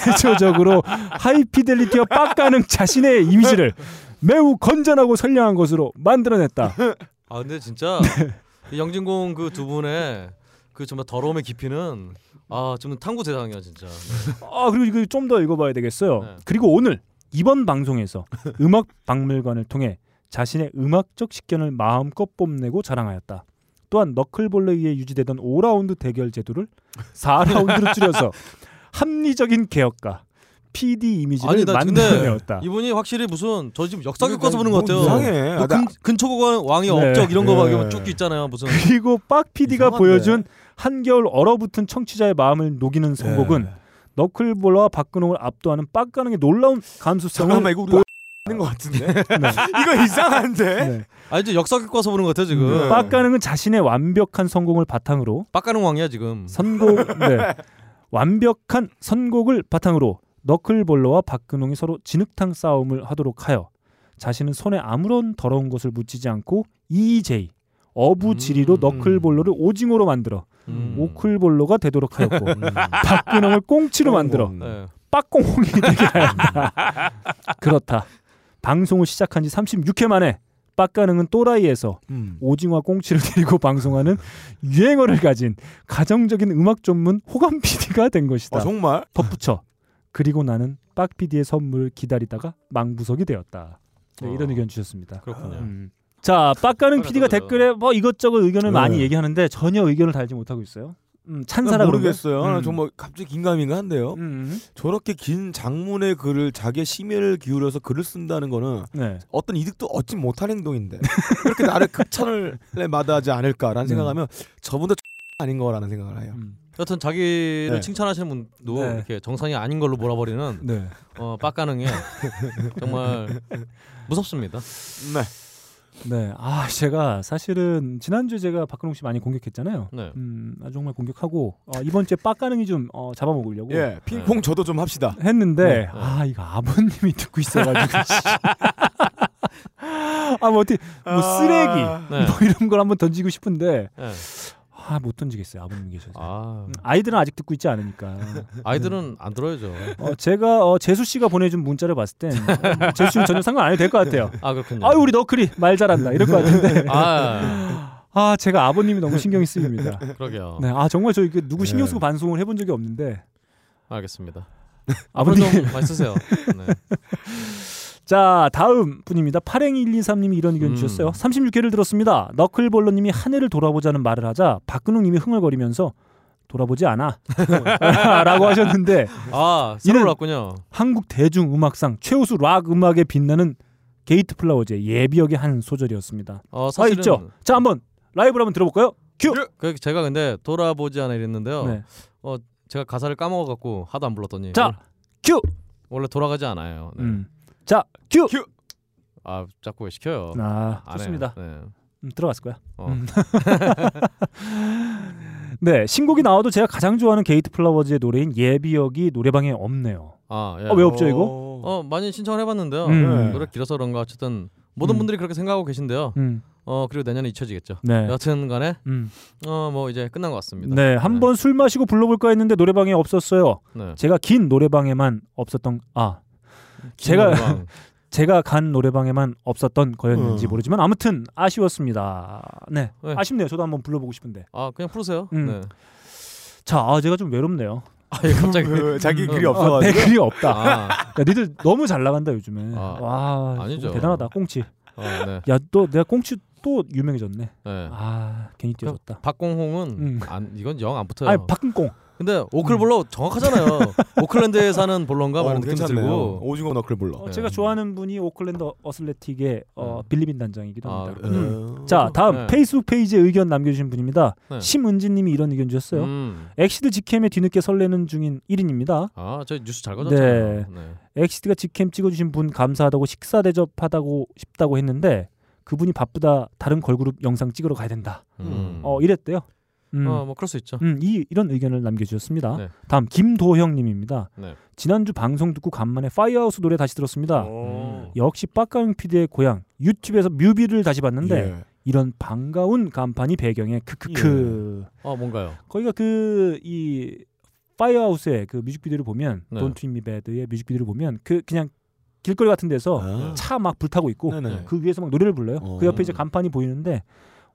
Speaker 2: 대조적으로 하이피델리티와 빡가는 자신의 이미지를 매우 건전하고 선량한 것으로 만들어냈다.
Speaker 3: 아 근데 진짜
Speaker 2: 네.
Speaker 3: 이 영진공 그 두 분의 그 정말 더러움의 깊이는 아 정말 탐구 대상이야 진짜.
Speaker 2: 아 그리고 이거 좀 더 읽어봐야 되겠어요.
Speaker 3: 네.
Speaker 2: 그리고 오늘 이번 방송에서 음악 박물관을 통해 자신의 음악적 식견을 마음껏 뽐내고 자랑하였다. 또한 너클볼러에 의해 유지되던 5라운드 대결 제도를 4라운드로 줄여서 합리적인 개혁과 PD 이미지를
Speaker 3: 아니 나 근데
Speaker 2: 만들어내었다.
Speaker 3: 이분이 확실히 무슨 저 지금 역사 교과서 보는 것 같아요.
Speaker 1: 뭐 이상해.
Speaker 3: 뭐 근, 근초고관 왕의
Speaker 2: 네.
Speaker 3: 업적 이런
Speaker 1: 네.
Speaker 3: 거막쭉 있잖아요 무슨.
Speaker 2: 그리고 빡 PD가
Speaker 1: 이상한데.
Speaker 2: 보여준 한겨울 얼어붙은 청취자의 마음을 녹이는
Speaker 3: 네.
Speaker 2: 선곡은
Speaker 1: 예.
Speaker 2: 너클볼러와 박근홍을 압도하는 빡가능의 놀라운 감수성을
Speaker 1: 잠깐만 이거 우리가 아는 것 같은데. 이거 이상한데.
Speaker 2: 뭐 네.
Speaker 3: 아 이제 역사 교과서 보는 것 같아 지금.
Speaker 1: 네.
Speaker 3: 빡-
Speaker 2: 빡가능은 자신의 완벽한 선곡을 바탕으로
Speaker 3: 빡가는 왕이야 지금.
Speaker 2: 선곡 네. 완벽한 선곡을 바탕으로 너클볼러와 박근홍이 서로 진흙탕 싸움을 하도록 하여 자신은 손에 아무런 더러운 것을 묻히지 않고 EJ 어부지리로
Speaker 3: 음.
Speaker 2: 너클볼러를 오징어로 만들어
Speaker 3: 음.
Speaker 2: 오클볼러가 되도록 하였고 박근홍을 꽁치로 만들어
Speaker 3: 네.
Speaker 2: 빡공홍이 되게 하였다. 그렇다. 방송을 시작한 지 36회 만에 빡가능은 또라이에서
Speaker 1: 음.
Speaker 2: 오징어 꽁치를 데리고 방송하는 유행어를 가진 가정적인 음악 전문 호감 PD가 된 것이다.
Speaker 1: 아 정말?
Speaker 2: 덧붙여 그리고 나는 빡 PD의 선물을 기다리다가 망부석이 되었다. 네, 이런
Speaker 3: 어.
Speaker 2: 의견 주셨습니다.
Speaker 1: 네.
Speaker 3: 그렇군요.
Speaker 2: 음. 자, 빡가는
Speaker 3: 그래,
Speaker 2: PD가
Speaker 3: 그래.
Speaker 2: 댓글에 뭐 이것저것 의견을
Speaker 1: 네.
Speaker 2: 많이 얘기하는데 전혀 의견을 달지 못하고 있어요. 음, 찬사라
Speaker 1: 난
Speaker 2: 그런가?
Speaker 1: 모르겠어요.
Speaker 2: 음.
Speaker 1: 나 정말 갑자기 긴가민가한데요.
Speaker 2: 음,
Speaker 1: 저렇게 긴 장문의 글을 자기의 심혈을 기울여서 글을 쓴다는 거는
Speaker 2: 네.
Speaker 1: 어떤 이득도 얻지 못한 행동인데 그렇게 나를 극찬을 마다하지 않을까라는
Speaker 2: 네.
Speaker 1: 생각하면 저분도 아닌 거라는 생각을 해요.
Speaker 2: 음,
Speaker 3: 여튼 자기를
Speaker 1: 네.
Speaker 3: 칭찬하시는 분도
Speaker 2: 네.
Speaker 3: 이렇게 정상이 아닌 걸로 몰아버리는
Speaker 2: 네.
Speaker 3: 어, 빡가능이 정말 무섭습니다.
Speaker 1: 네.
Speaker 2: 네. 아, 제가 사실은 지난주 에 제가 박근홍 씨 많이 공격했잖아요.
Speaker 3: 네.
Speaker 2: 음, 아, 정말 공격하고 어, 이번 주에 빡가능이 좀 어, 잡아먹으려고
Speaker 1: 예, 핑퐁
Speaker 2: 네.
Speaker 1: 저도 좀 합시다.
Speaker 2: 했는데
Speaker 1: 네.
Speaker 2: 아 이거 아버님이 듣고 있어가지고 아뭐 어떻게 뭐 쓰레기
Speaker 3: 네.
Speaker 2: 뭐 이런 걸 한번 던지고 싶은데
Speaker 3: 네.
Speaker 2: 아 못 던지겠어요 아버님 계셔서
Speaker 3: 아
Speaker 2: 음, 아이들은 아직 듣고 있지 않으니까
Speaker 3: 아이들은 안 들어야죠.
Speaker 2: 어, 제가 어, 재수 씨가 보내준 문자를 봤을 땐 어, 재수 씨는 전혀 상관 안 해도 될 것 같아요
Speaker 3: 아 그렇군요.
Speaker 2: 아유 우리 너클이 말 잘한다 이럴 것 같은데
Speaker 3: 아
Speaker 2: 아 제가 아버님이 너무 신경이 쓰입니다
Speaker 3: 그러게요.
Speaker 2: 네, 아 정말 저 이게 누구 신경
Speaker 1: 네.
Speaker 2: 쓰고 방송을 해본 적이 없는데
Speaker 3: 알겠습니다. 앞으로
Speaker 2: 아버님
Speaker 3: 좀 많이 쓰세요. 네.
Speaker 2: 자 다음 분입니다. 파랭이 123님이 이런 의견
Speaker 3: 음.
Speaker 2: 주셨어요. 36회를 들었습니다. 너클볼러님이 한 해를 돌아보자는 말을 하자 박근홍님이 흥얼거리면서 돌아보지 않아 라고 하셨는데
Speaker 3: 아
Speaker 2: 이는-
Speaker 3: 새로 올랐군요.
Speaker 2: 한국 대중음악상 최우수 락 음악에 빛나는 게이트 플라워즈의 예비역의 한 소절이었습니다.
Speaker 3: 어,
Speaker 2: 아
Speaker 3: 사실은
Speaker 2: 있죠. 자 한번 라이브로 한번 들어볼까요? 큐.
Speaker 3: 그 제가 근데 돌아보지 않아 이랬는데요.
Speaker 2: 네.
Speaker 3: 제가 가사를 까먹어 갖고 하도 안 불렀더니
Speaker 2: 자
Speaker 3: 원-
Speaker 2: 큐.
Speaker 3: 원래 돌아가지 않아요. 네.
Speaker 2: 음. 자 큐.
Speaker 3: 아 자꾸 왜 시켜요?
Speaker 2: 아
Speaker 3: 안 해요.
Speaker 2: 좋습니다.
Speaker 3: 네.
Speaker 2: 음, 들어갔을 거야.
Speaker 3: 어.
Speaker 2: 음. 네 신곡이 나와도 제가 가장 좋아하는 게이트 플라워즈의 노래인 예비역이 노래방에 없네요.
Speaker 3: 아, 예.
Speaker 2: 아, 왜 없죠 이거?
Speaker 3: 어 많이 신청을 해봤는데요. 네.
Speaker 2: 음.
Speaker 3: 노래 길어서 그런가 어쨌든 모든
Speaker 2: 음.
Speaker 3: 분들이 그렇게 생각하고 계신데요.
Speaker 2: 음.
Speaker 3: 어 그리고 내년에 잊혀지겠죠.
Speaker 2: 네.
Speaker 3: 여튼간에
Speaker 2: 음.
Speaker 3: 어 뭐 이제 끝난 것 같습니다.
Speaker 2: 네, 한 번 술 마시고 불러볼까 했는데 노래방에 없었어요.
Speaker 3: 네.
Speaker 2: 제가 긴 노래방에만 없었던 아 제가
Speaker 3: 노래방.
Speaker 2: 제가 간 노래방에만 없었던 거였는지
Speaker 1: 음.
Speaker 2: 모르지만 아무튼 아쉬웠습니다. 네,
Speaker 3: 어. 네.
Speaker 2: 아쉽네요. 저도 한번 불러보고 싶은데.
Speaker 3: 아 그냥 풀으세요.
Speaker 2: 음.
Speaker 3: 네.
Speaker 2: 자, 아, 제가 좀 외롭네요.
Speaker 3: 아 예, 갑자기
Speaker 1: 그, 자기 글이
Speaker 2: 아, 내
Speaker 1: 없어가지고
Speaker 2: 글이 없다. 야,
Speaker 3: 아,
Speaker 2: 니들 너무 잘 나간다 요즘에.
Speaker 3: 아,
Speaker 2: 와,
Speaker 3: 아니죠.
Speaker 2: 정말 대단하다. 꽁치.
Speaker 3: 어, 네.
Speaker 2: 야, 또 내가 꽁치 또 유명해졌네.
Speaker 3: 네.
Speaker 2: 아, 괜히 뛰어졌다.
Speaker 3: 박공홍은
Speaker 2: 음.
Speaker 3: 안 이건 영 안 붙어요.
Speaker 2: 아, 박근꽁. 음.
Speaker 3: 근데 오클볼로 정확하잖아요. 오클랜드에 사는 볼런가 뭐
Speaker 1: 어,
Speaker 3: 이런 느낌
Speaker 1: 괜찮네요.
Speaker 3: 들고.
Speaker 1: 오징어 너클 불러.
Speaker 2: 어, 제가 좋아하는 분이 오클랜드 어슬레틱의 어,
Speaker 3: 네.
Speaker 2: 빌리빈 단장이기도
Speaker 3: 아,
Speaker 2: 합니다.
Speaker 3: 그래요?
Speaker 2: 음.
Speaker 1: 어.
Speaker 2: 자 다음
Speaker 3: 네.
Speaker 2: 페이스북 페이지에 의견 남겨주신 분입니다.
Speaker 3: 네.
Speaker 2: 심은지님이 이런 의견 주셨어요.
Speaker 3: 음.
Speaker 2: 엑시드 직캠에 뒤늦게 설레는 중인 1인입니다.
Speaker 3: 아, 저희 뉴스 잘 가졌잖아요. 네.
Speaker 2: 엑시드가 직캠 찍어주신 분 감사하다고 식사 대접하다고 싶다고 했는데 그분이 바쁘다 다른 걸그룹 영상 찍으러 가야 된다.
Speaker 3: 음.
Speaker 2: 어 이랬대요. 음.
Speaker 3: 어, 뭐 그럴 수 있죠.
Speaker 2: 음, 이 이런 의견을 남겨주셨습니다.
Speaker 3: 네.
Speaker 2: 다음 김도형님입니다.
Speaker 3: 네.
Speaker 2: 지난주 방송 듣고 간만에 파이어하우스 노래 다시 들었습니다.
Speaker 3: 음.
Speaker 2: 역시 빡가능 PD의 고향 유튜브에서 뮤비를 다시 봤는데
Speaker 1: 예.
Speaker 2: 이런 반가운 간판이 배경에 크크크.
Speaker 3: 어, 뭔가요?
Speaker 2: 거기가 그 이 파이어하우스의 그 뮤직비디오를 보면
Speaker 3: 네.
Speaker 2: Don't Treat Me Bad의 뮤직비디오를 보면 그 그냥 길거리 같은 데서
Speaker 1: 아.
Speaker 2: 차 막 불타고 있고
Speaker 1: 네네.
Speaker 2: 그 위에서 막 노래를 불러요.
Speaker 1: 어.
Speaker 2: 그 옆에 이제 간판이 보이는데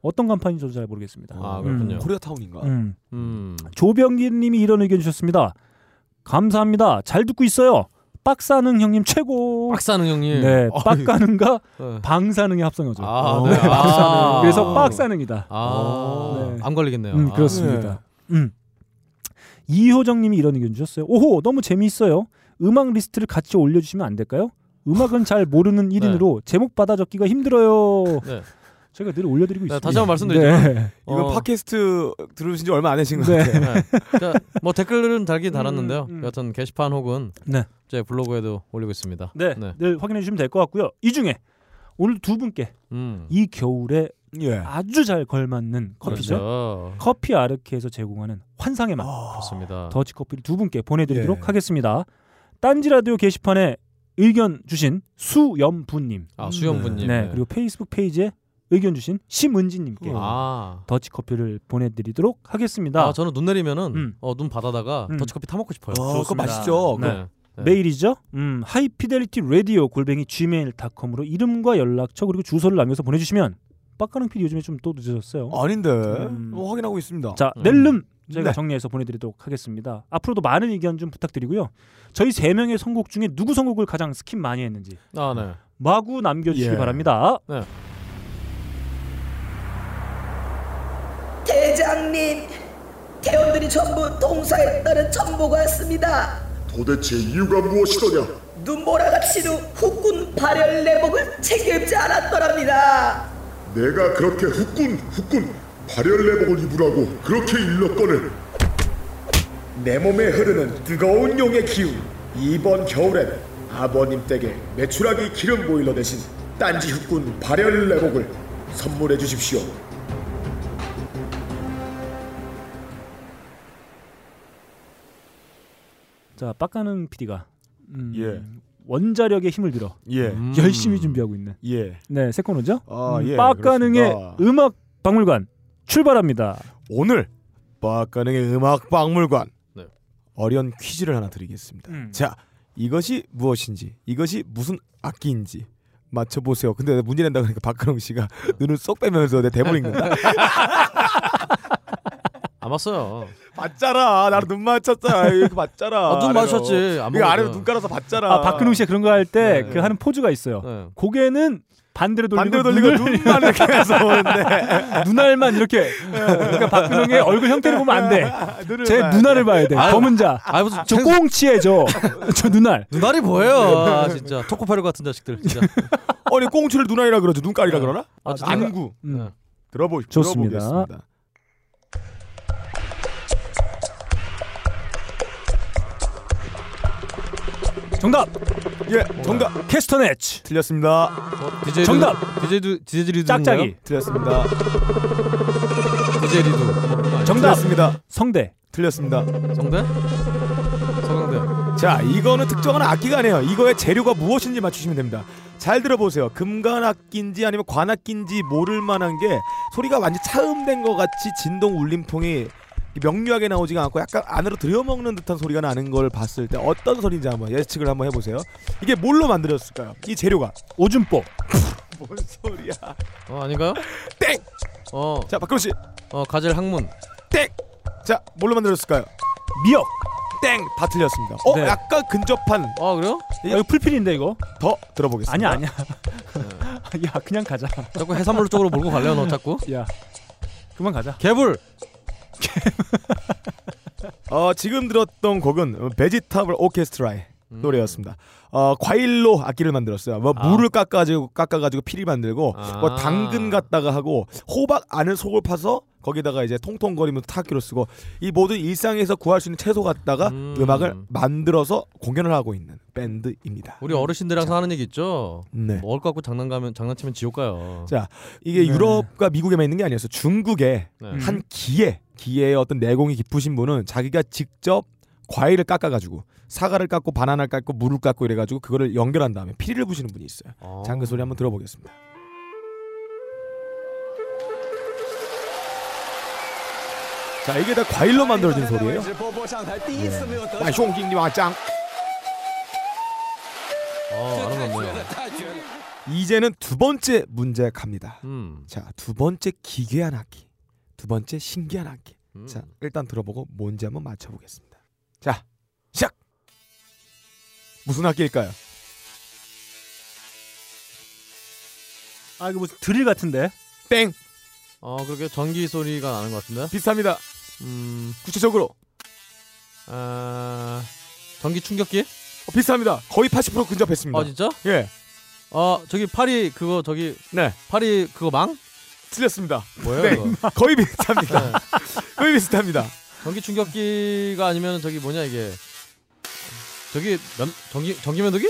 Speaker 2: 어떤 간판인지 저도 잘 모르겠습니다.
Speaker 3: 아,
Speaker 1: 음.
Speaker 3: 그렇군요.
Speaker 1: 코리아 타운인가?
Speaker 2: 음.
Speaker 3: 음.
Speaker 2: 조병기님이 이런 의견 주셨습니다. 감사합니다. 잘 듣고 있어요. 빡사능 형님 최고.
Speaker 3: 박사능 형님.
Speaker 2: 네,
Speaker 3: 어,
Speaker 2: 빡가능과
Speaker 3: 네.
Speaker 2: 방사능의 합성어죠.
Speaker 3: 아,
Speaker 1: 어.
Speaker 3: 네.
Speaker 1: 네,
Speaker 3: 아.
Speaker 2: 그래서 빡사능이다.
Speaker 3: 아,
Speaker 2: 네.
Speaker 3: 안 걸리겠네요.
Speaker 2: 음,
Speaker 3: 아. 네.
Speaker 2: 그렇습니다. 음. 이효정님이 이런 의견 주셨어요. 오호, 너무 재미있어요. 음악 리스트를 같이 올려주시면 안 될까요? 음악은 잘 모르는 1인으로 제목 받아 적기가 힘들어요.
Speaker 3: 네.
Speaker 2: 저희가 늘 올려드리고
Speaker 3: 네,
Speaker 2: 있습니다.
Speaker 3: 다시 한번 말씀드리지만
Speaker 2: 네.
Speaker 1: 이거
Speaker 3: 어.
Speaker 1: 팟캐스트 들으신 지 얼마 안 되신 것
Speaker 2: 네.
Speaker 1: 같아요.
Speaker 3: 네. 자, 뭐 댓글은 달긴 달았는데요.
Speaker 2: 음, 음.
Speaker 3: 여튼 게시판 혹은
Speaker 2: 네.
Speaker 3: 제 블로그에도 올리고 있습니다.
Speaker 2: 네, 늘 확인해 주시면 될 것 같고요. 이 중에 오늘 두 분께
Speaker 3: 음.
Speaker 2: 이 겨울에
Speaker 1: 예.
Speaker 2: 아주 잘 걸맞는 커피죠.
Speaker 3: 그렇죠. 아.
Speaker 2: 커피 아르케에서 제공하는 환상의 맛.
Speaker 3: 그렇습니다.
Speaker 2: 더치 커피를 두 분께 보내드리도록
Speaker 1: 예.
Speaker 2: 하겠습니다. 딴지 라디오 게시판에 의견 주신 수염부님,
Speaker 3: 아, 수영분님.
Speaker 2: 네, 그리고 페이스북 페이지에 의견 주신 심은지님께
Speaker 3: 아.
Speaker 2: 더치 커피를 보내드리도록 하겠습니다.
Speaker 3: 아, 저는 눈 내리면은
Speaker 2: 음.
Speaker 3: 어, 눈 바다다가
Speaker 2: 음.
Speaker 3: 더치커피 타 먹고 싶어요.
Speaker 1: 어, 그거
Speaker 2: 좋습니다.
Speaker 1: 맛있죠.
Speaker 2: 네.
Speaker 3: 네.
Speaker 2: 메일이죠. 음, 하이피델리티 라디오 골뱅이 gmail.com으로 이름과 연락처 그리고 주소를 남겨서 보내주시면 빡가는 PD 요즘에 좀 또 늦어졌어요.
Speaker 1: 그거 아닌데.
Speaker 2: 음.
Speaker 1: 어, 확인하고 있습니다.
Speaker 2: 자,
Speaker 3: 음.
Speaker 2: 낼름 저희가
Speaker 1: 네.
Speaker 2: 정리해서 보내드리도록 하겠습니다. 앞으로도 많은 의견 좀 부탁드리고요. 저희 세 명의 선곡 중에 누구 선곡을 가장 스킵 많이 했는지
Speaker 3: 아, 네.
Speaker 2: 마구 남겨주시기
Speaker 1: 예.
Speaker 2: 바랍니다.
Speaker 8: 대장님, 대원들이 전부 동사에 따른 전보가 왔습니다.
Speaker 9: 도대체 이유가 무엇이더냐?
Speaker 8: 눈보라가 치루 후군 발열 내복을 챙겨입지 않았더랍니다.
Speaker 9: 내가 그렇게 후끈 후끈 발열내복을 입으라고 그렇게 일렀거늘 내 몸에 흐르는 뜨거운 용의 기운 이번 겨울엔 아버님 댁에 메추라기 기름 보일러 대신 딴지 후끈 발열내복을 선물해 주십시오
Speaker 2: 자, 빡가는 PD가 음,
Speaker 1: 예.
Speaker 2: 원자력의 힘을 들어
Speaker 1: 예.
Speaker 3: 음.
Speaker 2: 열심히 준비하고 있는
Speaker 1: 예.
Speaker 2: 네, 세 코너죠.
Speaker 1: 아,
Speaker 2: 음,
Speaker 1: 예,
Speaker 2: 빡가능의
Speaker 1: 그렇습니다.
Speaker 2: 음악 박물관 출발합니다.
Speaker 1: 오늘 박가능의 음악 박물관
Speaker 3: 네.
Speaker 1: 어려운 퀴즈를 하나 드리겠습니다.
Speaker 2: 음.
Speaker 1: 자, 이것이 무엇인지, 이것이 무슨 악기인지 맞춰보세요. 근데 내가 문제 낸다 그러니까 박가능 씨가 눈을 쏙 빼면서 내 대본 읽는다.
Speaker 3: 안 봤어요.
Speaker 1: 맞잖아, 나눈 맞췄잖아. 이거 맞잖아.
Speaker 3: 아, 눈
Speaker 1: 아래로.
Speaker 3: 맞췄지. 안
Speaker 1: 이거 아래로
Speaker 3: 먹어도.
Speaker 1: 눈 깔아서 봤잖아.
Speaker 2: 아, 박근홍 씨가 그런 거 할 때
Speaker 3: 네.
Speaker 2: 그 하는 포즈가 있어요.
Speaker 3: 네.
Speaker 2: 고개는 반대로 돌리고
Speaker 1: 반대로 돌리고
Speaker 2: 눈을-
Speaker 1: 눈만 이렇게 해서 오는데
Speaker 2: 눈알만 이렇게 그러니까 박근홍의 얼굴 형태를 보면 안 돼.
Speaker 1: 눈을
Speaker 2: 제
Speaker 1: 봐야
Speaker 2: 눈알을 봐야 돼.
Speaker 3: 아유.
Speaker 2: 검은 자.
Speaker 3: 아 무슨
Speaker 2: 저
Speaker 3: 저
Speaker 2: 꽁치에 저저 눈알.
Speaker 3: 눈알이 보여요. 아 진짜 토코파류 같은 자식들 진짜.
Speaker 1: 아니 꽁치를 눈알이라 그러지 눈깔이라 그러나?
Speaker 3: 아,
Speaker 1: 안구
Speaker 2: 음.
Speaker 1: 들어보
Speaker 2: 좋습니다.
Speaker 1: 들어보겠습니다.
Speaker 2: 정답.
Speaker 1: 예 정답
Speaker 2: 캐스터네치.
Speaker 1: 틀렸습니다.
Speaker 3: DJ
Speaker 2: 정답!
Speaker 3: DJ DJ 리두
Speaker 2: 짝짝이.
Speaker 1: 틀렸습니다.
Speaker 3: DJ 리두.
Speaker 2: 정답.
Speaker 1: 틀렸습니다.
Speaker 2: 성대.
Speaker 1: 틀렸습니다.
Speaker 3: 성대? 성대.
Speaker 1: 자, 이거는 특정한 악기가 아니에요. 이거의 재료가 무엇인지 맞추시면 됩니다. 잘 들어보세요. 금관악기인지 아니면 관악기인지 모를 만한 게 소리가 완전 차음된 것 같이 진동 울림통이 명료하게 나오지가 않고 약간 안으로 들여먹는 듯한 소리가 나는 걸 봤을 때 어떤 소리인지 한번 예측을 한번 해보세요. 이게 뭘로 만들었을까요? 이 재료가
Speaker 2: 오줌뽀.
Speaker 1: 뭔 소리야?
Speaker 3: 어 아닌가요?
Speaker 1: 땡!
Speaker 3: 어,
Speaker 1: 자, 박근호 씨,
Speaker 3: 어 가젤 항문.
Speaker 1: 땡! 자, 뭘로 만들었을까요?
Speaker 2: 미역.
Speaker 1: 땡! 다 틀렸습니다. 어,
Speaker 2: 네.
Speaker 1: 약간 근접한
Speaker 3: 아 그래요?
Speaker 2: 아, 이거 풀필인데 이거.
Speaker 1: 더 들어보겠습니다.
Speaker 2: 아니야 아니야.
Speaker 1: 네.
Speaker 2: 야 그냥 가자.
Speaker 3: 자꾸 해산물 쪽으로 몰고 갈래요 너 자꾸?
Speaker 2: 야 그만 가자.
Speaker 3: 개불.
Speaker 1: 어, 지금 들었던 곡은 베지타블 오케스트라의 노래였습니다. 어, 과일로 악기를 만들었어요. 뭐
Speaker 3: 음. 아.
Speaker 1: 물을 깎아가지고 깎아가지고 피리 만들고
Speaker 3: 아.
Speaker 1: 뭐 당근 갖다가 하고 호박 안을 속을 파서 거기다가 이제 통통거리면서 타악기로 쓰고 이 모든 일상에서 구할 수 있는 채소 갖다가
Speaker 3: 음.
Speaker 1: 음. 악을 만들어서 공연을 하고 있는 밴드입니다.
Speaker 3: 우리 어르신들 항상 하는 얘기 있죠.
Speaker 1: 네.
Speaker 3: 먹을 거 갖고 장난가면 장난치면 지옥 가요.
Speaker 1: 자, 이게
Speaker 2: 네.
Speaker 1: 유럽과 미국에만 있는 게 아니었어. 중국에
Speaker 3: 네.
Speaker 1: 한 기에 기에 어떤 내공이 깊으신 분은 자기가 직접 과일을 깎아가지고 사과를 깎고 바나나를 깎고 물을 깎고 이래가지고 그거를 연결한 다음에 피리를 부시는 분이 있어요.
Speaker 3: 어.
Speaker 1: 잠그 소리 한번 들어보겠습니다. 자 이게 다 과일로 만들어진 소리예요. 네. 와 숑킹 아, 와짱.
Speaker 3: 어, 아름답네요.
Speaker 1: 이제는 두 번째 문제 갑니다.
Speaker 3: 음.
Speaker 1: 자 두 번째 기괴한 악기, 두 번째 신기한 악기.
Speaker 3: 음.
Speaker 1: 자 일단 들어보고 뭔지 한번 맞춰보겠습니다. 자 시작. 무슨 악기일까요?
Speaker 2: 아 이거 무슨 드릴 같은데.
Speaker 1: 땡
Speaker 3: 어, 그렇게 전기 소리가 나는 것 같은데.
Speaker 1: 비슷합니다.
Speaker 3: 음.
Speaker 1: 구체적으로 어,
Speaker 3: 아. 전기 충격기?
Speaker 1: 어, 비슷합니다. 거의 80% 근접했습니다.
Speaker 3: 아, 진짜?
Speaker 1: 예
Speaker 3: 어, 저기 파리 그거 저기
Speaker 1: 네.
Speaker 3: 파리 그거 망?
Speaker 1: 틀렸습니다.
Speaker 3: 뭐예요,
Speaker 1: 네.
Speaker 3: 그거? 네.
Speaker 1: 거의 비슷합니다. 거의 비슷합니다.
Speaker 3: 전기 충격기가 아니면 저기 뭐냐 이게. 저기 면, 전기 전기 면도기?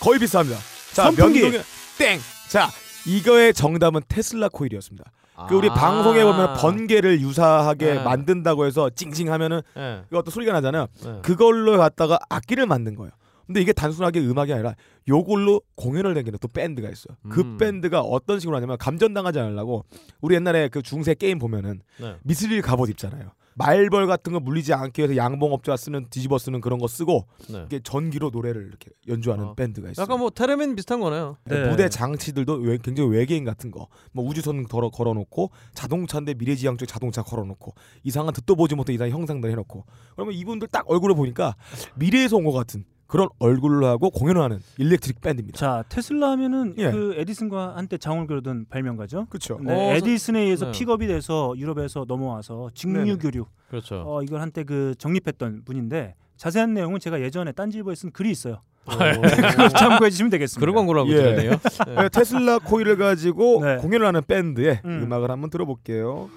Speaker 1: 거의 비슷합니다. 자
Speaker 2: 선풍기.
Speaker 1: 면도기 땡. 자 이거의 정답은 테슬라 코일이었습니다. 그 우리
Speaker 3: 아.
Speaker 1: 방송에 보면 번개를 유사하게
Speaker 3: 네.
Speaker 1: 만든다고 해서 찡찡하면은
Speaker 3: 예.
Speaker 1: 이거 어떤 소리가 나잖아요.
Speaker 3: 예.
Speaker 1: 그걸로 갖다가 악기를 만든 거예요. 근데 이게 단순하게 음악이 아니라 요걸로 공연을 댕기는 또 밴드가 있어요. 그
Speaker 3: 음.
Speaker 1: 밴드가 어떤 식으로 하냐면 감전당하지 않으려고 우리 옛날에 그 중세 게임 보면은
Speaker 3: 네.
Speaker 1: 미스릴 갑옷 입잖아요. 말벌 같은 거 물리지 않기 위해서 양봉업자가 쓰는 뒤집어 쓰는 그런 거 쓰고
Speaker 3: 네.
Speaker 1: 이게 전기로 노래를 이렇게 연주하는
Speaker 3: 아,
Speaker 1: 밴드가 있어요.
Speaker 3: 약간 뭐 테레민 비슷한 거네요.
Speaker 2: 네.
Speaker 1: 무대 장치들도 외- 굉장히 외계인 같은 거, 뭐 우주선 걸어, 걸어놓고 자동차인데 미래지향적 자동차 걸어놓고 이상한 듣도 보지 못한 이상한 형상들 해놓고 그러면 이분들 딱 얼굴을 보니까 미래에서 온 것 같은 그런 얼굴로 하고 공연을 하는 일렉트릭 밴드입니다.
Speaker 2: 자 테슬라 하면은
Speaker 1: 예.
Speaker 2: 그 에디슨과 한때 장을 겨루던 발명가죠.
Speaker 1: 그렇죠.
Speaker 2: 네,
Speaker 3: 어,
Speaker 2: 에디슨에 의해서
Speaker 3: 네.
Speaker 2: 픽업이 돼서 유럽에서 넘어와서
Speaker 1: 네네.
Speaker 2: 직류 교류
Speaker 3: 그렇죠.
Speaker 2: 어, 이걸 한때 그 정립했던 분인데 자세한 내용은 제가 예전에 딴지일보에 쓴 글이 있어요.
Speaker 3: 오.
Speaker 2: 참고해 주시면 되겠습니다.
Speaker 3: 그런 광고라고
Speaker 1: 예.
Speaker 3: 들었네요.
Speaker 1: 네, 테슬라 코일을 가지고
Speaker 2: 네.
Speaker 1: 공연을 하는 밴드의
Speaker 2: 음.
Speaker 1: 음. 악을 한번 들어볼게요.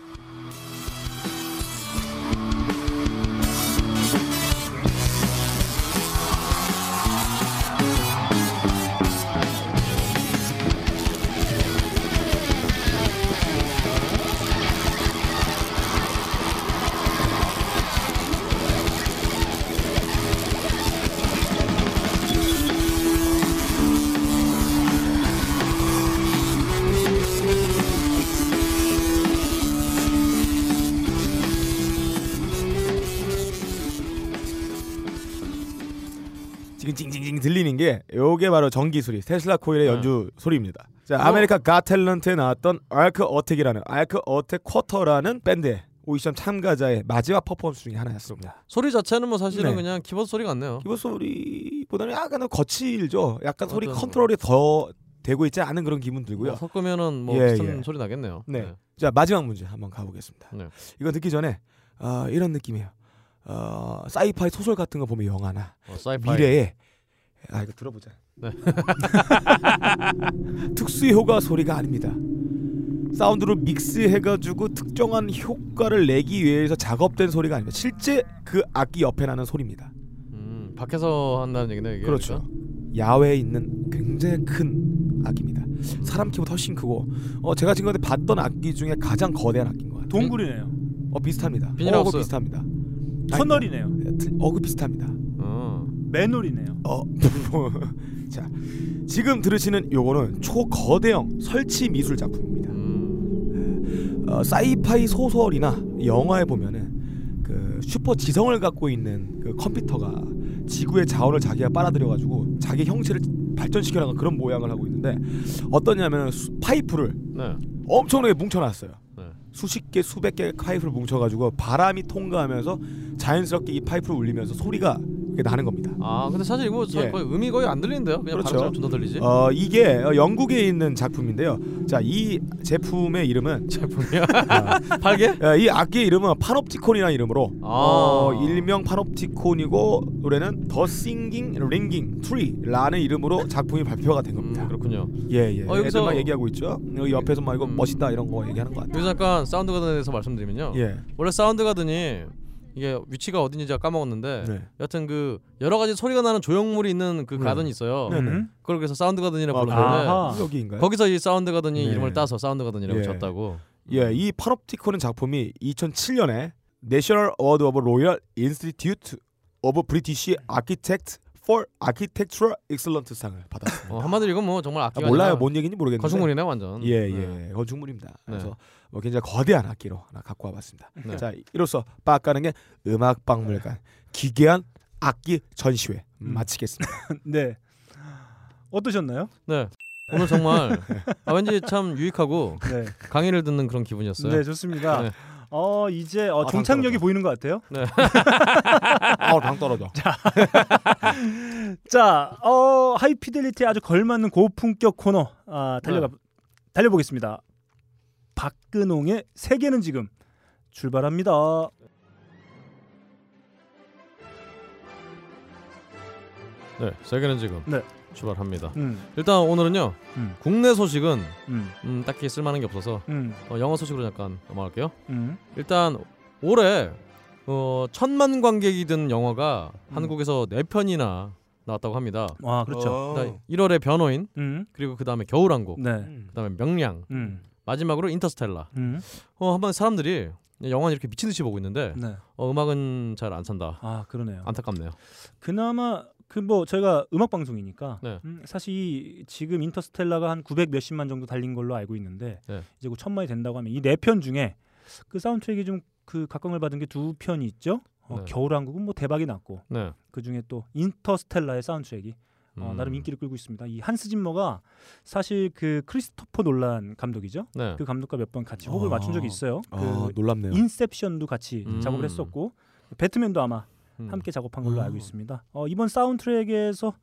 Speaker 1: 지금 징징징 들리는 게 요게 바로 전기소리 테슬라 코일의
Speaker 3: 네. 어?
Speaker 1: 연주 소리입니다. 자, 아메리카 가탤런트에 나왔던 알크 어택이라는 알크 어택 쿼터라는 밴드의 오디션 참가자의 마지막 퍼포먼스 중에 하나였습니다.
Speaker 3: 소리 자체는 뭐 사실은
Speaker 1: 네.
Speaker 3: 그냥 어. 키보드 소리 같네요.
Speaker 1: 기본 소리보다는 약간 거칠죠. 약간 소리
Speaker 3: 맞아요.
Speaker 1: 컨트롤이 더 되고 있지 않은 그런 기분 들고요.
Speaker 3: 뭐 섞으면은 뭐
Speaker 1: 예,
Speaker 3: 비슷한
Speaker 1: 예.
Speaker 3: 소리 나겠네요.
Speaker 1: 네. 자 마지막 문제 한번 가보겠습니다.
Speaker 3: 네.
Speaker 1: 이거 듣기 전에 어, 이런 느낌이에요. 어, 사이파이 소설 같은 거 보면 영화나
Speaker 3: 어, 사이파이.
Speaker 1: 미래에 아 이거 들어보자.
Speaker 3: 네.
Speaker 1: 특수 효과 소리가 아닙니다. 사운드로 믹스해가지고 특정한 효과를 내기 위해서 작업된 소리가 아닙니다. 실제 그 악기 옆에 나는 소리입니다.
Speaker 3: 음, 밖에서 한다는 얘기네요. 이게
Speaker 1: 그렇죠.
Speaker 3: 그러니까?
Speaker 1: 야외에 있는 굉장히 큰 악기입니다. 사람 키보다 훨씬 크고 어, 제가 지금까지 봤던 악기 중에 가장 거대한 악기인 것 같아요.
Speaker 2: 동굴이네요.
Speaker 1: 어 비슷합니다.
Speaker 3: 비닐하우스.
Speaker 1: 어그 비슷합니다.
Speaker 2: 터널이네요.
Speaker 1: 어그 비슷합니다.
Speaker 3: 어.
Speaker 2: 맨홀이네요.
Speaker 1: 어. 뭐, 자 지금 들으시는 요거는 초거대형 설치 미술 작품입니다.
Speaker 3: 음.
Speaker 1: 어, 사이파이 소설이나 영화에 보면은 그 슈퍼 지성을 갖고 있는 그 컴퓨터가 지구의 자원을 자기가 빨아들여 가지고 자기 형체를 발전시켜 나간 그런 모양을 하고 있는데 어떠냐면 수- 파이프를
Speaker 3: 네.
Speaker 1: 엄청나게 뭉쳐놨어요.
Speaker 3: 네.
Speaker 1: 수십 개, 수백 개의 파이프를 뭉쳐가지고 바람이 통과하면서 자연스럽게 이 파이프를 울리면서 소리가 이렇게 나는 겁니다.
Speaker 3: 아 근데 사실 이거 잘
Speaker 1: 예.
Speaker 3: 거의 음이 거의 안 들리는데요. 그냥
Speaker 1: 그렇죠.
Speaker 3: 바람처럼 존나 들리지.
Speaker 1: 어 이게 어, 영국에 있는 작품인데요. 자 이 제품의 이름은
Speaker 3: 제품이야. 팔게?
Speaker 1: 어, 이 악기의 이름은 파놉티콘이라는 이름으로
Speaker 3: 아.
Speaker 1: 어, 일명 파놉티콘이고 노래는 The Singing Ringing Tree라는 이름으로 작품이 발표가 된
Speaker 3: 음,
Speaker 1: 겁니다.
Speaker 3: 그렇군요.
Speaker 1: 예예. 예.
Speaker 3: 어, 여기서-
Speaker 1: 애들만 얘기하고 있죠. 여기 옆에서 막 이거
Speaker 3: 음.
Speaker 1: 멋있다 이런 거 얘기하는 것 같아요.
Speaker 3: 여기서 잠깐 사운드 가든에 대해서 말씀드리면요.
Speaker 1: 네. 예.
Speaker 3: 원래 사운드 가든이 이게 위치가 어딘지 제가 까먹었는데
Speaker 1: 네.
Speaker 3: 여하튼 그 여러 가지 소리가 나는 조형물이 있는 그
Speaker 1: 네.
Speaker 3: 가든이 있어요.
Speaker 1: 네. 네네.
Speaker 2: 음.
Speaker 3: 그걸 그래서 사운드 가든이라고
Speaker 1: 아,
Speaker 3: 부르는데
Speaker 2: 아하.
Speaker 1: 여기인가요?
Speaker 3: 거기서 이 사운드 가든이
Speaker 1: 네.
Speaker 3: 이름을 따서 사운드 가든이라고
Speaker 1: 예.
Speaker 3: 지었다고.
Speaker 1: 예, 이 파롭티콘은 작품이 2007년에 National Award of Royal Institute of British Architect for Architectural Excellence 상을 받았습니다.
Speaker 3: 어, 한마디로 이건 뭐 정말
Speaker 1: 아,
Speaker 3: 악기가
Speaker 1: 몰라요,
Speaker 3: 아니라
Speaker 1: 뭔 얘기인지 모르겠는데.
Speaker 3: 건축물이네 완전.
Speaker 1: 예,
Speaker 3: 네.
Speaker 1: 예, 건축물입니다.
Speaker 3: 네.
Speaker 1: 그래서 뭐 굉장히 거대한 악기로 하나 갖고 와봤습니다.
Speaker 3: 네.
Speaker 1: 자, 이로써 빠까는 게 음악박물관 기괴한 악기 전시회
Speaker 2: 음.
Speaker 1: 마치겠습니다.
Speaker 2: 네. 어떠셨나요?
Speaker 3: 네. 오늘 정말 아, 왠지 참 유익하고
Speaker 2: 네.
Speaker 3: 강의를 듣는 그런 기분이었어요.
Speaker 2: 네, 좋습니다.
Speaker 3: 네.
Speaker 2: 어, 이제 어,
Speaker 1: 아,
Speaker 2: 종착역이
Speaker 1: 당첨이다.
Speaker 2: 보이는 것 같아요.
Speaker 1: 아우, 당 떨어져.
Speaker 2: 자, 어, 하이피델리티에 아주 걸맞는 고품격 코너 아, 달려가 달려보겠습니다. 박근홍의 세계는 지금 출발합니다.
Speaker 3: 네, 세계는 지금
Speaker 2: 네.
Speaker 3: 출발합니다.
Speaker 2: 음,
Speaker 3: 일단 오늘은요
Speaker 2: 음.
Speaker 3: 국내 소식은
Speaker 2: 음,
Speaker 3: 음, 딱히 쓸만한 게 없어서
Speaker 2: 음,
Speaker 3: 어, 영어 소식으로 잠깐 넘어갈게요.
Speaker 2: 음.
Speaker 3: 일단 올해 어, 천만 관객이 든 영화가
Speaker 2: 음.
Speaker 3: 한국에서 네 편이나 나왔다고 합니다.
Speaker 2: 와, 그렇죠.
Speaker 3: 일단 1월에 변호인
Speaker 2: 음,
Speaker 3: 그리고 그 다음에 겨울왕국
Speaker 2: 네,
Speaker 3: 그 어. 다음에 명량
Speaker 2: 음,
Speaker 3: 마지막으로 인터스텔라
Speaker 2: 음,
Speaker 3: 어, 한번 사람들이 영화는 이렇게 미친 듯이 보고 있는데
Speaker 2: 네.
Speaker 3: 어, 음악은 잘 안 산다.
Speaker 2: 아, 그러네요.
Speaker 3: 안타깝네요.
Speaker 2: 그나마 그 뭐 저희가 음악 방송이니까
Speaker 3: 네.
Speaker 2: 음, 사실 이 지금 인터스텔라가 한 900 몇십만 정도 달린 걸로 알고 있는데
Speaker 3: 네.
Speaker 2: 이제 곧 천만이 된다고 하면 이 네 편 중에 그 사운드트랙이 좀 그 각광을 받은 게 두 편이 있죠. 어,
Speaker 3: 네.
Speaker 2: 겨울왕국은 뭐 대박이 났고
Speaker 3: 네.
Speaker 2: 그 중에 또 인터스텔라의 사운드트랙이 어,
Speaker 3: 음,
Speaker 2: 나름 인기를 끌고 있습니다. 이 한스 짐머가 사실 그 크리스토퍼 놀란 감독이죠.
Speaker 3: 네.
Speaker 2: 그 감독과 몇 번 같이 호흡을
Speaker 1: 아.
Speaker 2: 맞춘 적이 있어요.
Speaker 1: 아,
Speaker 2: 그
Speaker 1: 놀랍네요.
Speaker 2: 인셉션도 같이
Speaker 3: 음.
Speaker 2: 작업을 했었고 배트맨도 아마
Speaker 3: 음.
Speaker 2: 함께 작업한 걸로
Speaker 1: 음.
Speaker 2: 알고 있습니다. 어, 이번 사운드트랙에서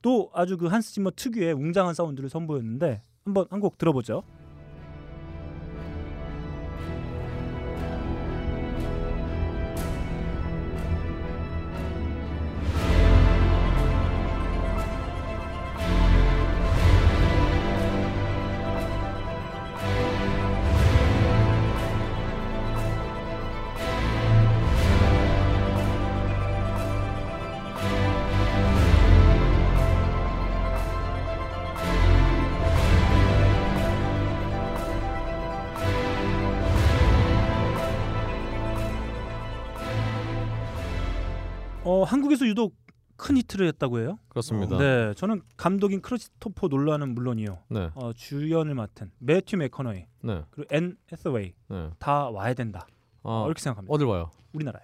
Speaker 2: 또 아주 그 한스 짐머 특유의 웅장한 사운드를 선보였는데 한번 한 곡 들어보죠. 어, 한국에서 유독 큰 히트를 했다고 해요.
Speaker 3: 그렇습니다. 네.
Speaker 2: 네, 저는 감독인 크리스토퍼 놀란은 물론이요.
Speaker 3: 네.
Speaker 2: 어, 주연을 맡은 매튜 맥커너이
Speaker 3: 네.
Speaker 2: 그리고 앤 해서웨이 다 와야 된다.
Speaker 3: 어,
Speaker 2: 이렇게 생각합니다.
Speaker 3: 어딜 와요?
Speaker 2: 우리나라에.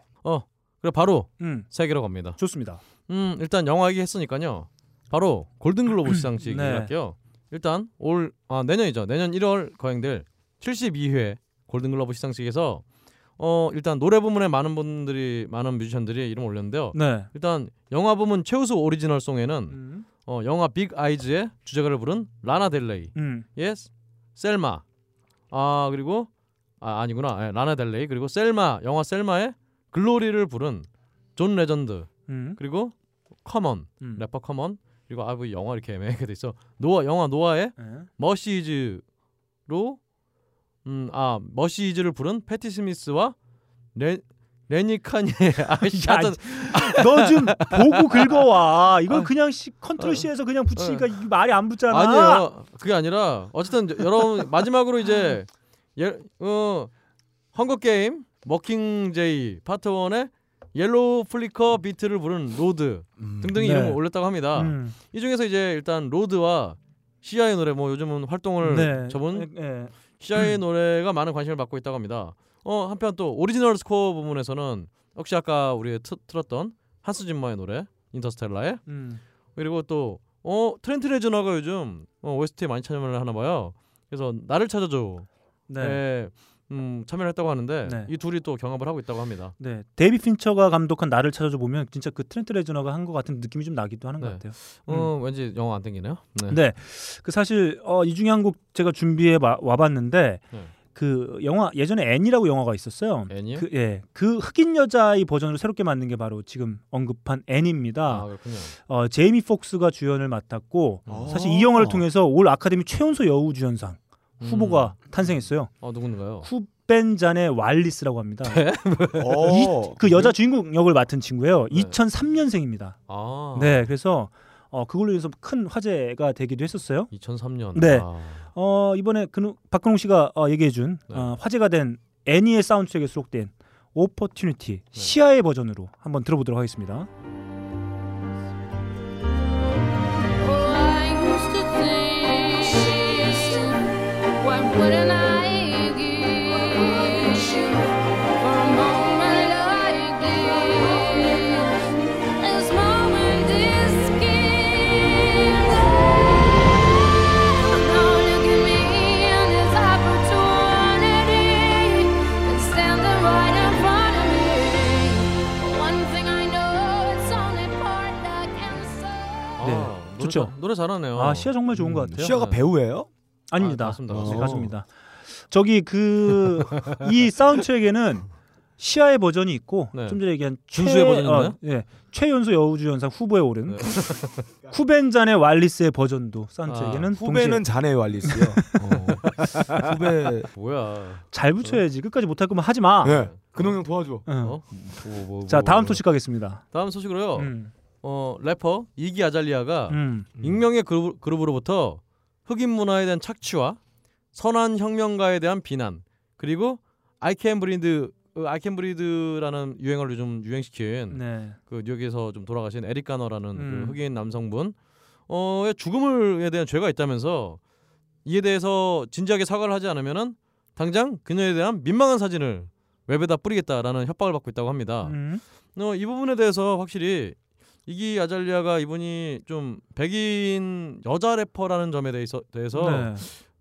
Speaker 3: 그래 바로
Speaker 2: 음,
Speaker 3: 세계로 갑니다.
Speaker 2: 좋습니다.
Speaker 3: 음, 일단 영화 얘기 했으니까요. 바로 골든글로브 시상식
Speaker 2: 네.
Speaker 3: 얘기할게요. 일단 올 아, 내년이죠. 내년 1월 거행될 72회 골든글로브 시상식에서 어, 일단 노래 부문에 많은 분들이 많은 뮤지션들이 이름 올렸는데요.
Speaker 2: 네.
Speaker 3: 일단 영화 부문 최우수 오리지널 송에는
Speaker 2: 음,
Speaker 3: 어, 영화 빅 아이즈의 주제가를 부른 라나 델레이,
Speaker 2: 음.
Speaker 3: 예스, 셀마, 아 그리고 아 아니구나, 예, 라나 델레이 그리고 셀마 영화 셀마의 글로리를 부른 존 레전드
Speaker 2: 음.
Speaker 3: 그리고 커먼
Speaker 2: 음.
Speaker 3: 래퍼 커먼 그리고 아뭐 영화 이렇게 애매하게 돼 있어 노아 영화 노아의
Speaker 2: 예.
Speaker 3: 머시즈로 음아 머시즈를 부른 패티 스미스와 레 레니 카니에 아씨
Speaker 2: 야,
Speaker 3: 하여튼
Speaker 2: 너 좀 보고 긁어와. 이걸
Speaker 3: 아. 네.
Speaker 2: 그냥 시, 컨트롤 C에서 그냥 붙이니까 이게 말이 안 붙잖아.
Speaker 3: 아니에요. 그게 아니라 어쨌든 여- 여러분 마지막으로 이제 예, 어 헝거 게임 머킹제이 파트 1의 옐로우 플리커 비트를 부른 로드
Speaker 1: 음.
Speaker 3: 등등의
Speaker 2: 네.
Speaker 3: 이름을 올렸다고 합니다.
Speaker 2: 음.
Speaker 3: 이 중에서 이제 일단 로드와 시아의 노래 뭐 요즘은 활동을 저번
Speaker 2: 예, 예.
Speaker 3: 시아의 노래가 많은 관심을 받고 있다고 합니다. 어 한편 또 오리지널 스코어 부분에서는 역시 아까 우리 트, 틀었던 한스 짐머의 노래 인터스텔라의
Speaker 2: 음.
Speaker 3: 그리고 또 어, 트렌트 레즈너가 요즘 어, OST 에 많이 참여를 하나 봐요. 그래서 나를 찾아줘.
Speaker 2: 네.
Speaker 3: 네. 음, 참여를 했다고 하는데
Speaker 2: 네.
Speaker 3: 이 둘이 또 경합을 하고 있다고 합니다.
Speaker 2: 네, 데이비 핀처가 감독한 나를 찾아줘 보면 진짜 그 트렌트 레저너가 한 것 같은 느낌이 좀 나기도 하는 것
Speaker 3: 네.
Speaker 2: 같아요. 음.
Speaker 3: 어, 왠지 영화 안 땡기네요. 네.
Speaker 2: 네, 그 사실 어, 이 중에 한 곡 제가 준비해 와- 와봤는데
Speaker 3: 네.
Speaker 2: 그 영화 예전에 앤이라고 영화가 있었어요.
Speaker 3: 애니요?
Speaker 2: 그, 예, 그 흑인 여자의 버전으로 새롭게 만든 게 바로 지금 언급한
Speaker 3: 아,
Speaker 2: 앤입니다.
Speaker 3: 그렇군요.
Speaker 2: 어, 제이미 폭스가 주연을 맡았고
Speaker 3: 아.
Speaker 2: 사실 이 영화를 통해서 올 아카데미 최연소 여우 주연상 후보가 탄생했어요.
Speaker 3: 어, 음. 네. 누군가요?
Speaker 2: 쿠벤 잔의 왈리스라고 합니다.
Speaker 1: 오.
Speaker 2: 그 여자 주인공 역을 맡은 친구예요.
Speaker 3: 음. 네.
Speaker 2: 2003년생입니다.
Speaker 3: 아.
Speaker 2: 네, 그래서 어, 그걸로 인해서 큰 화제가 되기도 했었어요.
Speaker 3: 2003년.
Speaker 2: 네.
Speaker 3: 아.
Speaker 2: 어, 이번에 그, 박근홍 씨가 어, 얘기해준
Speaker 3: 네.
Speaker 2: 어, 화제가 된 애니의 사운드트랙에 수록된
Speaker 3: 네.
Speaker 2: 오퍼튜니티 시아의 버전으로 한번 들어보도록 하겠습니다.
Speaker 3: 아,
Speaker 2: 네. 좋죠.
Speaker 3: 노래, 노래 잘하네요. 음. 네.
Speaker 2: 아, 시아 정말 좋은 것 같아요. 네.
Speaker 1: 시아가 배우예요?
Speaker 2: 아닙니다.
Speaker 3: 아, 맞습니다.
Speaker 2: 네,
Speaker 3: 맞습니다.
Speaker 2: 가수입니다. 저기 그 이 사운드트랙에는 시아의 버전이 있고
Speaker 3: 네.
Speaker 2: 좀 전에 얘기한
Speaker 3: 준수의 버전이었나요?
Speaker 2: 어, 예, 최연소 여우주연상 후보에 오른
Speaker 3: 네. 아,
Speaker 2: 쿠벤잔의 왈리스의 버전도 사운드트랙에는 동시에
Speaker 1: 후배는 자네의 왈리스요. 어. 후배.
Speaker 3: 뭐야? 어?
Speaker 2: 잘 붙여야지 끝까지 못할 거면 하지 마.
Speaker 1: 네. 근홍 형 도와줘.
Speaker 2: 응.
Speaker 3: 그렇죠. 어? 뭐, 뭐,
Speaker 2: 자
Speaker 3: 뭐,
Speaker 2: 다음
Speaker 3: 뭐.
Speaker 2: 소식 가겠습니다.
Speaker 3: 다음 소식으로요.
Speaker 2: 음.
Speaker 3: 어, 래퍼 이기 아잘리아가
Speaker 2: 음.
Speaker 3: 익명의 그룹, 그룹으로부터 흑인 문화에 대한 착취와 선한 혁명가에 대한 비난 그리고 아이캔 브리드 어, 아이캔 브리드라는 유행어를 요즘 유행시킨
Speaker 2: 네.
Speaker 3: 그 뉴욕에서 좀 돌아가신 에릭 가너라는
Speaker 2: 음.
Speaker 3: 그 흑인 남성분 어의 죽음을에 대한 죄가 있다면서 이에 대해서 진지하게 사과를 하지 않으면은 당장 그녀에 대한 민망한 사진을 웹에다 뿌리겠다라는 협박을 받고 있다고 합니다.
Speaker 2: 음.
Speaker 3: 어, 이 부분에 대해서 확실히 이기 아잘리아가 이분이 좀 백인 여자 래퍼라는 점에 대해서, 대해서
Speaker 2: 네.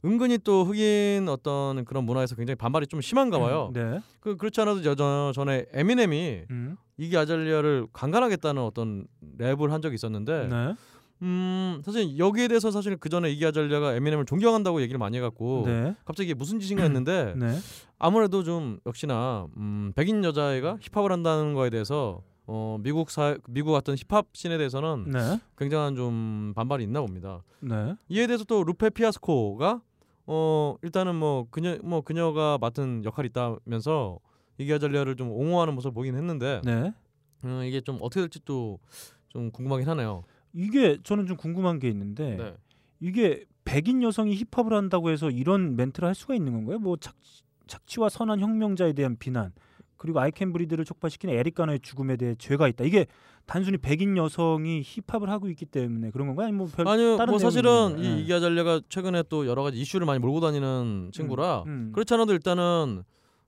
Speaker 3: 은근히 또 흑인 어떤 그런 문화에서 굉장히 반발이 좀 심한가 봐요.
Speaker 2: 네.
Speaker 3: 그 그렇지 않아도 여전 전에 에미넴이
Speaker 2: 음.
Speaker 3: 이기 아잘리아를 강간하겠다는 어떤 랩을 한 적이 있었는데
Speaker 2: 네.
Speaker 3: 음 사실 여기에 대해서 사실 그 전에 이기 아잘리아가 에미넴을 존경한다고 얘기를 많이 해갖고
Speaker 2: 네.
Speaker 3: 갑자기 무슨 짓인가 했는데
Speaker 2: 네.
Speaker 3: 아무래도 좀 역시나 음, 백인 여자애가 힙합을 한다는 거에 대해서 어, 미국 사 미국 어떤 힙합 씬에 대해서는
Speaker 2: 네.
Speaker 3: 굉장한 좀 반발이 있나 봅니다.
Speaker 2: 네.
Speaker 3: 이에 대해서 또 루페 피아스코가 어 일단은 뭐 그녀 뭐 그녀가 맡은 역할이 있다면서 이기아잘리아를 좀 옹호하는 모습을 보긴 했는데
Speaker 2: 네.
Speaker 3: 음, 이게 좀 어떻게 될지 또 좀 궁금하긴 하네요.
Speaker 2: 이게 저는 좀 궁금한 게 있는데
Speaker 3: 네.
Speaker 2: 이게 백인 여성이 힙합을 한다고 해서 이런 멘트를 할 수가 있는 건가요? 뭐 착취, 착취와 선한 혁명자에 대한 비난 그리고 아이캔 브리드를 촉발시킨 에릭 가너의 죽음에 대해 죄가 있다. 이게 단순히 백인 여성이 힙합을 하고 있기 때문에 그런 건가요? 아니면 뭐별
Speaker 3: 아니요,
Speaker 2: 다른
Speaker 3: 뭐 사실은
Speaker 2: 내용이 있나요? 네.
Speaker 3: 이 이기아잘리아가 최근에 또 여러 가지 이슈를 많이 몰고 다니는 친구라
Speaker 2: 음.
Speaker 3: 그렇지 않아도 일단은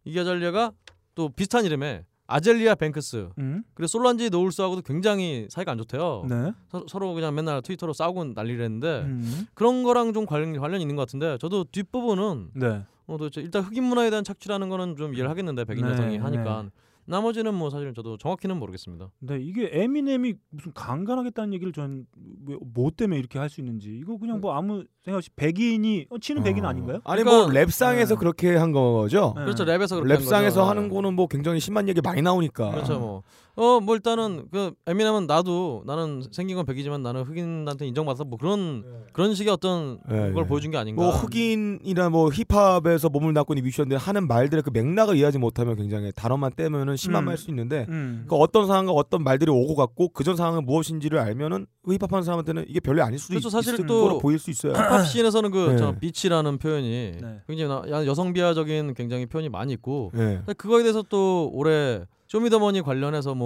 Speaker 3: 이기아잘리아가 또 비슷한 이름의 아젤리아 뱅크스
Speaker 2: 음.
Speaker 3: 그리고 솔란지 노울스하고도 굉장히 사이가 안 좋대요.
Speaker 2: 네.
Speaker 3: 서, 로 그냥 맨날 트위터로 싸우고 난리를 했는데
Speaker 2: 음.
Speaker 3: 그런 거랑 좀 관련 관련 있는 것 같은데 저도 뒷부분은
Speaker 2: 네.
Speaker 3: 어, 도대체 일단 흑인 문화에 대한 착취라는 거는 좀 이해를 하겠는데 백인
Speaker 2: 음. 네,
Speaker 3: 여성이 하니까 나머지는 뭐 사실 저도 정확히는 모르겠습니다.
Speaker 2: 네, 이게 에미넴이 무슨 강간하겠다는 얘기를 전뭐 때문에 이렇게 할 수 있는지 이거
Speaker 3: 네.
Speaker 2: 그냥 뭐 아무 생각 없이 백인이 어, 치는 백인
Speaker 1: 어.
Speaker 2: 아닌가요?
Speaker 1: 아니 뭐
Speaker 3: 그러니까-
Speaker 1: 랩상에서
Speaker 2: 네.
Speaker 1: 그렇게 한 거죠.
Speaker 2: 네.
Speaker 3: 그렇죠 랩에서 그렇게 한 거죠. 네.
Speaker 1: 랩상에서 하는 거는 뭐 굉장히 심한 얘기 많이 나오니까.
Speaker 3: 그렇죠 뭐. 어, 뭐 일단은 그 에미넴은 나도 나는 생긴 건 백이지만 나는 흑인한테 인정받아서 뭐 그런 그런 식의 어떤
Speaker 1: 예,
Speaker 3: 그걸
Speaker 1: 예.
Speaker 3: 보여준 게 아닌가.
Speaker 1: 네. 뭐 흑인이나 뭐 힙합에서 몸을 낮고 있는 뮤지션들 하는 말들의 그 맥락을 이해하지 못하면 굉장히 단어만 떼면은 심한
Speaker 2: 음.
Speaker 1: 말 수 있는데
Speaker 2: 음.
Speaker 1: 그 어떤 상황과 어떤 말들이 오고 갔고 그전 상황은 무엇인지를 알면은 그 힙합하는 사람한테는 이게 별로 아닐 수도
Speaker 3: 그렇죠,
Speaker 1: 있-
Speaker 3: 사실
Speaker 1: 있을
Speaker 3: 또-
Speaker 1: 거로 보일 수 있어요.
Speaker 3: 힙합 씬에서는 그
Speaker 1: 네.
Speaker 3: 저 비치라는 표현이
Speaker 2: 네.
Speaker 3: 굉장히 나- 여성 비하적인 굉장히 표현이 많이 있고
Speaker 1: 예.
Speaker 3: 근데 그거에 대해서 또 올해 쇼미더머니 관련해서 뭐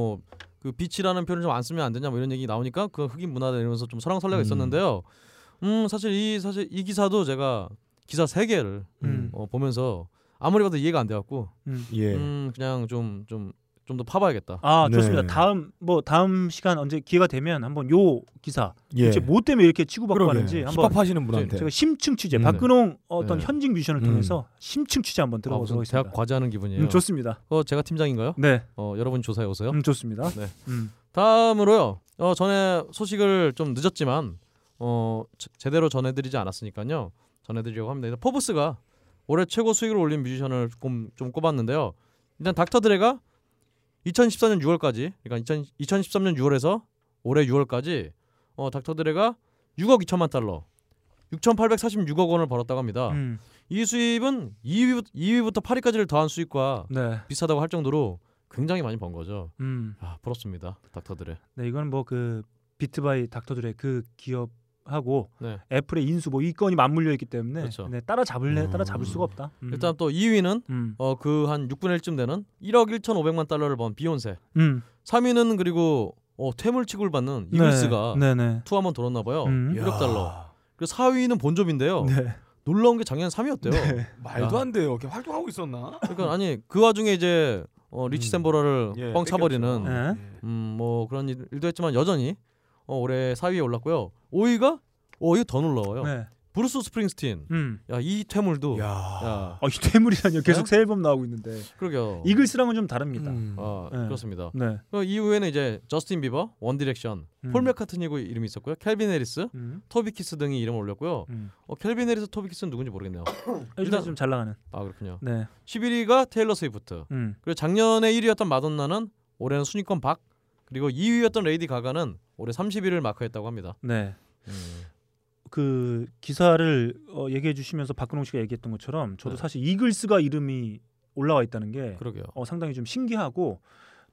Speaker 3: 그 비치라는 표현을 좀 안 쓰면 안 되냐 뭐 이런 얘기 나오니까 그 흑인 문화다 이러면서 좀 설랑설래가
Speaker 1: 음.
Speaker 3: 있었는데요. 음 사실 이 사실 이 기사도 제가 기사 세 개를
Speaker 2: 음.
Speaker 3: 어, 보면서 아무리 봐도 이해가 안 돼갖고
Speaker 1: 예.
Speaker 3: 음 그냥 좀 좀 좀 더 파봐야겠다.
Speaker 2: 아
Speaker 1: 네.
Speaker 2: 좋습니다. 다음 뭐 다음 시간 언제 기회가 되면 한번 요 기사
Speaker 1: 예.
Speaker 2: 대체 뭐 때문에 이렇게 치고받고
Speaker 1: 그러게.
Speaker 2: 하는지 한번
Speaker 1: 힙합하시는 분한테
Speaker 2: 제가 심층 취재
Speaker 1: 음.
Speaker 2: 박근홍 어떤
Speaker 3: 네.
Speaker 2: 현직 뮤지션을
Speaker 1: 음.
Speaker 2: 통해서 심층 취재 한번
Speaker 3: 아, 무슨
Speaker 2: 들어보도록
Speaker 3: 대학
Speaker 2: 하겠습니다.
Speaker 3: 과제하는 기분이에요.
Speaker 2: 음, 좋습니다.
Speaker 3: 어 제가 팀장인가요?
Speaker 2: 네,
Speaker 3: 어 여러분 조사해 오세요.
Speaker 2: 음, 좋습니다.
Speaker 3: 네.
Speaker 2: 음.
Speaker 3: 다음으로요. 어 전에 소식을 좀 늦었지만 어 제- 제대로 전해드리지 않았으니까요. 전해드리려고 합니다. 일단 포브스가 올해 최고 수익을 올린 뮤지션을 꼼- 좀 꼽았는데요. 일단 닥터 드레가 2014년 6월까지 그러니까 2 0 2013년 6월에서 올해 6월까지 어 닥터 드레가 6억 2천만 달러 6,846억 원을 벌었다고 합니다.
Speaker 2: 음.
Speaker 3: 이 수입은 2위부터, 2위부터 8위까지를 더한 수익과
Speaker 2: 네,
Speaker 3: 비슷하다고 할 정도로 굉장히 많이 번 거죠.
Speaker 2: 음.
Speaker 3: 아 부럽습니다. 닥터들의.
Speaker 2: 네, 이건 뭐 그 비트바이 닥터들의 그 기업하고
Speaker 3: 네.
Speaker 2: 애플의 인수 뭐 이 건이 맞물려 있기 때문에
Speaker 3: 그렇죠.
Speaker 2: 네, 따라 잡을래 따라
Speaker 1: 음.
Speaker 2: 잡을 수가 없다. 음.
Speaker 3: 일단 또 2위는
Speaker 2: 음.
Speaker 3: 어 그 한 6분의 1쯤 되는 1억 1,500만 달러를 번 비욘세.
Speaker 2: 음.
Speaker 3: 3위는 그리고 어 퇴물 취급을 받는 이글스가
Speaker 2: 네, 네.
Speaker 3: 투 한번 돌았나 봐요.
Speaker 2: 음.
Speaker 3: 1억 달러. 그리고 4위는 본조비인데요.
Speaker 2: 네.
Speaker 3: 놀라운 게 작년 3위였대요.
Speaker 1: 말도
Speaker 3: 아.
Speaker 1: 안 돼요. 이렇게 활동하고 있었나?
Speaker 3: 그러니까 아니 그 와중에 이제 어, 리치
Speaker 1: 음.
Speaker 3: 샌보라를
Speaker 1: 예,
Speaker 3: 뻥 차버리는
Speaker 1: 뺏겼죠.
Speaker 2: 네.
Speaker 3: 음 뭐 그런 일- 일도 했지만 여전히 어, 올해 4위에 올랐고요. 5위가 어 이거 더 놀라워요.
Speaker 2: 네.
Speaker 3: 브루스 스프링스틴.
Speaker 2: 음.
Speaker 3: 야 이 퇴물도 예. 야.
Speaker 1: 예. 야.
Speaker 2: 아, 이 퇴물이라니요. 계속
Speaker 3: 네? 어.
Speaker 2: 새 앨범 나오고 있는데.
Speaker 3: 그러게요.
Speaker 2: 이글스랑은 좀 다릅니다.
Speaker 1: 음.
Speaker 3: 아,
Speaker 2: 네.
Speaker 3: 그렇습니다.
Speaker 2: 네.
Speaker 3: 그 이후에는 이제 저스틴 비버, 원 디렉션,
Speaker 2: 음.
Speaker 3: 폴 맥카트니고 이름이 있었고요. 켈빈 해리스,
Speaker 2: 음.
Speaker 3: 토비키스 등이 이름을 올렸고요.
Speaker 2: 음.
Speaker 3: 어, 켈빈 해리스, 토비키스는 누군지 모르겠네요.
Speaker 2: 일단 좀잘 나가는.
Speaker 3: 아 그렇군요.
Speaker 2: 네.
Speaker 3: 11위가 테일러 스위프트.
Speaker 2: 음.
Speaker 3: 그리고 작년에 1위였던 마돈나는 올해는 순위권 박. 그리고 2위였던 레이디 가가는 올해 30위를 마크했다고 합니다.
Speaker 2: 네.
Speaker 3: 음.
Speaker 2: 그 기사를 어, 얘기해 주시면서 박근홍 씨가 얘기했던 것처럼 저도
Speaker 3: 네.
Speaker 2: 사실 이글스가 이름이 올라와 있다는 게
Speaker 3: 그러게요.
Speaker 2: 어, 상당히 좀 신기하고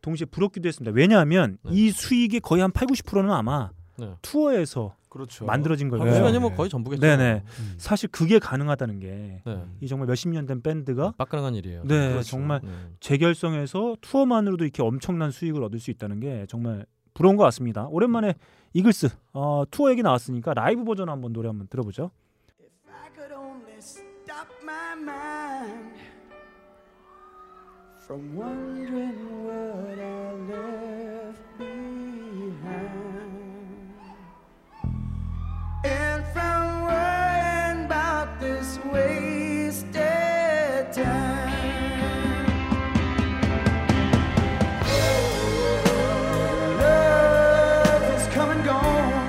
Speaker 2: 동시에 부럽기도 했습니다. 왜냐하면
Speaker 3: 네.
Speaker 2: 이 수익의 거의 한 8, 90%는 아마
Speaker 3: 네.
Speaker 2: 투어에서
Speaker 1: 그렇죠.
Speaker 2: 만들어진 걸로
Speaker 1: 네.
Speaker 3: 잠시만요, 뭐 거의 전부겠죠.
Speaker 2: 네네.
Speaker 1: 음.
Speaker 2: 사실 그게 가능하다는 게 이
Speaker 3: 네.
Speaker 2: 정말 몇십 년 된 밴드가
Speaker 3: 빡가능한 일이에요.
Speaker 2: 네, 정말
Speaker 3: 음.
Speaker 2: 재결성해서 투어만으로도 이렇게 엄청난 수익을 얻을 수 있다는 게 정말 부러운 것 같습니다. 오랜만에 이글스 어, 투어 얘기 나왔으니까 라이브 버전 한번 노래 한번 들어보죠.
Speaker 8: If I could only stop my mind from wondering what I left behind and from worrying about this wasted time. Love is come and gone.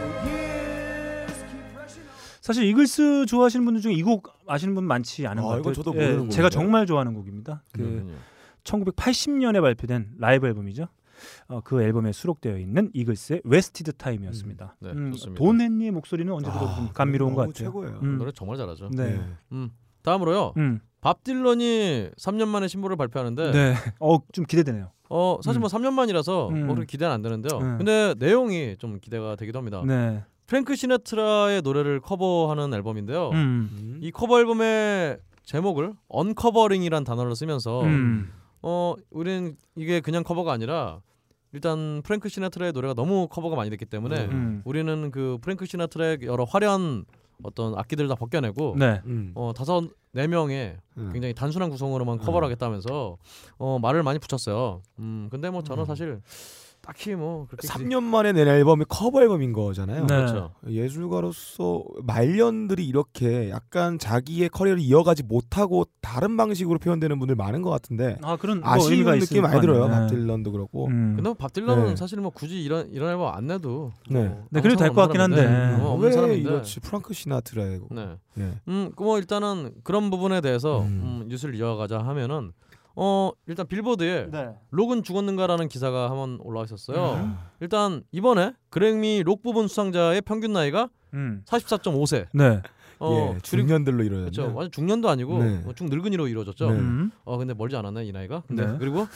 Speaker 8: Years keep rushing on.
Speaker 2: 사실 이글스 좋아하시는 분들 중에 이 곡 아시는 분 많지 않은
Speaker 1: 아,
Speaker 2: 것 같아요. 예,
Speaker 1: 이건 저도 모르는 곡인데요.
Speaker 2: 제가
Speaker 1: 음.
Speaker 2: 정말 좋아하는 곡입니다. 그
Speaker 3: 그렇군요.
Speaker 2: 1980년에 발표된 라이브 앨범이죠. 어, 그 앨범에 수록되어 있는 이글스의 웨스티드 타임이었습니다.
Speaker 3: 음, 네, 좋습니다.
Speaker 2: 돈 헨리의 목소리는 언제 들어도 좀 감미로운 것
Speaker 1: 아, 너무
Speaker 2: 같아요.
Speaker 1: 최고예요.
Speaker 2: 음,
Speaker 3: 그 노래 정말 잘하죠.
Speaker 2: 네.
Speaker 1: 예.
Speaker 3: 음. 다음으로요.
Speaker 2: 음,
Speaker 3: 밥 딜런이 3년 만에 신보를 발표하는데
Speaker 2: 네. 어, 좀 기대되네요.
Speaker 3: 어 사실 뭐 3년 만이라서
Speaker 2: 음.
Speaker 3: 뭐 그렇게 기대는 안 되는데요.
Speaker 2: 음.
Speaker 3: 근데 내용이 좀 기대가 되기도
Speaker 1: 어.
Speaker 3: 합니다.
Speaker 2: 네.
Speaker 3: 프랭크 시네트라의 노래를 커버하는
Speaker 1: 어.
Speaker 3: 앨범인데요.
Speaker 2: 음.
Speaker 3: 이 커버 앨범의 제목을 언커버링이란 단어를 쓰면서
Speaker 2: 음.
Speaker 3: 어 우리는 이게 그냥 커버가 아니라 일단 프랭크 시네트라의 노래가 너무 커버가 많이 됐기 때문에
Speaker 2: 음.
Speaker 3: 우리는 그 프랭크 시네트라의 여러 화려한 어떤 악기들을 다 벗겨내고
Speaker 2: 네.
Speaker 1: 음.
Speaker 3: 어 다섯 네 명의
Speaker 1: 음.
Speaker 3: 굉장히 단순한
Speaker 2: 네. 음.
Speaker 3: 구성으로만 커버를 하겠다면서 어 말을 많이 붙였어요. 음 근데 뭐 저는 사실 딱히 뭐 그렇게
Speaker 1: 3년 만에 낸 앨범이 커버 앨범인 거잖아요.
Speaker 2: 네.
Speaker 3: 그렇죠.
Speaker 1: 예술가로서 말년들이 이렇게 약간 자기의 커리어를 이어가지 못하고 다른 방식으로 표현되는 분들 많은 것 같은데
Speaker 2: 아 그런 뭐
Speaker 1: 아쉬운
Speaker 2: 의미가
Speaker 1: 느낌
Speaker 2: 있을
Speaker 1: 많이
Speaker 2: 거 아니에요.
Speaker 1: 들어요.
Speaker 2: 네.
Speaker 1: 밥 딜런도 그렇고.
Speaker 2: 음.
Speaker 3: 근데 밥 딜런은
Speaker 1: 네.
Speaker 3: 사실 뭐 굳이 이런 이런 앨범 안 내도
Speaker 1: 네.
Speaker 3: 뭐
Speaker 2: 네, 그래도 될것 같긴
Speaker 3: 상관없는
Speaker 2: 한데.
Speaker 3: 사람인데. 어, 없는
Speaker 1: 왜
Speaker 3: 사람인데.
Speaker 1: 이렇지 프랑크 시나트라이고.
Speaker 3: 네.
Speaker 1: 네.
Speaker 3: 음, 그뭐 일단은 그런 부분에 대해서
Speaker 1: 음.
Speaker 3: 음, 뉴스를 이어가자 하면은 어 일단 빌보드에
Speaker 2: 네. 음.
Speaker 3: 록은 죽었는가라는 기사가 한번 올라와 뭐 있었어요. 일단 이번에 그래미 록 부분 수상자의 평균 나이가
Speaker 2: 음.
Speaker 3: 44.5세.
Speaker 2: 네.
Speaker 3: 어,
Speaker 1: 예,
Speaker 3: 줄이
Speaker 1: 중년들로 이뤄졌네.
Speaker 3: 그렇죠. 완전 중년도 아니고
Speaker 1: 네.
Speaker 3: 어, 중늙은이로 이루어졌죠.
Speaker 1: 네.
Speaker 2: 음.
Speaker 3: 어 근데 멀지 않았네 이 나이가. 근데
Speaker 2: 네.
Speaker 3: 그리고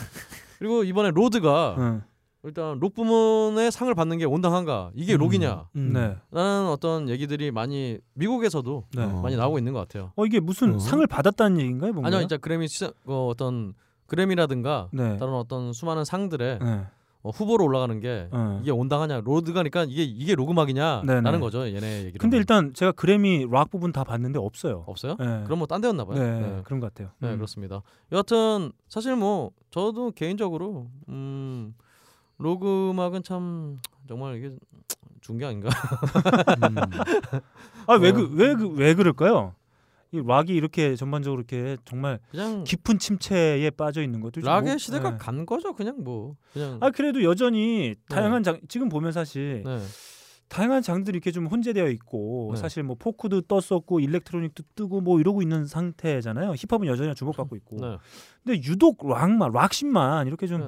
Speaker 3: 그리고 이번에 로드가
Speaker 2: 음.
Speaker 3: 일단 록 부문의 상을 받는 게 온당한가? 이게
Speaker 1: 음.
Speaker 3: 록이냐?
Speaker 1: 음.
Speaker 2: 네.
Speaker 3: 라는 어떤 얘기들이 많이 미국에서도
Speaker 2: 네.
Speaker 1: 어.
Speaker 3: 많이 나오고 있는 것 같아요.
Speaker 2: 어 이게 무슨
Speaker 1: 어.
Speaker 2: 상을 받았다는 얘기인가요, 뭔가?
Speaker 3: 아니요, 진짜 그래미 시상 어, 어떤 그래미라든가
Speaker 2: 네.
Speaker 3: 다른 어떤 수많은 상들에
Speaker 2: 네.
Speaker 3: 어, 후보로 올라가는 게
Speaker 2: 네.
Speaker 3: 이게 온당하냐 로드가니까 이게 이게 로그막이냐라는
Speaker 2: 네네.
Speaker 3: 거죠 얘네 얘기로.
Speaker 2: 근데 일단 제가 그래미 락 부분 다 봤는데 없어요.
Speaker 3: 없어요?
Speaker 2: 네.
Speaker 3: 그럼 뭐 딴 데였나 봐요.
Speaker 2: 네.
Speaker 3: 네.
Speaker 2: 그런 것 같아요.
Speaker 3: 네,
Speaker 2: 음.
Speaker 3: 그렇습니다. 여하튼 사실 뭐 저도 개인적으로 음, 로그막은 참 정말 이게 중게 아닌가.
Speaker 1: 음,
Speaker 2: 아, 왜
Speaker 3: 어.
Speaker 2: 그 왜 그 왜 그럴까요? 이 락이 이렇게 전반적으로 이렇게 정말
Speaker 3: 그냥
Speaker 2: 깊은 침체에 빠져 있는 것도 좀
Speaker 3: 음. 락의
Speaker 2: 뭐-
Speaker 3: 시대가 네.
Speaker 2: 네.
Speaker 3: 간 거죠. 그냥 뭐 그냥.
Speaker 2: 아 그래도 여전히 다양한 장 지금 보면 사실
Speaker 3: 네.
Speaker 2: 다양한 장들이 이렇게 좀 혼재되어 있고
Speaker 3: 네.
Speaker 2: 사실 뭐 포크도 떴었고 일렉트로닉도 뜨고 뭐 이러고 있는 상태잖아요. 힙합은 여전히 주목받고 있고.
Speaker 3: 네.
Speaker 2: 근데 유독 락만 락신만 이렇게 좀
Speaker 3: 네.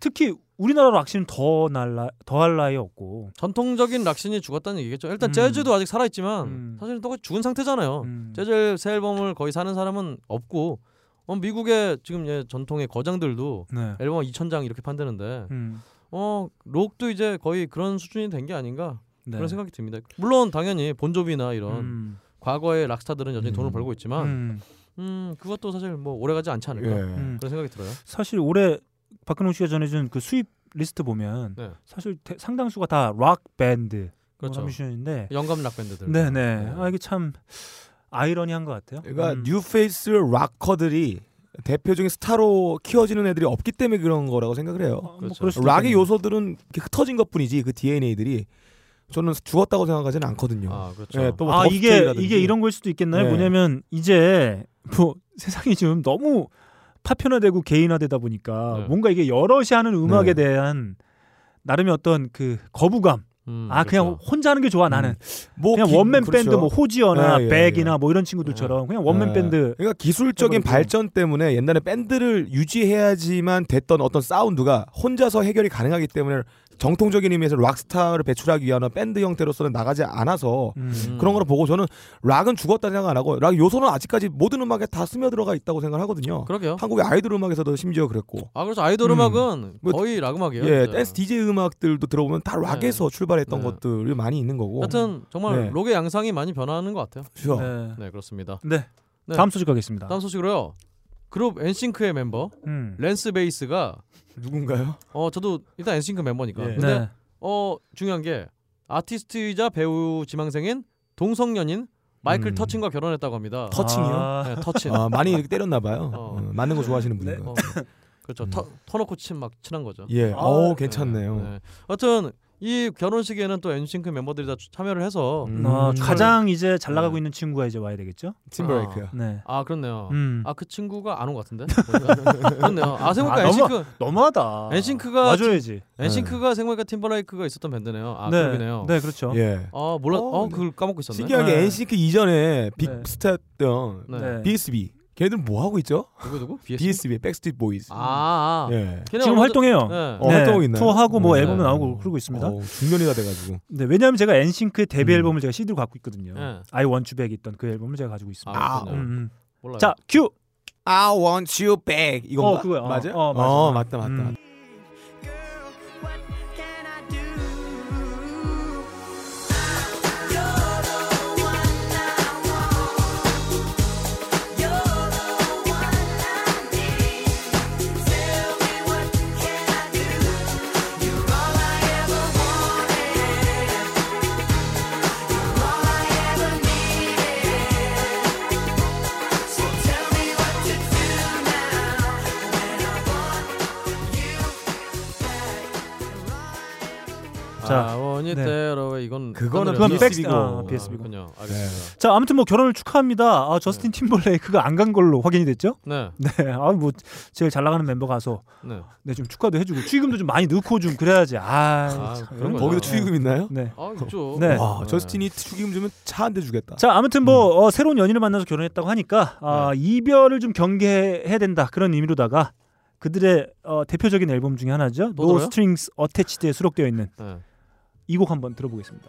Speaker 2: 특히 우리나라 락신은 더 날라 더할 나위 없고.
Speaker 3: 전통적인 락신이 죽었다는 얘기겠죠. 일단
Speaker 2: 음.
Speaker 3: 재즈도 아직 살아있지만
Speaker 2: 음.
Speaker 3: 사실은 똑같이 죽은 상태잖아요.
Speaker 2: 음.
Speaker 3: 어, 재즈 새 앨범을 거의 사는 사람은 없고 어, 미국의 지금 예, 전통의 거장들도
Speaker 2: 네.
Speaker 3: 앨범 2,000장 이렇게 판다는데
Speaker 2: 음.
Speaker 3: 어 록도 이제 거의 그런 수준이 된 게 아닌가
Speaker 2: 네.
Speaker 3: 그런 생각이 듭니다. 물론 당연히 본조비나 이런
Speaker 2: 음.
Speaker 3: 과거의 락스타들은 여전히 돈을
Speaker 1: 음.
Speaker 3: 벌고 있지만 음.
Speaker 2: 음.
Speaker 3: 그것도 사실 뭐 오래가지 않지 않을까
Speaker 1: 예.
Speaker 2: 음.
Speaker 3: 그런 생각이 들어요.
Speaker 2: 사실 올해 박근홍 씨가 전해준 그 수입 리스트 보면
Speaker 3: 네.
Speaker 2: 사실 대- 상당수가 다 락 밴드 뭐
Speaker 1: 뭐
Speaker 3: 그렇죠.
Speaker 2: 뮤지션인데
Speaker 3: 영감 락 밴드들.
Speaker 2: 네네 아 이게 참 아이러니한 것 같아요.
Speaker 1: 그러니까
Speaker 2: 음.
Speaker 1: 뉴페이스 락커들이 대표적인 스타로 키워지는 애들이 없기 때문에 그런 거라고 생각을 해요.
Speaker 2: 어, 뭐
Speaker 3: 그렇죠.
Speaker 2: 그럴 수도
Speaker 1: 락의
Speaker 2: 있겠네요.
Speaker 1: 요소들은 이렇게 흩어진 것뿐이지 그 DNA들이 저는 죽었다고 생각하지는 않거든요.
Speaker 3: 아 그렇죠.
Speaker 1: 예, 또뭐
Speaker 2: 아 이게
Speaker 1: 더스테이라든지.
Speaker 2: 이게 이런 걸 수도 있겠나요?
Speaker 1: 네.
Speaker 2: 뭐냐면 이제 뭐 세상이 지금 너무 파편화되고 개인화되다 보니까
Speaker 3: 네.
Speaker 2: 뭔가 이게 여럿이 하는 음악에
Speaker 1: 네.
Speaker 2: 대한 나름의 어떤 그 거부감.
Speaker 3: 음,
Speaker 2: 아 그냥
Speaker 3: 그렇죠.
Speaker 2: 혼자 하는 게 좋아 나는.
Speaker 1: 뭐
Speaker 2: 그냥
Speaker 1: 기-
Speaker 2: 원맨
Speaker 1: 그렇죠.
Speaker 2: 밴드 뭐 호지어나
Speaker 1: 예, 예,
Speaker 2: 백이나
Speaker 1: 예.
Speaker 2: 뭐 이런 친구들처럼 그냥 원맨
Speaker 1: 예.
Speaker 2: 밴드.
Speaker 1: 그러니까 기술적인
Speaker 2: 해버리고.
Speaker 1: 발전 때문에 옛날에 밴드를 유지해야지만 됐던 어떤 사운드가 혼자서 해결이 가능하기 때문에 정통적인 의미에서 락스타를 배출하기 위한 밴드 형태로서는 나가지 않아서
Speaker 2: 음.
Speaker 3: 음.
Speaker 1: 그런 거를 보고 저는 락은 죽었다 생각 안 하고 락 요소는 아직까지 모든 음악에 다 스며들어가 있다고 생각하거든요.
Speaker 3: 그러게요.
Speaker 1: 한국의 아이돌 음악에서도 심지어 그랬고
Speaker 3: 아 그래서 아이돌
Speaker 2: 음.
Speaker 3: 음악은
Speaker 1: 뭐,
Speaker 3: 거의 락 음악이에요.
Speaker 1: 예
Speaker 3: 진짜.
Speaker 1: 댄스 DJ 음악들도 들어보면 다 락에서 출발했던
Speaker 3: 네.
Speaker 1: 것들이 많이 있는 거고.
Speaker 3: 하여튼 정말
Speaker 1: 네.
Speaker 3: 록의 양상이 많이 변화하는 것 같아요.
Speaker 1: 그렇죠.
Speaker 2: 네.
Speaker 3: 네 그렇습니다.
Speaker 2: 네.
Speaker 3: 네.
Speaker 2: 다음 소식 가겠습니다.
Speaker 3: 다음 소식으로요. 그룹 엔싱크의 멤버
Speaker 2: 음.
Speaker 3: 랜스 베이스가
Speaker 1: 누군가요?
Speaker 3: 어 저도 일단 엔싱크 멤버니까.
Speaker 1: 예.
Speaker 2: 네.
Speaker 3: 근데 어 중요한 게 아티스트이자 배우 지망생인 동성연인 마이클
Speaker 1: 음.
Speaker 3: 터친과 결혼했다고 합니다.
Speaker 1: 터칭이요?
Speaker 2: 아,
Speaker 3: 네, 터친.
Speaker 1: 아, 많이 이렇게 때렸나 봐요.
Speaker 3: 어.
Speaker 1: 어, 맞는 거 좋아하시는
Speaker 2: 네.
Speaker 1: 분인가.
Speaker 3: 어,
Speaker 1: 요
Speaker 3: 그렇죠.
Speaker 1: 음.
Speaker 3: 터, 터놓고 친막 친한 거죠.
Speaker 1: 예.
Speaker 2: 아,
Speaker 1: 어우 괜찮네요.
Speaker 3: 네, 네. 하여튼 이 결혼식에는 또 엔싱크 멤버들이 다 참여를 해서
Speaker 1: 음.
Speaker 2: 아, 가장 이제 잘
Speaker 3: 네.
Speaker 2: 나가고 있는 친구가 이제 와야 되겠죠?
Speaker 1: 팀브레이크요.
Speaker 2: 네.
Speaker 3: 아 그렇네요.
Speaker 2: 음.
Speaker 3: 아 그 친구가 안 온 것 같은데. 보니까. 그렇네요. 아
Speaker 2: 아,
Speaker 3: 생각보니까
Speaker 2: 너무-
Speaker 3: 엔싱크
Speaker 1: 아,
Speaker 2: 너무하다.
Speaker 3: 엔싱크가
Speaker 2: 와줘야지.
Speaker 3: 엔싱크가 생각보니까 팀버레이크가 있었던 밴드네요. 아
Speaker 2: 네.
Speaker 3: 그러네요.
Speaker 2: 네, 그렇죠.
Speaker 1: 예.
Speaker 3: 아 몰라.
Speaker 1: 어,
Speaker 3: 어 그걸 까먹고 있었네.
Speaker 1: 신기하게
Speaker 2: 네.
Speaker 1: NCT 이전에
Speaker 2: 네.
Speaker 1: 빅스타였던
Speaker 3: 네.
Speaker 2: 네.
Speaker 1: BSB. 걔네들 뭐 하고 있죠?
Speaker 3: 누구 누구? BS.
Speaker 1: BSB, 백스트리트 보이즈.
Speaker 3: 아. 아.
Speaker 1: 예.
Speaker 2: 지금
Speaker 3: 걔네 얼마 전-
Speaker 2: 활동해요.
Speaker 3: 네.
Speaker 1: 어, 활동하고 있나요?
Speaker 2: 투어하고 뭐
Speaker 3: 네.
Speaker 2: 앨범 나오고 그러고 있습니다.
Speaker 1: 어우, 중년이가 돼가지고.
Speaker 2: 네, 왜냐하면 제가 엔싱크 데뷔
Speaker 1: 음.
Speaker 2: 앨범을 제가 CD로 갖고 있거든요.
Speaker 3: 네.
Speaker 2: 아이 원추백 있던 그 앨범을 제가 가지고 있습니다.
Speaker 3: 아,
Speaker 2: 음,
Speaker 3: 그렇구나.
Speaker 2: 음.
Speaker 3: 몰라요.
Speaker 2: 자, 큐.
Speaker 4: I want you back.
Speaker 1: 이건가?
Speaker 2: 어, 그거요. 어,
Speaker 1: 맞아요?
Speaker 2: 어,
Speaker 1: 맞다,
Speaker 2: 맞아.
Speaker 1: 맞다.
Speaker 2: 음.
Speaker 8: Girl, what can I do? Tell me what to do now when I want you
Speaker 2: 자,
Speaker 3: 아, 원이
Speaker 2: 네.
Speaker 3: 때로 이건
Speaker 1: 그거는
Speaker 2: 그건
Speaker 3: 하늘에서-
Speaker 2: BSB 고. 아, BSB 고.
Speaker 3: 그렇군요. 알겠습니다.
Speaker 2: 자, 아무튼 뭐 결혼을 축하합니다. 아, 저스틴 팀벌레이크가 안 간 걸로 확인이 됐죠?
Speaker 3: 네.
Speaker 2: 네. 아, 뭐 제일 잘 나가는 멤버 가서
Speaker 3: 네.
Speaker 2: 네, 좀 축하도 해 주고 추의금도 좀 많이 넣고 좀 그래야지. 아.
Speaker 3: 아,
Speaker 2: 참.
Speaker 3: 그런 거죠.
Speaker 1: 거기도 추의금 있나요?
Speaker 2: 네.
Speaker 3: 아, 있죠.
Speaker 2: 네.
Speaker 1: 와 저스틴이 축의금 주면 차 한 대 주겠다.
Speaker 2: 자, 아무튼 뭐
Speaker 3: 음.
Speaker 2: 어, 새로운 연인을 만나서 결혼했다고 하니까 아,
Speaker 3: 네.
Speaker 2: 이별을 좀 경계해야 된다. 그런 의미로다가 그들의 어, 대표적인 앨범 중에 하나죠.
Speaker 3: 또
Speaker 2: No
Speaker 3: 들어요?
Speaker 2: Strings Attached에 수록되어 있는
Speaker 3: 네.
Speaker 2: 이 곡 한번 들어보겠습니다.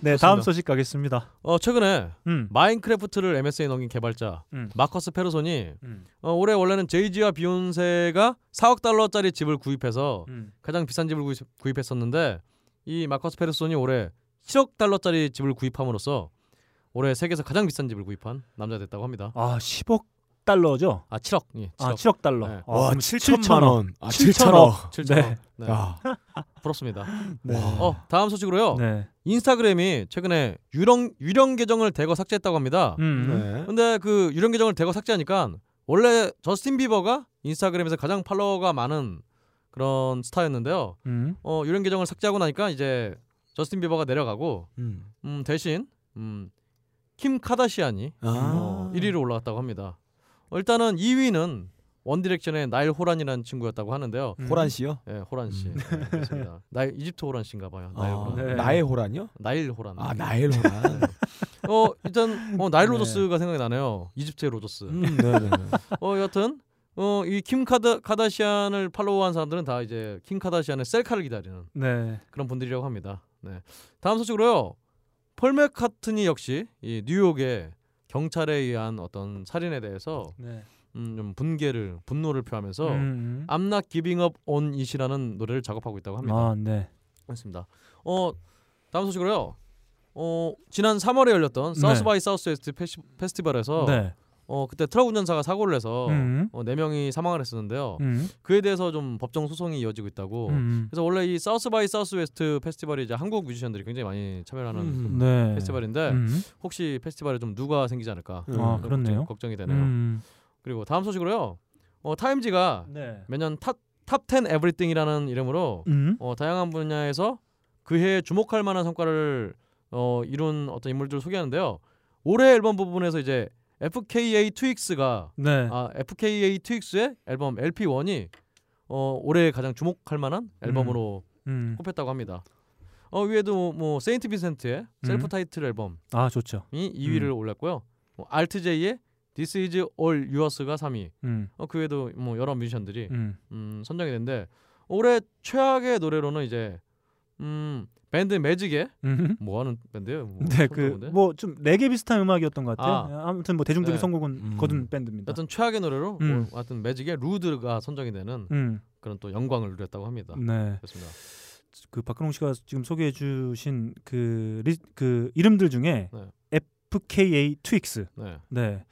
Speaker 2: 네, 다음
Speaker 3: 좋습니다.
Speaker 2: 소식 가겠습니다.
Speaker 3: 어, 최근에
Speaker 2: 음.
Speaker 3: 마인크래프트를 MS에 넘긴 개발자
Speaker 2: 음.
Speaker 3: 마커스 페르손이
Speaker 2: 음.
Speaker 3: 어, 올해 원래는 제이지와 비욘세가 4억 달러짜리 집을 구입해서
Speaker 2: 음.
Speaker 3: 가장 비싼 집을 구입- 구입했었는데 이 마커스 페르손이 올해 7억 달러짜리 집을 구입함으로써 올해 세계에서 가장 비싼 집을 구입한 남자 가 됐다고 합니다.
Speaker 2: 아, 10억 달러죠.
Speaker 3: 아 7억. 예, 7억.
Speaker 2: 아, 7억 달러.
Speaker 3: 네.
Speaker 2: 아,
Speaker 1: 와
Speaker 2: 그럼
Speaker 1: 7천만 원. 아
Speaker 2: 7천억.
Speaker 3: 7천억. 네.
Speaker 1: 야.
Speaker 3: 부럽습니다.
Speaker 2: 네.
Speaker 3: 어, 다음 소식으로요.
Speaker 2: 네.
Speaker 3: 인스타그램이 최근에 유령 유령 계정을 대거 삭제했다고 합니다.
Speaker 2: 음.
Speaker 1: 네.
Speaker 3: 근데 그 유령 계정을 대거 삭제하니까 원래 저스틴 비버가 인스타그램에서 가장 팔로워가 많은 그런 스타였는데요.
Speaker 2: 음.
Speaker 3: 어, 유령 계정을 삭제하고 나니까 이제 저스틴 비버가 내려가고
Speaker 1: 음.
Speaker 3: 음, 대신 음, 킴 카다시안이 어,
Speaker 1: 아.
Speaker 2: 음.
Speaker 3: 1위로 올라갔다고 합니다. 어, 일단은 2위는 원디렉션의 나일 호란이라는 친구였다고 하는데요.
Speaker 2: 음.
Speaker 1: 호란 씨요?
Speaker 3: 예, 호란 씨. 네, 그렇습니다. 나일 이집트 호란 씨인가 봐요. 나일
Speaker 1: 아,
Speaker 3: 호란.
Speaker 2: 네.
Speaker 1: 나의 호란이요?
Speaker 3: 나일 호란.
Speaker 1: 아 나의 호란.
Speaker 3: 어, 일단 어, 나일 로저스가 생각이 나네요. 이집트의 로저스.
Speaker 1: 음, 네네.
Speaker 3: 어 여튼 어 이 킴 카다, 카다시안을 팔로우한 사람들은 다 이제 킴 카다시안의 셀카를 기다리는
Speaker 2: 네.
Speaker 3: 그런 분들이라고 합니다. 네. 다음 소식으로요. 폴 맥카트니 역시 이 뉴욕의 경찰에 의한 어떤 살인에 대해서
Speaker 2: 네.
Speaker 3: 음, 좀 분개를 분노를 표하면서
Speaker 2: 음.
Speaker 3: I'm not giving up on it이라는 노래를 작업하고 있다고 아, 합니다.
Speaker 2: 아, 네.
Speaker 3: 맞습니다. 어 다음 소식으로요. 어 지난 3월에 열렸던
Speaker 2: 네.
Speaker 3: 사우스 바이 사우스웨스트 페시, 페스티벌에서
Speaker 2: 네.
Speaker 3: 어 그때 트럭 운전사가 사고를 내서
Speaker 2: 음.
Speaker 3: 어, 4명이 사망을 했었는데요.
Speaker 2: 음.
Speaker 3: 그에 대해서 좀 법정 소송이 이어지고 있다고.
Speaker 2: 음.
Speaker 3: 그래서 원래 이 사우스 바이 사우스 웨스트 페스티벌이 이제 한국 뮤지션들이 굉장히 많이 참여하는
Speaker 1: 음.
Speaker 2: 네.
Speaker 3: 페스티벌인데
Speaker 2: 음.
Speaker 3: 혹시 페스티벌에 좀 누가 생기지 않을까?
Speaker 2: 아,
Speaker 1: 음.
Speaker 3: 그런
Speaker 2: 그렇네요.
Speaker 3: 걱정- 걱정이 되네요.
Speaker 2: 음.
Speaker 3: 그리고 다음 소식으로요. 어 타임지가
Speaker 2: 네.
Speaker 3: 매년 탑탑10 에브리띵이라는 이름으로
Speaker 2: 음.
Speaker 3: 어 다양한 분야에서 그해 주목할 만한 성과를 어 이룬 어떤 인물들을 소개하는데요. 올해 앨범 부분에서 이제 FKA 트윅스가
Speaker 2: 네.
Speaker 3: 아, FKA 트윅스의 앨범 LP1이 어, 올해 가장 주목할 만한 앨범으로
Speaker 2: 음.
Speaker 3: 꼽혔다고 합니다. 어, 위에도 뭐 세인트 빈센트의 셀프
Speaker 2: 음.
Speaker 3: 타이틀 앨범이
Speaker 2: 아, 좋죠.
Speaker 3: 2위를 올렸고요. 뭐 알트제이의 This is all yours가 3위.
Speaker 2: 음.
Speaker 3: 어, 그 외에도 뭐 여러 뮤지션들이
Speaker 2: 음.
Speaker 3: 음, 선정이 됐는데 올해 최악의 노래로는 이제 음, 밴드 매직의
Speaker 2: 음.
Speaker 3: 뭐 하는 밴드예요? 뭐
Speaker 2: 네,
Speaker 3: 처음 들어보는데.
Speaker 2: 그뭐좀 레게 비슷한 음악이었던 것 같아요. 아. 무튼뭐 대중적인
Speaker 3: 네.
Speaker 2: 성공은
Speaker 1: 음.
Speaker 2: 거둔 밴드입니다.
Speaker 3: 여튼 최악의 노래로
Speaker 2: 음.
Speaker 3: 뭐 하여튼 매직의 루드가 선정이 되는
Speaker 2: 음.
Speaker 3: 그런 또 영광을 누렸다고 합니다.
Speaker 2: 네.
Speaker 3: 그렇습니다.
Speaker 2: 그 박근홍 씨가 지금 소개해 주신 그, 리, 그 이름들 중에
Speaker 3: 네.
Speaker 2: FKA 트윅스
Speaker 3: 네.
Speaker 2: 네.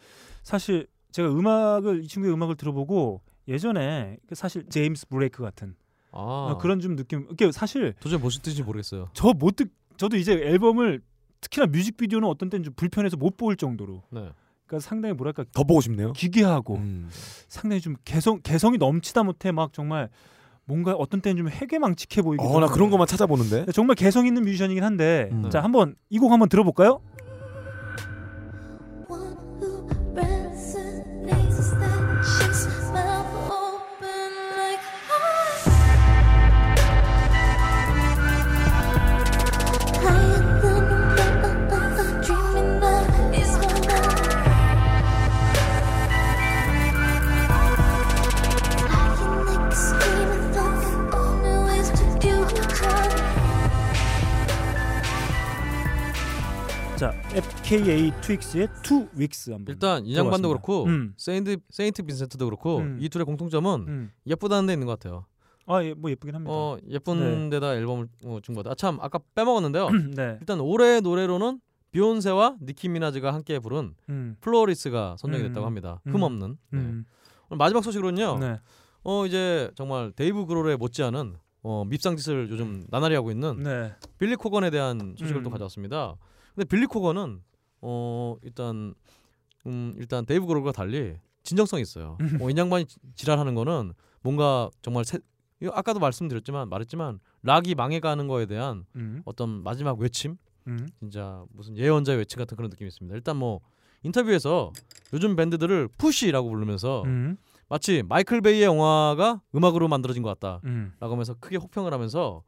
Speaker 2: 사실 제가 음악을 이 친구의 음악을 들어보고 예전에 그 사실 제임스 브레이크 같은 뭐
Speaker 3: 아
Speaker 2: 그런 좀 느낌. 이게 사실
Speaker 3: 도저히 무슨 뜻인지 모르겠어요.
Speaker 2: 저 못 듣. 저도 이제 앨범을 특히나 뮤직비디오는 어떤 때는 좀 불편해서 못 보일 정도로.
Speaker 3: 네.
Speaker 2: 그러니까 상당히 뭐랄까
Speaker 1: 더 보고 싶네요.
Speaker 2: 기괴하고
Speaker 1: 음.
Speaker 2: 상당히 좀 개성 개성이 넘치다 못해 막 정말 뭔가 어떤 때는 좀 해괴망측해 보이기도.
Speaker 1: 어 나
Speaker 2: 하고.
Speaker 1: 그런 것만 찾아보는데.
Speaker 2: 정말 개성 있는 뮤지션이긴 한데
Speaker 1: 음.
Speaker 2: 자 한번 이 곡 한번 들어볼까요?
Speaker 10: One who resonates is that she's mouth open like I higher than a- a- a- a- dreaming that is my life. I can like a screaming thought, all new ways to do it wrong.
Speaker 2: 자 FKA 트윅스의 Two Weeks 한번
Speaker 3: 일단 이
Speaker 2: 들어봤습니다.
Speaker 3: 양반도 그렇고
Speaker 2: 음.
Speaker 3: 세인트 세인트 빈센트도 그렇고
Speaker 2: 음.
Speaker 3: 이 둘의 공통점은
Speaker 2: 음.
Speaker 3: 예쁘다는 데 있는 것 같아요.
Speaker 2: 아, 예, 뭐 예쁘긴 합니다.
Speaker 3: 어 예쁜 데다 앨범을 어, 준것 같아요. 아참 아까 빼먹었는데요.
Speaker 2: 네.
Speaker 3: 일단 올해의 노래로는 비욘세와 니키 미나즈가 함께 부른
Speaker 2: 음.
Speaker 3: 플로리스가 선정이
Speaker 2: 음.
Speaker 3: 됐다고 합니다.
Speaker 2: 음.
Speaker 3: 흠 없는. 네.
Speaker 2: 음.
Speaker 3: 오늘 마지막 소식으로는요.
Speaker 2: 네.
Speaker 3: 어 이제 정말 데이브 그로레 못지않은 어, 밉상짓을 요즘 나날이 하고 있는
Speaker 2: 네.
Speaker 3: 빌리 코건에 대한 소식을 또
Speaker 2: 음.
Speaker 3: 가져왔습니다. 근데 빌리 코건은 어 일단 음 일단 데이브 그로레와 달리 진정성이 있어요.
Speaker 2: 음.
Speaker 3: 어, 인양반이 지- 지랄하는 거는 뭔가 정말 세, 이거 아까도 말씀드렸지만 말했지만 락이 망해가는 거에 대한
Speaker 2: 음.
Speaker 3: 어떤 마지막 외침
Speaker 2: 음.
Speaker 3: 진짜 무슨 예언자의 외침 같은 그런 느낌이 있습니다. 일단 뭐 인터뷰에서 요즘 밴드들을 푸시라고 부르면서
Speaker 2: 음.
Speaker 3: 마치 마이클 베이의 영화가 음악으로 만들어진 것 같다라고
Speaker 2: 음.
Speaker 3: 하면서 크게 혹평을 하면서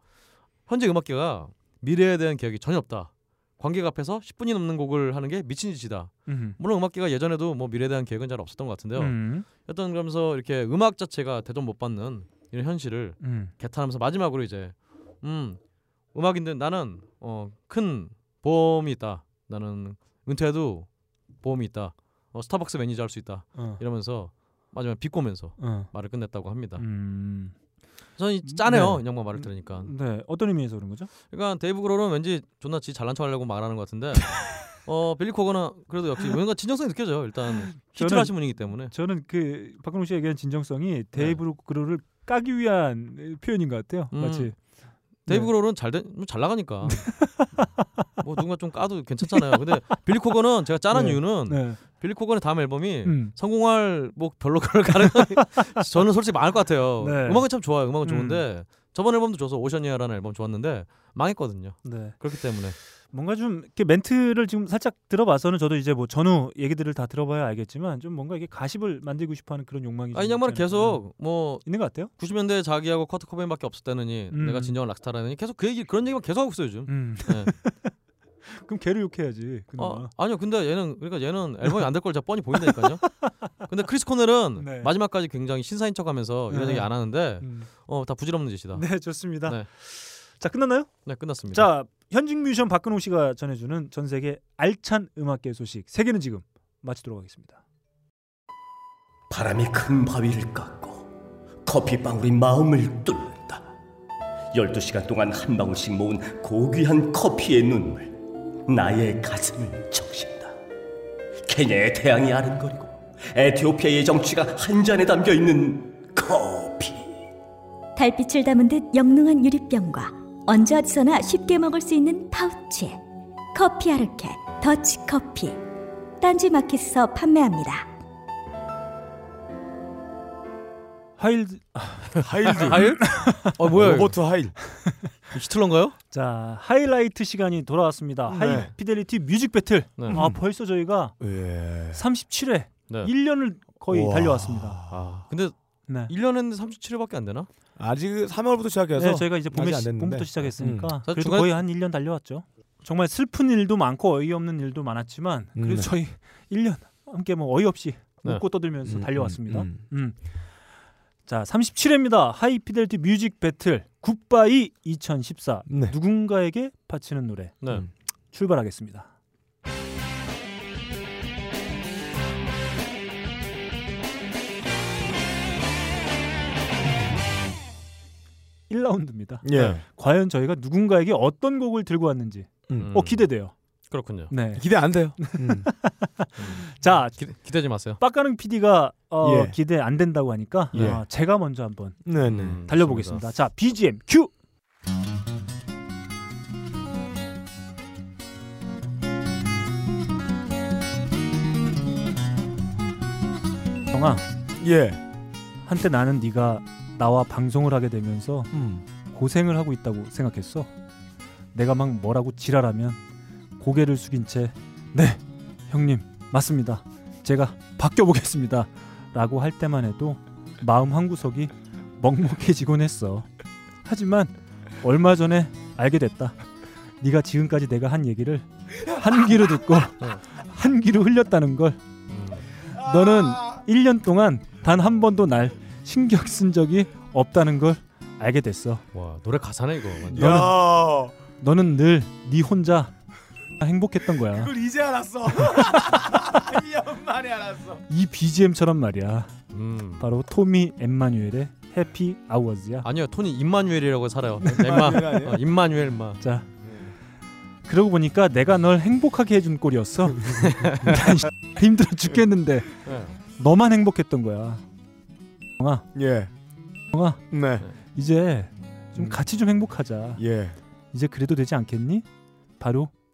Speaker 3: 현재 음악계가 미래에 대한 계획이 전혀 없다. 관객 앞에서 10분이 넘는 곡을 하는 게 미친 짓이다.
Speaker 2: 음.
Speaker 3: 물론 음악계가 예전에도 뭐 미래에 대한 계획은 잘 없었던 것 같은데요.
Speaker 2: 음.
Speaker 3: 여튼 그러면서 이렇게 음악 자체가 대접 못 받는 이런 현실을
Speaker 2: 음.
Speaker 3: 개탄하면서 마지막으로 이제 음 음악인데 나는 어 큰 보험이 있다. 나는 은퇴해도 보험이 있다. 어, 스타벅스 매니저 할 수 있다.
Speaker 2: 어.
Speaker 3: 이러면서 마지막에 비꼬면서
Speaker 2: 어.
Speaker 3: 말을 끝냈다고 합니다.
Speaker 2: 음.
Speaker 3: 저는 이- 짠해요
Speaker 2: 네.
Speaker 3: 이 양반 말을 들으니까.
Speaker 2: 네. 어떤 의미에서 그런 거죠?
Speaker 3: 그러니까 데이브 그로는 왠지 존나 지 잘난 척하려고 말하는 것 같은데 어 빌리 코거나 그래도 역시 뭔가 진정성이 느껴져요. 일단 히트를
Speaker 2: 저는-
Speaker 3: 하신 분이기 때문에.
Speaker 2: 저는 그 박근홍 씨가 얘기한
Speaker 3: 네.
Speaker 2: 진정성이 데이브 그로를 까기 위한 표현인 것 같아요.
Speaker 3: 음.
Speaker 2: 마치
Speaker 3: 데이브
Speaker 2: 네.
Speaker 3: 그로는 잘, 된- 잘 나가니까 뭐 누군가 좀 까도 괜찮잖아요. 근데 빌리 코거는 제가 짠한
Speaker 2: 네.
Speaker 3: 이유는 예.
Speaker 2: 네.
Speaker 3: 빌리 코거의 다음 앨범이
Speaker 2: 음.
Speaker 3: 성공할 뭐 별로 그럴 가능한 저는 솔직히 망할 것 같아요.
Speaker 2: 네.
Speaker 3: 음악은 참 좋아요. 음악은
Speaker 2: 음.
Speaker 3: 좋은데 저번 앨범도 좋아서 오션이야라는 앨범 좋았는데 망했거든요.
Speaker 2: 네.
Speaker 3: 그렇기 때문에
Speaker 2: 뭔가 좀 이렇게 멘트를 지금 살짝 들어봐서는 저도 이제 뭐 전후 얘기들을 다 들어봐야 알겠지만 좀 뭔가 이게 가십을 만들고 싶어하는 그런 욕망이
Speaker 3: 아이
Speaker 2: 좀
Speaker 3: 양반은
Speaker 2: 있지 않을까.
Speaker 3: 계속 뭐
Speaker 2: 있는 것 같아요.
Speaker 3: 90년대 자기하고 커트 코베인밖에 없었다느니
Speaker 2: 음.
Speaker 3: 내가 진정한 락스타라느니 계속 그 얘기 그런 얘기만 계속 하고 있어요 요즘.
Speaker 2: 음.
Speaker 3: 네.
Speaker 2: 그럼 걔를 욕해야지. 그나마.
Speaker 3: 아, 아니요 근데 얘는 그러니까 얘는 앨범이 안 될 걸 제가 뻔히 보인다니까요. 근데 크리스 코넬은
Speaker 2: 네.
Speaker 3: 마지막까지 굉장히 신사인 척하면서 이런
Speaker 2: 네.
Speaker 3: 얘기 안 하는데
Speaker 2: 음.
Speaker 3: 어 다 부질없는 짓이다. 네,
Speaker 2: 네, 좋습니다.
Speaker 3: 네.
Speaker 2: 자, 끝났나요?
Speaker 3: 끝났습니다.
Speaker 2: 자, 현직 뮤지션 박근홍 씨가 전해주는 전 세계 알찬 음악계 소식 세계는 지금 마치도록 하겠습니다.
Speaker 5: 바람이 큰 바위를 깎고 커피방울이 마음을 뚫는다. 12시간 동안 한 방울씩 모은 고귀한 커피의 눈물 나의 가슴을 적신다. 케냐의 태양이 아른거리고 에티오피아의 정취가 한 잔에 담겨 있는 커피.
Speaker 11: 달빛을 담은 듯 영롱한 유리병과 언제 어디서나 쉽게 먹을 수 있는 파우치에 커피 아르케 더치 커피 딴지 마켓에서 판매합니다.
Speaker 2: 하일드
Speaker 1: 하일드
Speaker 3: 하일? 어
Speaker 2: 네.
Speaker 3: 뭐야? 이거?
Speaker 1: 로버트 하일
Speaker 3: 히틀러인가요?
Speaker 2: 자 하이라이트 시간이 돌아왔습니다.
Speaker 1: 네. 음.
Speaker 2: 하이피델리티 뮤직 배틀.
Speaker 3: 네.
Speaker 2: 아 벌써 저희가
Speaker 1: 예.
Speaker 2: 37회
Speaker 3: 네.
Speaker 2: 1년을 거의
Speaker 1: 우와.
Speaker 2: 달려왔습니다.
Speaker 3: 아 근데
Speaker 2: 네.
Speaker 3: 1년 했는데 37회밖에 안 되나?
Speaker 1: 아직 3월부터 시작해서
Speaker 2: 네, 저희가 이제 봄에
Speaker 1: 아직 안
Speaker 2: 시-
Speaker 1: 됐는데. 음.
Speaker 2: 봄부터 시작했으니까
Speaker 3: 사실
Speaker 2: 그래도
Speaker 3: 중간에-
Speaker 2: 거의 한 1년 달려왔죠. 정말 슬픈 일도 많고 어이없는 일도 많았지만
Speaker 1: 음,
Speaker 2: 그래도
Speaker 1: 네.
Speaker 2: 저희 1년 함께 뭐 어이없이
Speaker 3: 네.
Speaker 2: 웃고 떠들면서
Speaker 1: 음,
Speaker 2: 달려왔습니다.
Speaker 1: 음,
Speaker 2: 음. 자, 37회입니다. 하이피델티 뮤직 배틀 굿바이 2014
Speaker 1: 네.
Speaker 2: 누군가에게 바치는 노래
Speaker 3: 네.
Speaker 1: 음.
Speaker 2: 출발하겠습니다. 일라운드입니다
Speaker 1: 예.
Speaker 3: 네.
Speaker 2: 과연 저희가 누군가에게 어떤 곡을 들고 왔는지
Speaker 1: 음.
Speaker 2: 어 기대돼요.
Speaker 3: 그렇군요.
Speaker 2: 네.
Speaker 1: 기대 안 돼요. 음.
Speaker 2: 자,
Speaker 3: 기, 기대지 마세요.
Speaker 2: 빡가능 PD가 어,
Speaker 1: 예.
Speaker 2: 기대 안 된다고 하니까
Speaker 1: 예.
Speaker 2: 어, 제가 먼저 한번
Speaker 1: 네, 네.
Speaker 3: 음,
Speaker 2: 달려보겠습니다. 자, BGM 큐. 정아,
Speaker 1: 예.
Speaker 2: 한때 나는 네가 나와 방송을 하게 되면서
Speaker 1: 음.
Speaker 2: 고생을 하고 있다고 생각했어. 내가 막 뭐라고 지랄하면 고개를 숙인 채 네, 형님 맞습니다. 제가 바뀌어 보겠습니다. 라고 할 때만 해도 마음 한 구석이 먹먹해지곤 했어. 하지만 얼마 전에 알게 됐다. 네가 지금까지 내가 한 얘기를 한 귀로 듣고 한 귀로 흘렸다는 걸. 너는 1년 동안 단 한 번도 날 신경 쓴 적이 없다는 걸 알게 됐어. 네.
Speaker 3: 와 노래 가사네 이거. 완전.
Speaker 1: 야.
Speaker 2: 너는 늘 네 혼자 행복했던 거야.
Speaker 1: 그걸 이제 알았어. 1년 만에 알았어.
Speaker 2: 이 BGM처럼 말이야.
Speaker 3: 음.
Speaker 2: 바로 토미 엠마뉴엘의 해피 아워즈야.
Speaker 3: 아니요 토니 임마뉴엘이라고 살아요. 엠마
Speaker 2: 아니에요?
Speaker 3: 어, 임마뉴엘 마.
Speaker 2: 자.
Speaker 1: 음.
Speaker 2: 그러고 보니까 내가 널 행복하게 해준 꼴이었어. 난 힘들어 죽겠는데
Speaker 3: 네.
Speaker 2: 너만 행복했던 거야. 영아,
Speaker 1: 예.
Speaker 2: 영아,
Speaker 1: 네.
Speaker 2: 이제
Speaker 1: 음.
Speaker 2: 좀 같이 좀 행복하자.
Speaker 1: 예.
Speaker 2: 이제 그래도 되지 않겠니? 바로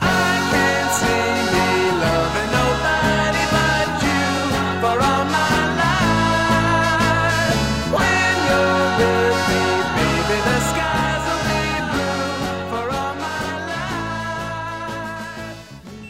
Speaker 8: I can't see me loving nobody but you for all my life. When you're with me, baby, the skies will be blue for all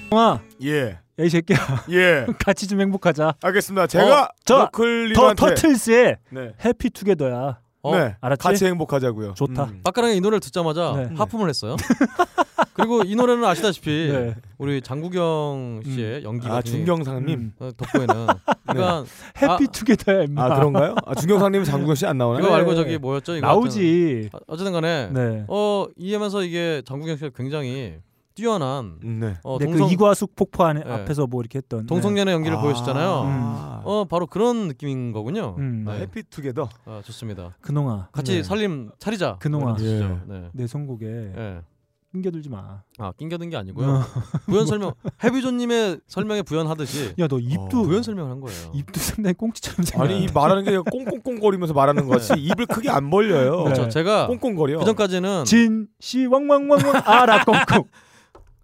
Speaker 8: my
Speaker 2: 영아,
Speaker 1: 예.
Speaker 2: 야이 새끼야.
Speaker 1: 예.
Speaker 2: 같이 좀 행복하자. 어,
Speaker 1: 알겠습니다. 제가 너클님한테-
Speaker 2: 더 터틀스의
Speaker 1: 네.
Speaker 2: 해피 투게더야.
Speaker 3: 어?
Speaker 1: 네.
Speaker 2: 어, 알았지?
Speaker 1: 같이 행복하자고요.
Speaker 2: 좋다.
Speaker 3: 박가랑이 이 노래를 듣자마자
Speaker 2: 네.
Speaker 3: 하품을 했어요. 그리고 이 노래는 아시다시피
Speaker 2: 네. 음.
Speaker 3: 우리 장국영 씨의 연기가
Speaker 1: 아, 중경상님.
Speaker 3: 음, 덕분에는 그러니까
Speaker 2: 해피 투게더야. 임마.
Speaker 1: 아, 그런가요? 아, 중경상님 장국영 씨 안 나오나요?
Speaker 3: 이거 말고 저기 뭐였죠? 이거
Speaker 2: 나오지.
Speaker 3: 어쨌든- 아, 어쨌든 간에
Speaker 2: 네.
Speaker 3: 어 이해면서 이게 장국영 씨가 굉장히 뛰어난
Speaker 1: 네.
Speaker 3: 어,
Speaker 2: 네,
Speaker 3: 동성
Speaker 2: 그 이과숙 폭포 안에
Speaker 3: 네.
Speaker 2: 앞에서 뭐 이렇게 했던
Speaker 3: 동성연애 연기를
Speaker 1: 아.
Speaker 3: 보여주잖아요.
Speaker 1: 음.
Speaker 3: 어 바로 그런 느낌인 거군요.
Speaker 2: 음.
Speaker 1: 아,
Speaker 3: 네.
Speaker 1: 해피투게더.
Speaker 3: 아, 좋습니다.
Speaker 2: 근홍아
Speaker 3: 같이
Speaker 1: 네.
Speaker 3: 살림 차리자.
Speaker 2: 근홍아
Speaker 1: 예.
Speaker 3: 그죠? 네.
Speaker 2: 내 선곡에
Speaker 3: 예.
Speaker 2: 낑겨들지 마.
Speaker 3: 아 낑겨든 게 아니고요. 부연 설명 해비조님의 설명에 부연하듯이
Speaker 2: 야 너
Speaker 1: 어,
Speaker 2: 입도
Speaker 3: 부연 설명을 한 거예요.
Speaker 2: 입도 상당히 꽁치처럼
Speaker 3: 네.
Speaker 2: 생겨.
Speaker 1: 아니, 이 말하는 게 꽁꽁꽁거리면서 말하는 거지. 입을 크게 안 벌려요.
Speaker 2: 네.
Speaker 3: 그렇죠. 제가
Speaker 1: 꽁꽁거려.
Speaker 3: 그 전까지는
Speaker 2: 진씨 왕왕왕왕 아라 꽁꽁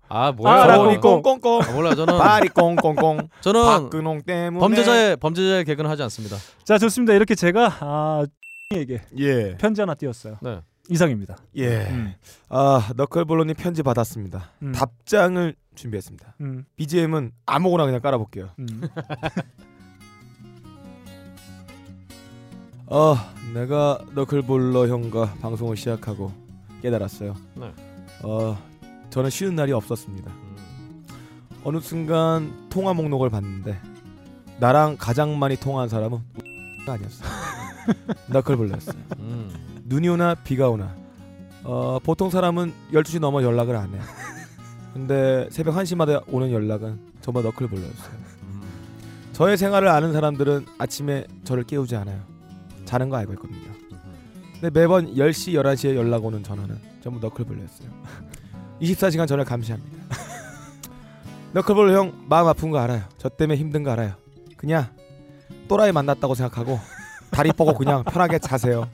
Speaker 3: 아 뭐야?
Speaker 2: 아,
Speaker 1: 머리
Speaker 2: 라고.
Speaker 1: 꽁꽁꽁.
Speaker 3: 아, 몰라 저는
Speaker 1: 발이 꽁꽁꽁.
Speaker 3: 저는
Speaker 1: 박근홍 때문에.
Speaker 3: 어. 범죄자의 범죄자의 개그는 하지 않습니다.
Speaker 2: 자 좋습니다. 이렇게 제가 아 에게
Speaker 1: 예.
Speaker 2: 편지 하나 띄웠어요.
Speaker 3: 네.
Speaker 2: 이상입니다.
Speaker 1: 예.
Speaker 2: 음.
Speaker 1: 아, 너클볼로님 편지 받았습니다.
Speaker 2: 음.
Speaker 1: 답장을 준비했습니다.
Speaker 2: 음.
Speaker 1: BGM은 아무거나 그냥 깔아볼게요.
Speaker 2: 음.
Speaker 1: 어, 내가 너클볼러 형과 방송을 시작하고 깨달았어요.
Speaker 3: 네.
Speaker 1: 어, 저는 쉬는 날이 없었습니다.
Speaker 3: 음,
Speaker 1: 어느 순간 통화 목록을 봤는데 나랑 가장 많이 통화한 사람은 아니었어. 너클볼러였어요.
Speaker 3: 음.
Speaker 1: 눈이 오나 비가 오나 어, 보통 사람은 12시 넘어 연락을 안 해. 근데 새벽 1시마다 오는 연락은 정말 너클볼러였어요.
Speaker 3: 음.
Speaker 1: 저의 생활을 아는 사람들은 아침에 저를 깨우지 않아요. 자는 거 알고 있거든요. 근데 매번 10시, 11시에 연락 오는 전화는 전부 너클볼러였어요. 24시간 저를 감시합니다. 너클볼러 형 마음 아픈 거 알아요. 저 때문에 힘든 거 알아요. 그냥 또라이 만났다고 생각하고 다리 뻗고 그냥 편하게 자세요.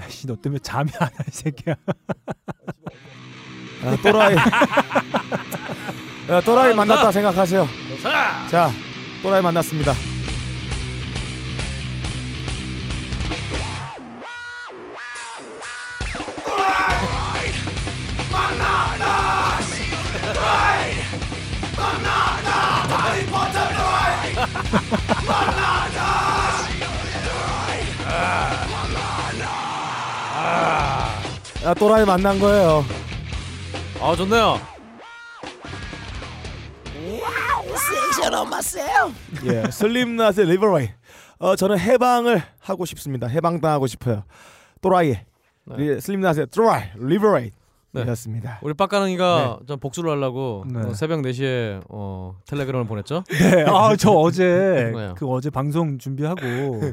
Speaker 2: 야씨 너 때문에 잠이 안 와 이 새끼야.
Speaker 1: 야, 어, 또라이. 야, 또라이 만났다 생각하세요. 자, 또라이 만났습니다. 야, 아, 또라이 만난 거예요.
Speaker 3: 아 좋네요.
Speaker 1: 예, 슬림낫의 리버라이. 어, 저는 해방을 하고 싶습니다. 해방당하고 싶어요. 또라이의
Speaker 3: 네.
Speaker 1: 리- 슬림낫의 또라이
Speaker 3: 네.
Speaker 1: 리버라이였습니다.
Speaker 3: 우리 빡가랑이가 좀 복수를 하려고
Speaker 2: 네.
Speaker 3: 어, 새벽 4시에 어, 텔레그램을 보냈죠.
Speaker 2: 네. 아저 어제
Speaker 3: 뭐예요?
Speaker 2: 그 어제 방송 준비하고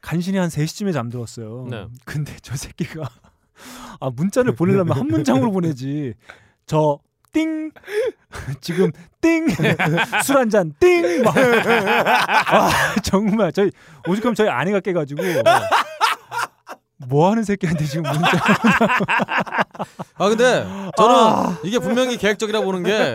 Speaker 2: 간신히 한 3시쯤에 잠들었어요.
Speaker 3: 네.
Speaker 2: 근데 저 새끼가 아 문자를 보내려면 한 문장으로 보내지. 저 띵 지금 띵술 한잔띵 막. 아, 정말 저희 오죽하면 저희 아내가 깨가지고 뭐 하는 새끼한테 지금 문자
Speaker 3: 아 근데 저는
Speaker 2: 아.
Speaker 3: 이게 분명히 계획적이라 보는 게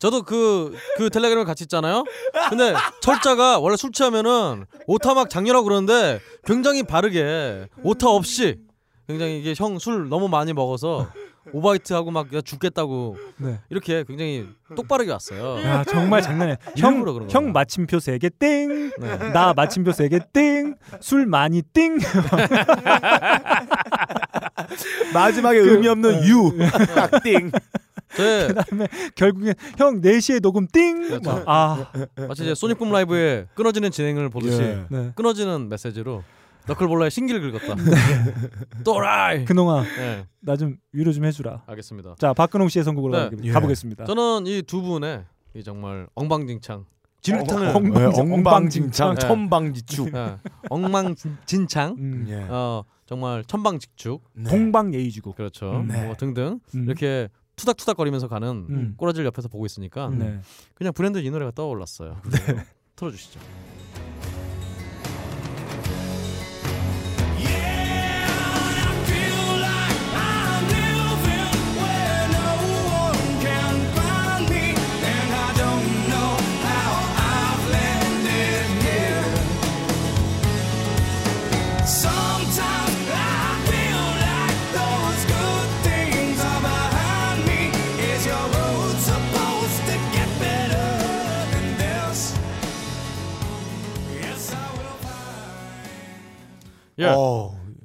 Speaker 3: 저도 그, 그 텔레그램을 같이 있잖아요. 근데 철자가 원래 술 취하면은 오타 막 장렬하고 그러는데 굉장히 바르게 오타 없이 굉장히 이게 형 술 너무 많이 먹어서 오바이트 하고 막 죽겠다고
Speaker 2: 네.
Speaker 3: 이렇게 굉장히 똑바르게 왔어요.
Speaker 2: 야 아, 정말 장난해
Speaker 3: 일부러 그런
Speaker 2: 형형
Speaker 3: 거구나.
Speaker 2: 마침표 세 개 띵
Speaker 3: 네.
Speaker 2: 나 마침표 세 개 띵 술 많이 띵
Speaker 1: 마지막에 의미 없는 유. 띵.
Speaker 3: 네.
Speaker 2: 그다음에 결국엔 형 4시에 녹음 띵.
Speaker 3: 그렇죠.
Speaker 2: 막, 아.
Speaker 3: 마치 이제 소닉붐 라이브의 끊어지는 진행을 보듯이
Speaker 2: 예. 네.
Speaker 3: 끊어지는 메시지로 너클볼라의 신기를 긁었다.
Speaker 2: 네.
Speaker 3: 또라이.
Speaker 2: 근홍아.
Speaker 3: 네.
Speaker 2: 나 좀 위로 좀 해주라.
Speaker 3: 알겠습니다.
Speaker 2: 자 박근홍 씨의 선곡으로
Speaker 3: 네.
Speaker 1: 예.
Speaker 2: 가보겠-
Speaker 1: 그러니까.
Speaker 2: 가보겠습니다.
Speaker 3: 저는 이 두 분의 이 정말 엉방진창 진흙탕을
Speaker 1: 엉- 엉- 네, 엉- 엉방진창, 천방지축.
Speaker 3: 네. 엉망진창
Speaker 1: 음, 예.
Speaker 3: 어, 정말 천방직축
Speaker 1: 네.
Speaker 2: 동방예의지국
Speaker 3: 그렇죠
Speaker 2: 음. 네.
Speaker 3: 뭐 등등
Speaker 2: 음.
Speaker 3: 이렇게 투닥투닥거리면서 가는
Speaker 2: 음.
Speaker 3: 꼬라지를 옆에서 보고 있으니까
Speaker 1: 음.
Speaker 2: 네.
Speaker 3: 그냥 브랜드 이 노래가 떠올랐어요
Speaker 1: 네.
Speaker 3: 틀어주시죠 예.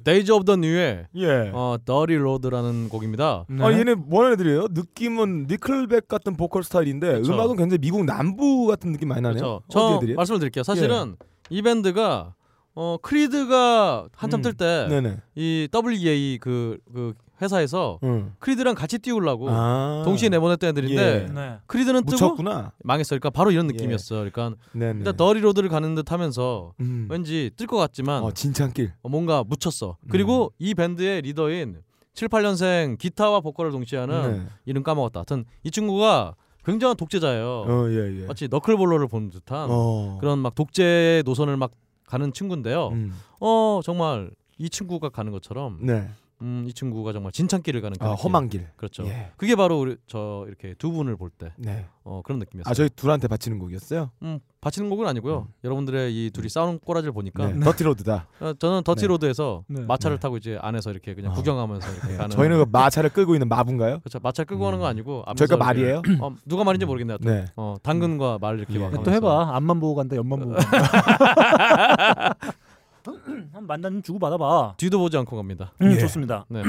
Speaker 3: 데이즈 오브 더 뉴의
Speaker 1: 예.
Speaker 3: 어, 더리 로드라는 곡입니다
Speaker 1: 아 얘네 뭐라 애들이에요? 느낌은 니클백 같은 보컬 스타일인데
Speaker 3: 그렇죠.
Speaker 1: 음악은 굉장히 미국 남부 같은 느낌 많이 나네요.
Speaker 3: 그렇죠. 저
Speaker 1: 어디 애들이에요?
Speaker 3: 말씀을 드릴게요.
Speaker 1: 예.
Speaker 3: 사실은 이 밴드가 어 크리드가 한참
Speaker 1: 음. 네네.
Speaker 3: 뜰 때 이 WEA 그, 그 회사에서
Speaker 1: 음.
Speaker 3: 크리드랑 같이 띄우려고
Speaker 1: 아.
Speaker 3: 뭐 동시에 내보냈던 애들인데
Speaker 1: 예. 네.
Speaker 3: 크리드는 뜨고
Speaker 1: 묻혔구나. 예.
Speaker 3: 망했어요. 그러니까 바로 이런 느낌이었어요. 그러니까
Speaker 1: 네네.
Speaker 3: 일단 더리 로드를 가는 듯하면서
Speaker 1: 음.
Speaker 3: 왠지 뜰 것 같지만
Speaker 1: 어, 음. 진창길.
Speaker 3: 어, 뭔가 묻혔어. 그리고 이 밴드의 리더인 7, 8년생 기타와 보컬을 동시에 하는
Speaker 1: 네.
Speaker 3: 이름 까먹었다. 하여튼 이 친구가 굉장한 독재자예요.
Speaker 1: 어, 예, 예.
Speaker 3: 마치 너클볼러를 본 듯한
Speaker 1: 어.
Speaker 3: 그런 막 독재 노선을 막 가는 친구인데요.
Speaker 1: 음.
Speaker 3: 어 정말 이 친구가 가는 것처럼
Speaker 1: 네.
Speaker 3: 음, 이 친구가 정말 진창길을 가는
Speaker 1: 아,
Speaker 3: 그런
Speaker 1: 험한
Speaker 3: 길.
Speaker 1: 길.
Speaker 3: 그렇죠.
Speaker 1: 예.
Speaker 3: 그게 바로 우리 저 이렇게 두 분을 볼 때
Speaker 1: 네.
Speaker 3: 어, 그런 느낌이었어요.
Speaker 1: 아 저희 둘한테 바치는 곡이었어요?
Speaker 3: 음, 바치는 곡은 아니고요. 여러분들의 이 둘이 싸우는 꼬라지를 보니까
Speaker 1: 네. 더티로드다.
Speaker 3: 어, 저는 더티
Speaker 1: 네.
Speaker 3: 로드에서
Speaker 1: 네. 아.
Speaker 3: 마차를 타고 이제 안에서 이렇게 그냥 구경하면서 이렇게 가는
Speaker 1: 저희는 그 마차를 끌고 있는 마부인가요?
Speaker 3: 그렇죠. 마차 끌고 가는 거 아니고 앞에서
Speaker 1: 저희가
Speaker 3: 이렇게-
Speaker 1: 말이에요?
Speaker 3: 어, 누가 말인지 모르겠네요. 하여튼.
Speaker 1: 네.
Speaker 3: 어, 당근과 말 이렇게 막
Speaker 2: 네, 또
Speaker 3: 하면서.
Speaker 2: 해봐. 앞만 보고 간다. 옆만
Speaker 3: 네.
Speaker 2: 보고. 간다. 한 만난 좀 주고 받아봐.
Speaker 3: 뒤도 보지 않고 갑니다.
Speaker 2: 음, 예. 좋습니다.
Speaker 3: 네.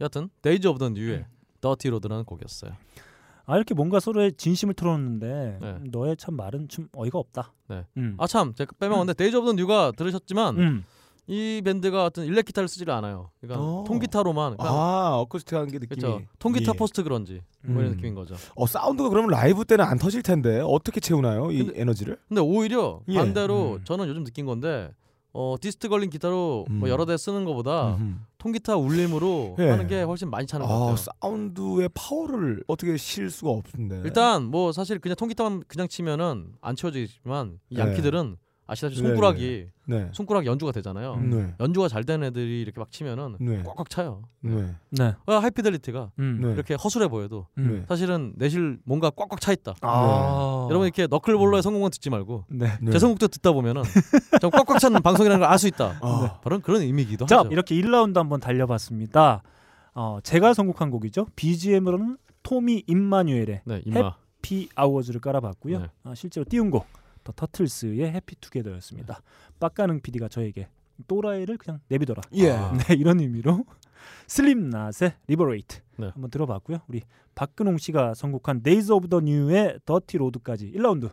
Speaker 3: 여튼 데이즈 오브 더
Speaker 1: 네.
Speaker 3: 뉴의 더티 로드라는 곡이었어요.
Speaker 2: 아 이렇게 뭔가 서로의 진심을 털었는데
Speaker 3: 네.
Speaker 2: 너의 참 말은 좀 어이가 없다.
Speaker 3: 네.
Speaker 2: 음.
Speaker 3: 아 참, 제가 빼먹었는데 데이즈 오브 더 뉴가 들으셨지만
Speaker 2: 음.
Speaker 3: 이 밴드가 어떤 일렉 기타를 쓰지를 않아요. 그러니까
Speaker 1: 어.
Speaker 3: 통기타로만 그러니까 그냥
Speaker 1: 아 어쿠스틱한 게 느낌이.
Speaker 3: 그렇죠. 통기타
Speaker 1: 예.
Speaker 3: 포스트 그런지 뭐
Speaker 1: 음.
Speaker 3: 이런 느낌인 거죠.
Speaker 1: 어 사운드가 그러면 라이브 때는 안 터질 텐데 어떻게 채우나요 이 에너지를?
Speaker 3: 근데 오히려
Speaker 1: 예.
Speaker 3: 반대로 저는 요즘 느낀 건데 어 디스트 걸린 기타로
Speaker 1: 음.
Speaker 3: 뭐 여러 대 쓰는 것보다
Speaker 1: 음흠.
Speaker 3: 통기타 울림으로
Speaker 1: 예.
Speaker 3: 아, 하는 게 훨씬 많이 차는 것
Speaker 1: 아
Speaker 3: 같아요.
Speaker 1: 사운드의 파워를 어떻게 실 수가 없는데.
Speaker 3: 일단 뭐 사실 그냥 통기타만 그냥 치면은 안 채워지지만 이
Speaker 1: 네.
Speaker 3: 양키들은 아시다시피
Speaker 1: 네,
Speaker 3: 손가락이
Speaker 1: 네.
Speaker 3: 손가락 연주가 되잖아요.
Speaker 1: 네.
Speaker 3: 연주가 잘 되는 애들이 이렇게 막 치면은
Speaker 1: 네.
Speaker 3: 꽉꽉 차요.
Speaker 1: 네.
Speaker 2: 네.
Speaker 3: 어, 하이피델리티가
Speaker 2: 음.
Speaker 1: 네.
Speaker 3: 이렇게 허술해 보여도
Speaker 1: 네.
Speaker 3: 사실은 내실 뭔가 꽉꽉 차 있다.
Speaker 2: 아.
Speaker 3: 여러분 이렇게 너클볼러의 성공만 듣지 말고
Speaker 2: 네.
Speaker 1: 네.
Speaker 3: 제 선곡도 듣다 보면은 좀 꽉꽉 찬 방송이라는 걸 알 수 있다.
Speaker 1: 아.
Speaker 3: 바로 그런 의미이기도
Speaker 2: 어. 자
Speaker 3: 하죠.
Speaker 2: 이렇게 1라운드 한번 달려봤습니다. 어, 제가 선곡한 곡이죠. BGM으로는 토미 임마뉴엘의
Speaker 3: 네, 임마.
Speaker 2: 해피 아워즈를 깔아봤고요.
Speaker 3: 네.
Speaker 2: 아, 실제로 띄운 곡 더 터틀스의 해피 투게더였습니다. 빡가능 PD가 저에게 또라이를 그냥 내비둬라.
Speaker 1: 예.
Speaker 2: 네, 이런 의미로 슬림낫의 리버레이트
Speaker 3: 네.
Speaker 2: 한번 들어봤고요. 우리 박근홍 씨가 선곡한 데이즈 오브 더 뉴의 더티 로드까지 1라운드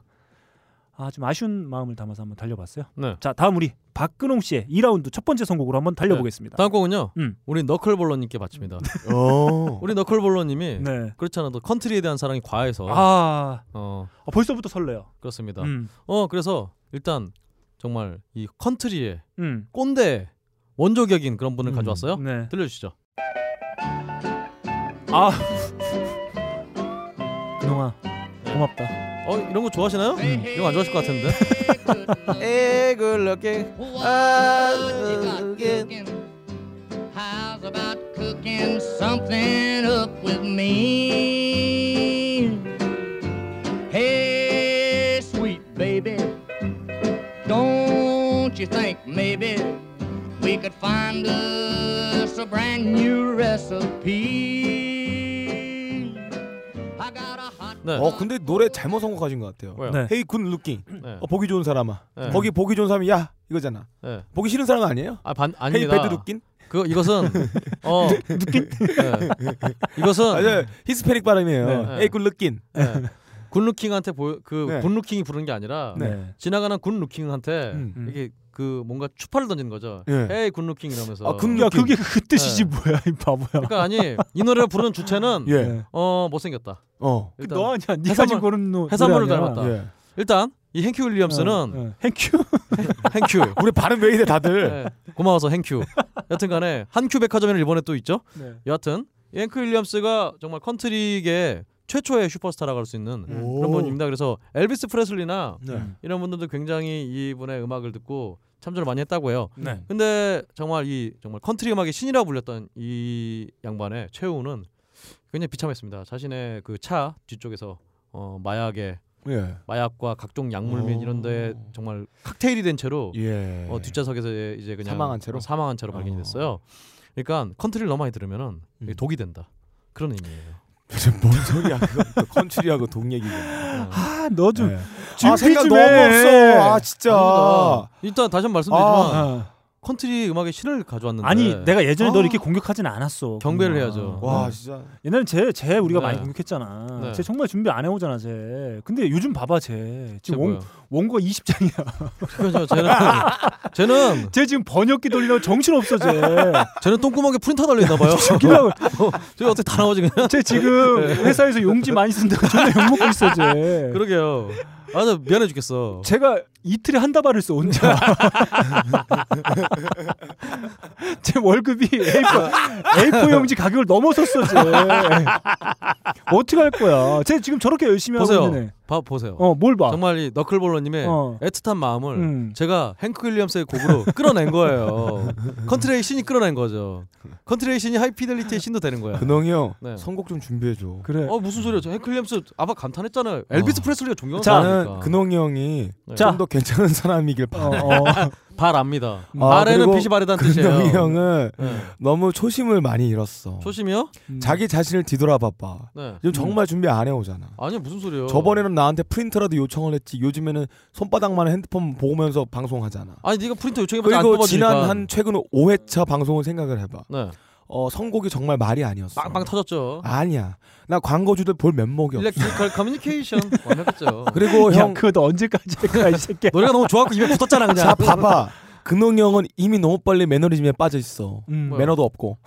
Speaker 2: 아 좀 아쉬운 마음을 담아서 한번 달려봤어요.
Speaker 3: 네.
Speaker 2: 자 다음 우리 박근홍 씨의 2라운드 첫 번째 선곡으로 한번 달려보겠습니다.
Speaker 3: 다음 곡은요.
Speaker 2: 음.
Speaker 3: 우리 너클볼러님께 바칩니다.
Speaker 1: 어.
Speaker 3: 우리 너클볼러님이
Speaker 2: 네.
Speaker 3: 그렇지 않아도 컨트리에 대한 사랑이 과해서
Speaker 2: 아,
Speaker 3: 어
Speaker 2: 아, 벌써부터 설레요.
Speaker 3: 그렇습니다.
Speaker 2: 음,
Speaker 3: 어 그래서 일단 정말 이 컨트리의
Speaker 2: 음,
Speaker 3: 꼰대 원조격인 그런 분을 가져왔어요.
Speaker 2: 네.
Speaker 3: 들려주시죠.
Speaker 2: 아, 근홍아 고맙다.
Speaker 3: 어 이런 거 좋아하시나요?
Speaker 2: 네.
Speaker 3: 이런 거 안 좋아하실 것 같은데. 에글럭게
Speaker 12: How's about cooking something up with me? Hey, sweet baby, don't you think maybe we could find us a brand new recipe? I got a hot
Speaker 3: 네.
Speaker 1: 어 근데 노래 잘못 선곡하신 것 같아요.
Speaker 3: 왜요?
Speaker 2: 네.
Speaker 1: 헤이 굿 루킹.
Speaker 3: 네.
Speaker 1: 어, 보기 좋은 사람아.
Speaker 3: 네.
Speaker 1: 거기 보기 좋은 사람이 야 이거잖아.
Speaker 3: 네.
Speaker 1: 보기 싫은 사람 아니에요?
Speaker 3: 아반
Speaker 1: 헤이
Speaker 3: 아닙니다.
Speaker 1: 배드 루킹.
Speaker 3: 그 이것은 어
Speaker 2: 느낌
Speaker 3: 네. 이것은
Speaker 1: 아, 네. 저 히스패닉 발음이에요. 에이, 굿루킹.
Speaker 3: 네. 굿루킹한테 보여 그
Speaker 1: 네.
Speaker 3: 굿루킹이 부르는 게 아니라
Speaker 1: 네.
Speaker 3: 지나가는 굿루킹한테
Speaker 1: 음.
Speaker 3: 이게 그 뭔가 추파를 던지는 거죠.
Speaker 2: 네.
Speaker 3: 에이 굿루킹 이러면서.
Speaker 2: 아, 굿 야, 루킹. 그게 그
Speaker 3: 예.
Speaker 2: 뜻이지 뭐야, 이 바보야.
Speaker 3: 그러니까 아니 이 노래를 부르는 주체는
Speaker 1: 예.
Speaker 3: 어 못생겼다.
Speaker 1: 어.
Speaker 3: 일단
Speaker 2: 그 너 아니야. 네가
Speaker 3: 해산물-
Speaker 2: 지금 고른 노-
Speaker 3: 해산물을
Speaker 2: 노래 아니야.
Speaker 3: 닮았다.
Speaker 2: 예.
Speaker 3: 일단 이 행큐
Speaker 2: 어,
Speaker 3: 윌리엄스는
Speaker 2: 행큐
Speaker 3: 행큐 네.
Speaker 1: 우리 발음 왜 이래
Speaker 2: 네.
Speaker 1: 다들
Speaker 3: 고마워서 행큐 여튼간에 한큐 백화점에는 일본에 또 있죠
Speaker 2: 네.
Speaker 3: 여하튼 이 행큐 윌리엄스가 정말 컨트리계 최초의 슈퍼스타라고 할 수 있는
Speaker 2: 음.
Speaker 3: 그런
Speaker 2: 오.
Speaker 3: 분입니다 그래서 엘비스 프레슬리나
Speaker 2: 네.
Speaker 1: 음.
Speaker 3: 이런 분들도 굉장히 이분의 음악을 듣고 참조를 많이 했다고 해요
Speaker 1: 네.
Speaker 3: 근데 정말 이 정말 컨트리 음악의 신이라고 불렸던 이 양반의 최후는 굉장히 비참했습니다 자신의 그 차 뒤쪽에서 어, 마약에
Speaker 1: 예.
Speaker 3: 마약과 각종 약물민
Speaker 1: 오.
Speaker 3: 이런데 정말 칵테일이 된 채로
Speaker 1: 예.
Speaker 3: 어, 뒷좌석에서 이제 그냥
Speaker 1: 사망한 채로?
Speaker 3: 사망한 채로 발견이 됐어요. 그러니까 컨트리를 너무 많이
Speaker 2: 음.
Speaker 3: 들으면은 이게 독이 된다 그런 의미예요.
Speaker 1: 무슨 뭔 소리야 그거 컨츄리하고 동 얘기고
Speaker 2: 아너 좀
Speaker 1: 아 생각 너무 없어 아 진짜
Speaker 3: 아니다. 일단 다시 한번 말씀드리지만
Speaker 1: 아.
Speaker 3: 컨트리 음악의 신을 가져왔는데
Speaker 2: 아니 내가 예전에
Speaker 3: 아.
Speaker 2: 널 이렇게 공격하진 않았어.
Speaker 3: 경배를
Speaker 2: 그냥.
Speaker 3: 해야죠.
Speaker 1: 와, 진짜.
Speaker 2: 옛날에 쟤쟤 우리가
Speaker 3: 네.
Speaker 2: 많이 공격했잖아.
Speaker 3: 네.
Speaker 2: 쟤 정말 준비 안 해오잖아 쟤. 근데 요즘 봐봐 쟤
Speaker 3: 쟤
Speaker 2: 지금 원,
Speaker 3: 뭐야?
Speaker 2: 원고가 20장이야.
Speaker 3: 그죠 쟤는 쟤는
Speaker 2: 쟤 지금 번역기 돌리려고 정신 없어 쟤.
Speaker 3: 쟤는 똥구멍에 프린터 달려있나 봐요.
Speaker 2: 죽이려고.
Speaker 3: 쟤 어떻게 다 나오지 그냥?
Speaker 2: 쟤 지금
Speaker 3: 네. 그러니까
Speaker 2: 회사에서 용지 많이 쓴다고 존나 욕먹고 있어 쟤.
Speaker 3: 그러게요. 아나 미안해 죽겠어.
Speaker 2: 제가 이틀에 한 다발을 써 혼자. 제 월급이 A4 A4 용지 가격을 넘어섰어 쟤. 어떻게 할 거야? 쟤 지금 저렇게 열심히 하고
Speaker 3: 보세요.
Speaker 2: 있네.
Speaker 3: 봐 보세요.
Speaker 2: 어뭘 봐?
Speaker 3: 정말 이 너클볼러님의
Speaker 2: 어.
Speaker 3: 애틋한 마음을
Speaker 2: 음.
Speaker 3: 제가 행크 윌리엄스의 곡으로 끌어낸 거예요. 컨트레이 신이 끌어낸 거죠. 컨트레이 신이 하이피델리티의 신도 되는 거야.
Speaker 1: 근홍이 형
Speaker 3: 네.
Speaker 1: 선곡 좀 준비해 줘
Speaker 2: 그래.
Speaker 3: 어 무슨 소리야? 저 행크 윌리엄스 아까 감탄했잖아요. 엘비스 프레슬리가
Speaker 1: 어.
Speaker 3: 존경하는
Speaker 1: 자,
Speaker 3: 사람이니까.
Speaker 1: 나는 근홍이 형이
Speaker 3: 네.
Speaker 1: 좀 더 괜찮은 사람이길
Speaker 2: 어,
Speaker 1: 바래
Speaker 2: 어.
Speaker 3: 발 압니다.
Speaker 1: 아,
Speaker 3: 발에는
Speaker 1: 그리고
Speaker 3: 빛이 바래다는
Speaker 1: 근홍이
Speaker 3: 뜻이에요.
Speaker 1: 형은
Speaker 3: 네.
Speaker 1: 너무 초심을 많이 잃었어
Speaker 3: 초심이요?
Speaker 1: 자기 자신을 뒤돌아봐봐
Speaker 3: 네.
Speaker 1: 지금 정말 준비 안 해오잖아
Speaker 3: 아니 무슨 소리요?
Speaker 1: 저번에는 나한테 프린터라도 요청을 했지 요즘에는 손바닥만 핸드폰 보면서 방송하잖아
Speaker 3: 아니 네가 프린터 요청해봤자 안
Speaker 1: 그리고
Speaker 3: 뽑아주니까.
Speaker 1: 지난 한 최근 5회차 방송을 생각을 해봐
Speaker 3: 네.
Speaker 1: 어 선곡이 정말 말이 아니었어
Speaker 3: 빵빵 터졌죠.
Speaker 1: 아니야 나 광고주들 볼 면목이 없어
Speaker 3: 일렉트리컬 커뮤니케이션 완벽했죠.
Speaker 1: 그리고
Speaker 2: 야
Speaker 1: 형
Speaker 2: 그거 너 언제까지 할 거야 이 새끼.
Speaker 3: 노래가 너무 좋았고 입에 붙었잖아 그냥.
Speaker 1: 자 봐봐 근홍이 형은 이미 너무 빨리 매너리즘에 빠져 있어
Speaker 2: 음.
Speaker 3: 뭐야?
Speaker 1: 매너도 없고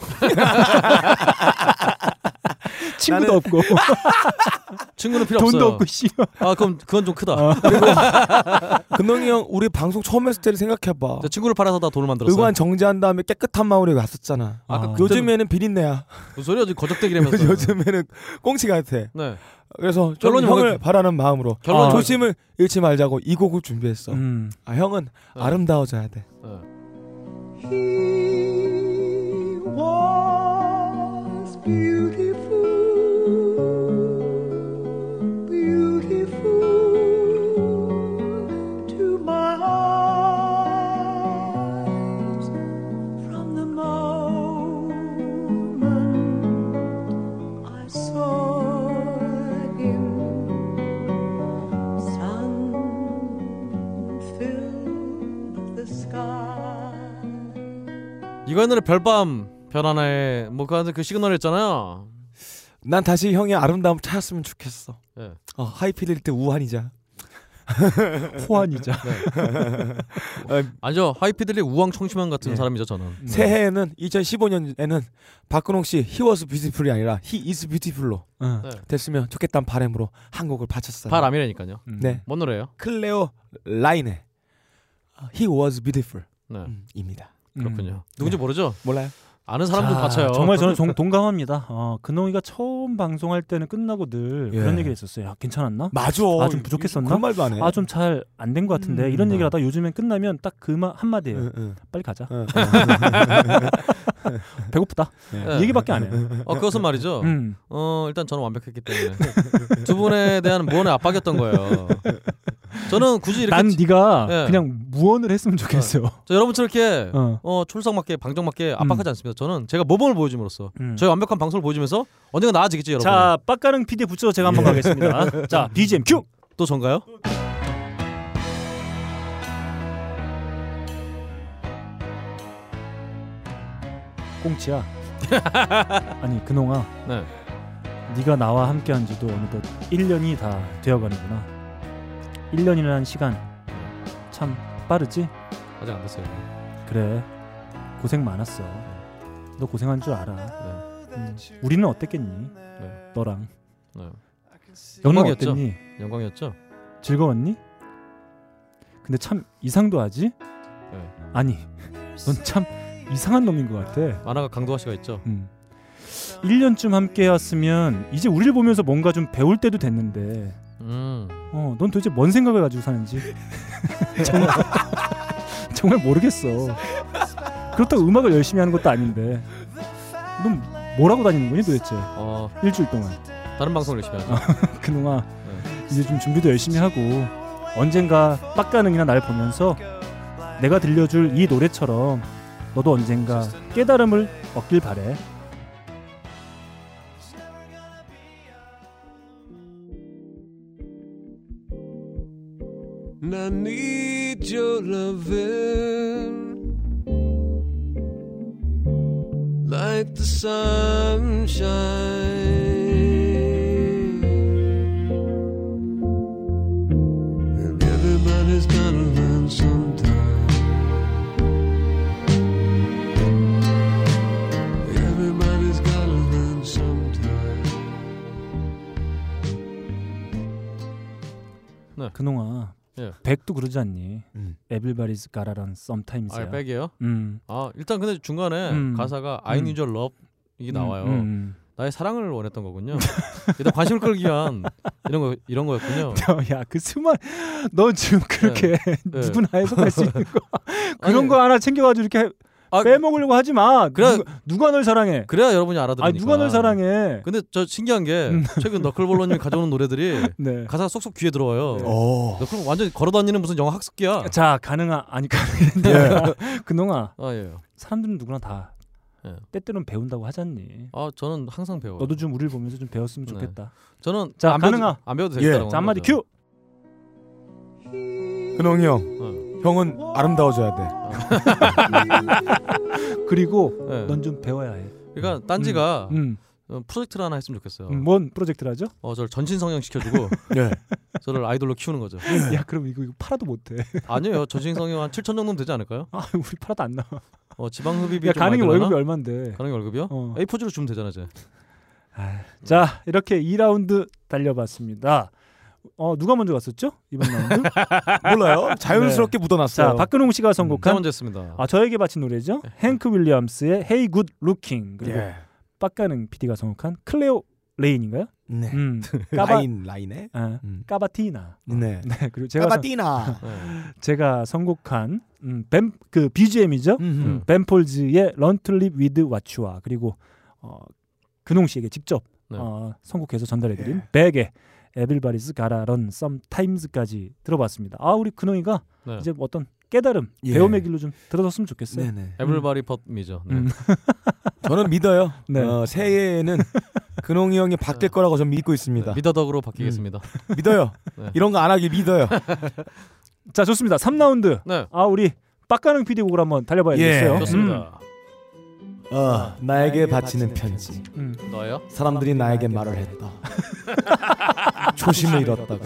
Speaker 2: 친구도 없고
Speaker 3: 친구는 필요 없어요.
Speaker 2: 돈도 없고 씨.
Speaker 3: 아 그럼 그건 좀 크다.
Speaker 1: 근홍이 형 우리 방송 처음 했을 때를 생각해봐
Speaker 3: 자, 친구를 팔아서 다 돈을 만들었어요.
Speaker 1: 의관 정지한 다음에 깨끗한 마음으로 갔었잖아
Speaker 3: 아까 어. 그때는-
Speaker 1: 요즘에는 비린내야
Speaker 3: 무슨 소리야 지금 거적대기라면서.
Speaker 1: 요즘에는 꽁치 같아
Speaker 3: 네.
Speaker 1: 그래서 좀
Speaker 3: 결론이
Speaker 1: 형을
Speaker 3: 뭐가- 아,
Speaker 1: 바라는 마음으로
Speaker 3: 결론이 뭐가-
Speaker 1: 조심을 잃지 말자고 이 곡을 준비했어
Speaker 2: 음.
Speaker 1: 아, 형은 아름다워져야 돼
Speaker 3: 네.
Speaker 8: He was beautiful, beautiful to my eyes from the moment I saw him. Sun filled the sky.
Speaker 3: 이거 옛날에 별밤 변하나의 뭐그 시그널이었잖아요.
Speaker 1: 난 다시 형의 아름다움 찾았으면 좋겠어
Speaker 3: 예.
Speaker 1: 어, 하이피델 때 우한이자
Speaker 2: 호환이자.
Speaker 3: 네, 아니죠 하이피델리 우왕 청심환 같은 사람이죠
Speaker 1: 음.
Speaker 3: 저는.
Speaker 1: 새해에는 2015년에는 박근홍 씨 He was beautiful이 아니라 He is beautiful로
Speaker 2: 응.
Speaker 3: 네.
Speaker 1: 됐으면 좋겠다는 바람으로 한 곡을 바쳤어요
Speaker 3: 바람이라니까요.
Speaker 2: 음.
Speaker 1: 네
Speaker 3: 뭔 노래예요?
Speaker 1: 클레오 라인의 He was beautiful
Speaker 3: 네.
Speaker 1: 음, 입니다
Speaker 2: 음.
Speaker 3: 그렇군요. 누군지 모르죠.
Speaker 1: 몰라요?
Speaker 3: 아는 사람도
Speaker 2: 자,
Speaker 3: 다쳐요.
Speaker 2: 정말 저는 동, 동감합니다. 어, 근홍이가 처음 방송할 때는 끝나고 늘
Speaker 1: 예.
Speaker 2: 그런 얘기를 했었어요. 아, 괜찮았나?
Speaker 1: 맞아
Speaker 2: 아, 좀 부족했었나?
Speaker 1: 그런 말도 안해
Speaker 2: 아 좀 잘 안 된 것 같은데
Speaker 1: 네. 음.
Speaker 2: 이런 얘기를 하다 요즘엔 끝나면 딱 그 말 한마디예요.
Speaker 1: 응, 응,
Speaker 2: 빨리 가자.
Speaker 1: 응.
Speaker 2: 배고프다.
Speaker 3: 네.
Speaker 2: 이 얘기밖에 안 해요.
Speaker 3: 어 그것은 말이죠.
Speaker 2: 음.
Speaker 3: 어 일단 저는 완벽했기 때문에 두 분에 대한 무언의 압박이었던 거예요. 저는 굳이 이렇게
Speaker 2: 난
Speaker 3: 지-
Speaker 2: 네가
Speaker 3: 네.
Speaker 2: 그냥 무언을 했으면 좋겠어.
Speaker 3: 저 여러분처럼 이렇게
Speaker 2: 어.
Speaker 3: 어 출석맞게 방정맞게 압박하지 않습니다. 저는 제가 모범을 보여줌으로써
Speaker 2: 음.
Speaker 3: 저희 완벽한 방송을 보여주면서 언젠가 나아지겠죠 여러분.
Speaker 2: 자, 빡가릉 PD 붙여서 제가 한번 가겠습니다. 자, BGM 큐.
Speaker 3: 또 전가요?
Speaker 2: 꽁치야. 아니 근홍아.
Speaker 3: 네.
Speaker 2: 네가 나와 함께한 지도 어느덧 1년이 다 되어가는구나. 1년이라는 시간 참 빠르지?
Speaker 3: 아직 안 됐어요.
Speaker 2: 그래 고생 많았어. 너 고생한 줄 알아. 음, 우리는 어땠겠니? 너랑.
Speaker 3: 네.
Speaker 2: 너는
Speaker 3: 영광이었죠?
Speaker 2: 어땠니?
Speaker 3: 영광이었죠?
Speaker 2: 즐거웠니? 근데 참 이상도 하지?
Speaker 3: 네.
Speaker 2: 아니, 넌 참 이상한 놈인 것 같아.
Speaker 3: 만화가 강도화 씨가 있죠.
Speaker 2: 음. 1년쯤 함께였으면 이제 우리를 보면서 뭔가 좀 배울 때도 됐는데,
Speaker 3: 음.
Speaker 2: 어, 넌 도대체 뭔 생각을 가지고 사는지 정말 정말 모르겠어. 그렇다고 음악을 열심히 하는 것도 아닌데, 넌 뭐라고 다니는 거니 도대체?
Speaker 3: 어.
Speaker 2: 일주일 동안.
Speaker 3: 다른 방송을 열심히 하죠.
Speaker 2: 그놈아
Speaker 3: 네.
Speaker 2: 이제 좀 준비도 열심히 하고 언젠가 빡가능이나 날 보면서 내가 들려줄 이 노래처럼 너도 언젠가 깨달음을 얻길 바래.
Speaker 13: And I need your loving like the sunshine. And everybody's gotta learn sometime. Everybody's gotta learn sometime.
Speaker 2: 그놈아
Speaker 3: 예. 음.
Speaker 2: 백도 그러지 않니? 에빌바리스 가라란 썸타임스야.
Speaker 3: 아, 백이에요?
Speaker 2: 음.
Speaker 3: 아, 일단 근데 중간에
Speaker 2: 음.
Speaker 3: 가사가 I
Speaker 2: 음.
Speaker 3: need your love 이게
Speaker 2: 음,
Speaker 3: 나와요.
Speaker 2: 음, 음.
Speaker 3: 나의 사랑을 원했던 거군요. 일단 관심을 끌기 위한 이런 거 이런 거였군요.
Speaker 2: 네, 야그 스만 너 지금 그렇게
Speaker 3: 네.
Speaker 2: 누구나 해석할 수 있는 거 그런 거 하나 챙겨가지고 이렇게
Speaker 3: 아, 그
Speaker 2: 빼먹으려고 하지 마. 누가, 누가 널 사랑해?
Speaker 3: 그래야 여러분이 알아들으니까.
Speaker 2: 아 누가 널 사랑해? 음.
Speaker 3: 근데 저 신기한 게 최근 너클볼러님이 가져오는 노래들이
Speaker 2: 네.
Speaker 3: 가사가 쏙쏙 귀에 들어와요.
Speaker 1: 오.
Speaker 3: 너클 완전 걸어다니는 무슨 영화 학습기야.
Speaker 2: 자 가능한 아니 가능한데 그놈아
Speaker 3: 아 예.
Speaker 2: 사람들은 누구나 다 때때로는 배운다고 하잖니
Speaker 3: 아 저는 항상 배워요.
Speaker 2: 너도 좀 우리를 보면서 좀 배웠으면
Speaker 3: 네.
Speaker 2: 좋겠다
Speaker 3: 저는
Speaker 2: 자
Speaker 3: 안 배워도-
Speaker 2: 가능아
Speaker 3: 안 배워도 되겠다라고
Speaker 2: 자
Speaker 3: 하는
Speaker 2: 한마디
Speaker 3: 거죠.
Speaker 2: 큐
Speaker 1: 근홍이 형, 형은 아름다워져야 돼.
Speaker 2: 그리고
Speaker 3: 네.
Speaker 2: 넌 좀 배워야 해
Speaker 3: 그러니까 딴지가
Speaker 2: 음,
Speaker 3: 어, 프로젝트를 하나 했으면 좋겠어요.
Speaker 2: 음, 뭔 프로젝트라죠
Speaker 3: 어 저를 전신 성형 시켜주고
Speaker 1: 예.
Speaker 3: 저를 아이돌로 키우는 거죠.
Speaker 2: 야 그럼 이거, 이거 팔아도 못해
Speaker 3: 아니에요. 전신 성형 한 7천 정도면 되지 않을까요?
Speaker 2: 아 우리 팔아도 안 나와
Speaker 3: 어 지방 흡입이
Speaker 2: 야
Speaker 3: 좀 많이
Speaker 2: 가능이
Speaker 3: 들어가나?
Speaker 2: 월급이 얼만데 어.
Speaker 3: 가능이 월급이요? A4지로 주면 되잖아 이제.
Speaker 2: 자 이렇게 2라운드 달려봤습니다. 어 누가 먼저 갔었죠 이번 라운드?
Speaker 1: 몰라요. 네. 자연스럽게 묻어놨어요. 음,
Speaker 2: 자 박근홍 씨가 선곡한
Speaker 3: 제가 먼저 했습니다.
Speaker 2: 아 저에게 바친 노래죠. 행크 윌리엄스의 Hey Good Looking 그리고
Speaker 1: 네. 예.
Speaker 2: 빡가능 PD가 선곡한 클레오 레인인가요?
Speaker 1: 네.
Speaker 2: 음,
Speaker 1: 라인, 라인에?
Speaker 2: 아,
Speaker 1: 음.
Speaker 2: 까바티나.
Speaker 1: 네.
Speaker 2: 네 그리고 제가
Speaker 1: 까바티나.
Speaker 3: 네.
Speaker 2: 제가 선곡한 음, 뱀, 그
Speaker 1: 음.
Speaker 2: BGM이죠. 뱀폴즈의 Run to Live with Watch와 그리고 어, 근홍 씨에게 직접
Speaker 1: 네.
Speaker 2: 어, 선곡해서 전달해드린 백의 에빌바리스 가라런 썸타임즈까지 들어봤습니다. 아 우리 근홍이가
Speaker 3: 네.
Speaker 2: 이제 뭐 어떤 깨달음, 배움의 길로 좀 들어섰으면 좋겠어요.
Speaker 1: 네네.
Speaker 3: 에블바리 펍이죠. 네.
Speaker 2: 음.
Speaker 1: 저는 믿어요.
Speaker 2: 네.
Speaker 1: 어, 새해에는 근홍이 형이 바뀔 거라고 저는 믿고 있습니다.
Speaker 3: 네, 미더덕으로 바뀌겠습니다.
Speaker 1: 음. 네, 믿어요.
Speaker 3: 네.
Speaker 1: 이런 거 안 하길 믿어요.
Speaker 2: 자 좋습니다. 3라운드.
Speaker 3: 네,
Speaker 2: 아 우리 빡가는 PD 곡을 한번 달려봐야겠어요.
Speaker 1: 예. 좋습니다. 어, 나에게 바치는 편지.
Speaker 2: 음.
Speaker 3: 너예요?
Speaker 1: 사람들이 나에게 말을 했다. 초심을 잃었다고.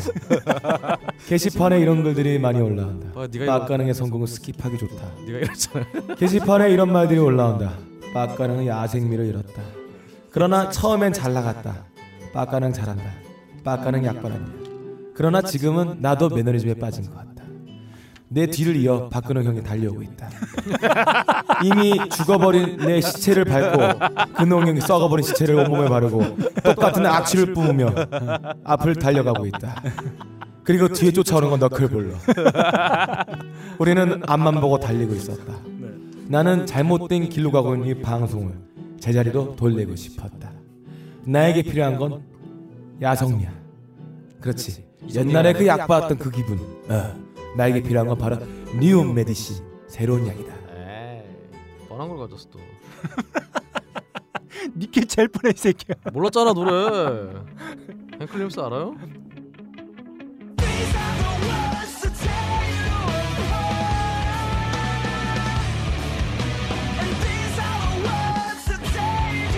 Speaker 1: 게시판에 이런 글들이 많이 올라온다.
Speaker 3: 어, 네가 이거-
Speaker 1: 빡가능의 성공은 스킵하기 좋다.
Speaker 3: 네가 이랬잖아.
Speaker 1: 게시판에 이런 말들이 올라온다. 빡가능은 야생미를 잃었다. 그러나 처음엔 잘 나갔다. 빡가능 잘한다. 빡가능 약발한다. 그러나 지금은 나도 매너리즘에 빠진 것 같다. 내 뒤를 이어 박근홍 형이 달려오고 있다. 이미 죽어버린 내 시체를 밟고 근홍 형이 썩어버린 시체를 온몸에 바르고 똑같은 악취를 뿜으며 앞을 달려가고 있다. 그리고 뒤에 쫓아오는 건 너클볼러. 우리는 앞만 보고 달리고 있었다. 나는 잘못된 길로 가고 있는 이 방송을 제자리로 돌리고 싶었다. 나에게 필요한 건 야성미야. 그렇지. 옛날에 그 약 받았던 그 기분. 어. 나에게 필요한 건 바로 뉴 메디신 새로운 약이다.
Speaker 3: 에이, 뻔한 걸 가졌어 또.
Speaker 2: 니께 제일 뻔해 이 새끼야.
Speaker 3: 몰랐잖아 노래. 앵클림스 알아요?
Speaker 10: And these are the words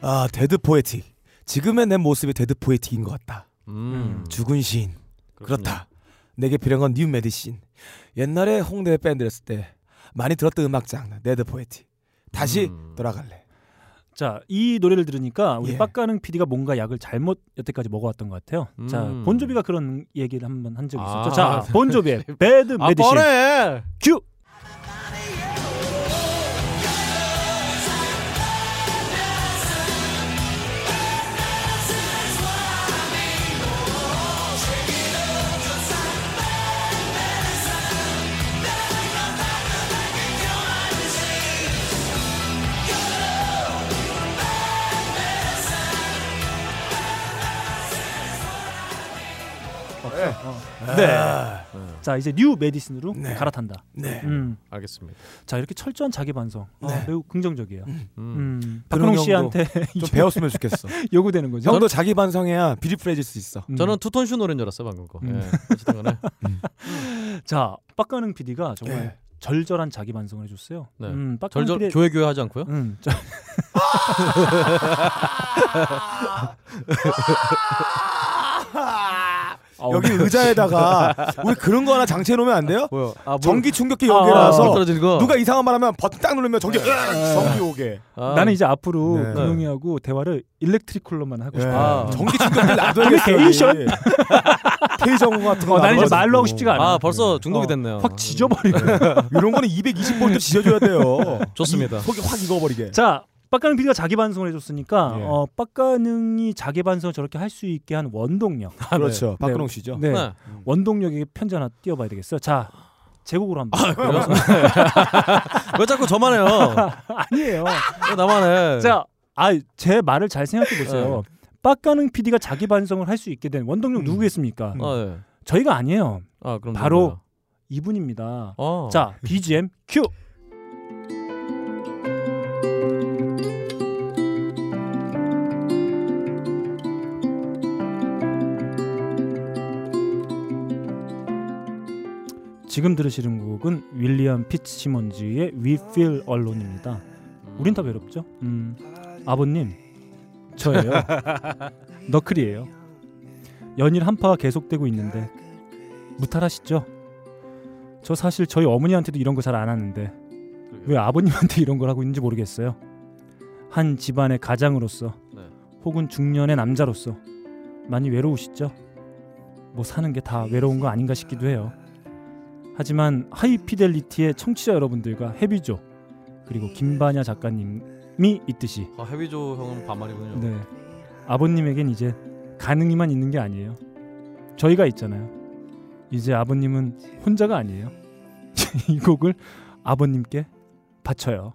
Speaker 1: 아 데드 포에틱. 지금의 내 모습이 데드 포에틱인 것 같다.
Speaker 3: 음.
Speaker 1: 죽은 시인. 그렇다 내게 필요한 건 뉴 메디신. 옛날에 홍대 밴드 했을 때 많이 들었던 음악장 데드 포에틱. 다시
Speaker 2: 음.
Speaker 1: 돌아갈래.
Speaker 2: 자, 이 노래를 들으니까
Speaker 3: 예.
Speaker 2: 우리 빡가능 PD가 뭔가 약을 잘못 여태까지 먹어왔던 것 같아요. 자,
Speaker 3: 음.
Speaker 2: 본조비가 그런 얘기를 한 번 한 적이 있었죠.
Speaker 3: 아.
Speaker 2: 자, 본조비의 배드
Speaker 3: 아,
Speaker 2: 메디신.
Speaker 3: 뻔해.
Speaker 2: 큐.
Speaker 1: 네.
Speaker 2: 네.
Speaker 1: 아.
Speaker 2: 자, 이제 뉴 메디신으로 갈아탄다.
Speaker 1: 네.
Speaker 2: 음.
Speaker 3: 알겠습니다.
Speaker 2: 자, 이렇게 철저한 자기 반성. 어, 매우 긍정적이에요. 음.
Speaker 1: 그런
Speaker 2: 박근홍
Speaker 1: 경우도
Speaker 2: 씨한테
Speaker 1: 좀 배웠으면 좋겠어.
Speaker 2: 요구되는 거죠.
Speaker 1: 형도 자기 반성해야 비리프레질 수 있어.
Speaker 3: 음. 저는 투톤 슈 노래인 줄 알았어 방금 거.
Speaker 2: 음.
Speaker 3: 예. 어쨌든 간에.
Speaker 2: 자, 빡가능 PD가 정말
Speaker 3: 네.
Speaker 2: 절절한 자기 반성을 해줬어요.
Speaker 3: 네.
Speaker 2: 음, 빡가능
Speaker 3: 절절
Speaker 2: PD 의-
Speaker 3: 교회 교회 하지 않고요.
Speaker 2: 음, 자- 아,
Speaker 1: 여기
Speaker 2: 어.
Speaker 1: 의자에다가 우리 그런 거 하나 장치해 놓으면 안 돼요?
Speaker 3: 뭐야?
Speaker 1: 전기 충격기
Speaker 2: 아, 네.
Speaker 1: 여기라서
Speaker 2: 물 떨어지는 거?
Speaker 1: 누가 이상한 말 하면 버튼 딱 누르면 전기 으악, 전기 오게.
Speaker 3: 아.
Speaker 2: 나는 이제 앞으로
Speaker 1: 네.
Speaker 2: 근홍이하고 대화를 일렉트리컬로만 하고
Speaker 1: 예.
Speaker 2: 싶어.
Speaker 1: 아. 전기 충격기를 놔둬야겠어요,
Speaker 2: 전기 네. 데이션?
Speaker 1: K정보 같은 거
Speaker 2: 어, 나는 이제
Speaker 1: 나눠가지고.
Speaker 2: 말로 하고 싶지가 않아.
Speaker 3: 아 벌써 중독이 아, 됐네요.
Speaker 2: 확 지져버리고.
Speaker 1: 이런 거는 220볼트 지져줘야 돼요.
Speaker 3: 좋습니다.
Speaker 1: 이 속이 확 익어버리게.
Speaker 2: 자, 빡가능 PD가 자기 반성을 해줬으니까
Speaker 1: 예.
Speaker 2: 어, 빡가능이 자기 반성을 저렇게 할 수 있게 한 원동력.
Speaker 1: 네. 그렇죠. 박근홍 씨죠.
Speaker 2: 네.
Speaker 1: 네.
Speaker 2: 원동력에게 편지 하나 띄워봐야 되겠어요. 자, 제곡으로 한번.
Speaker 3: 그래요? 왜 자꾸 저만 해요?
Speaker 2: 아니에요.
Speaker 3: 왜 나만 해?
Speaker 2: 자, 아 제 말을 잘 생각해 보세요. 빡가능 PD가 자기 반성을 할 수 있게 된 원동력 누구겠습니까?
Speaker 3: 아, 예.
Speaker 2: 저희가 아니에요.
Speaker 3: 아, 그럼
Speaker 2: 바로
Speaker 3: 누구예요?
Speaker 2: 이분입니다.
Speaker 3: 어.
Speaker 2: 자, BGM 큐. 지금 들으시는 곡은 윌리엄 피츠시먼즈의 We Feel Alone입니다. 우린 다 외롭죠? 음, 아버님, 저예요. 너클이에요. 연일 한파가 계속되고 있는데 무탈하시죠? 저 사실 저희 어머니한테도 이런 거 잘 안 하는데 왜 아버님한테 이런 걸 하고 있는지 모르겠어요. 한 집안의 가장으로서 혹은 중년의 남자로서 많이 외로우시죠? 뭐 사는 게 다 외로운 거 아닌가 싶기도 해요. 하지만 하이피델리티의 청취자 여러분들과 해비조 그리고 김반야 작가님이 있듯이
Speaker 3: 아, 해비조 형은 반말이군요.
Speaker 2: 네. 아버님에겐 이제 가능이만 있는 게 아니에요. 저희가 있잖아요. 이제 아버님은 혼자가 아니에요. 이 곡을 아버님께 바쳐요.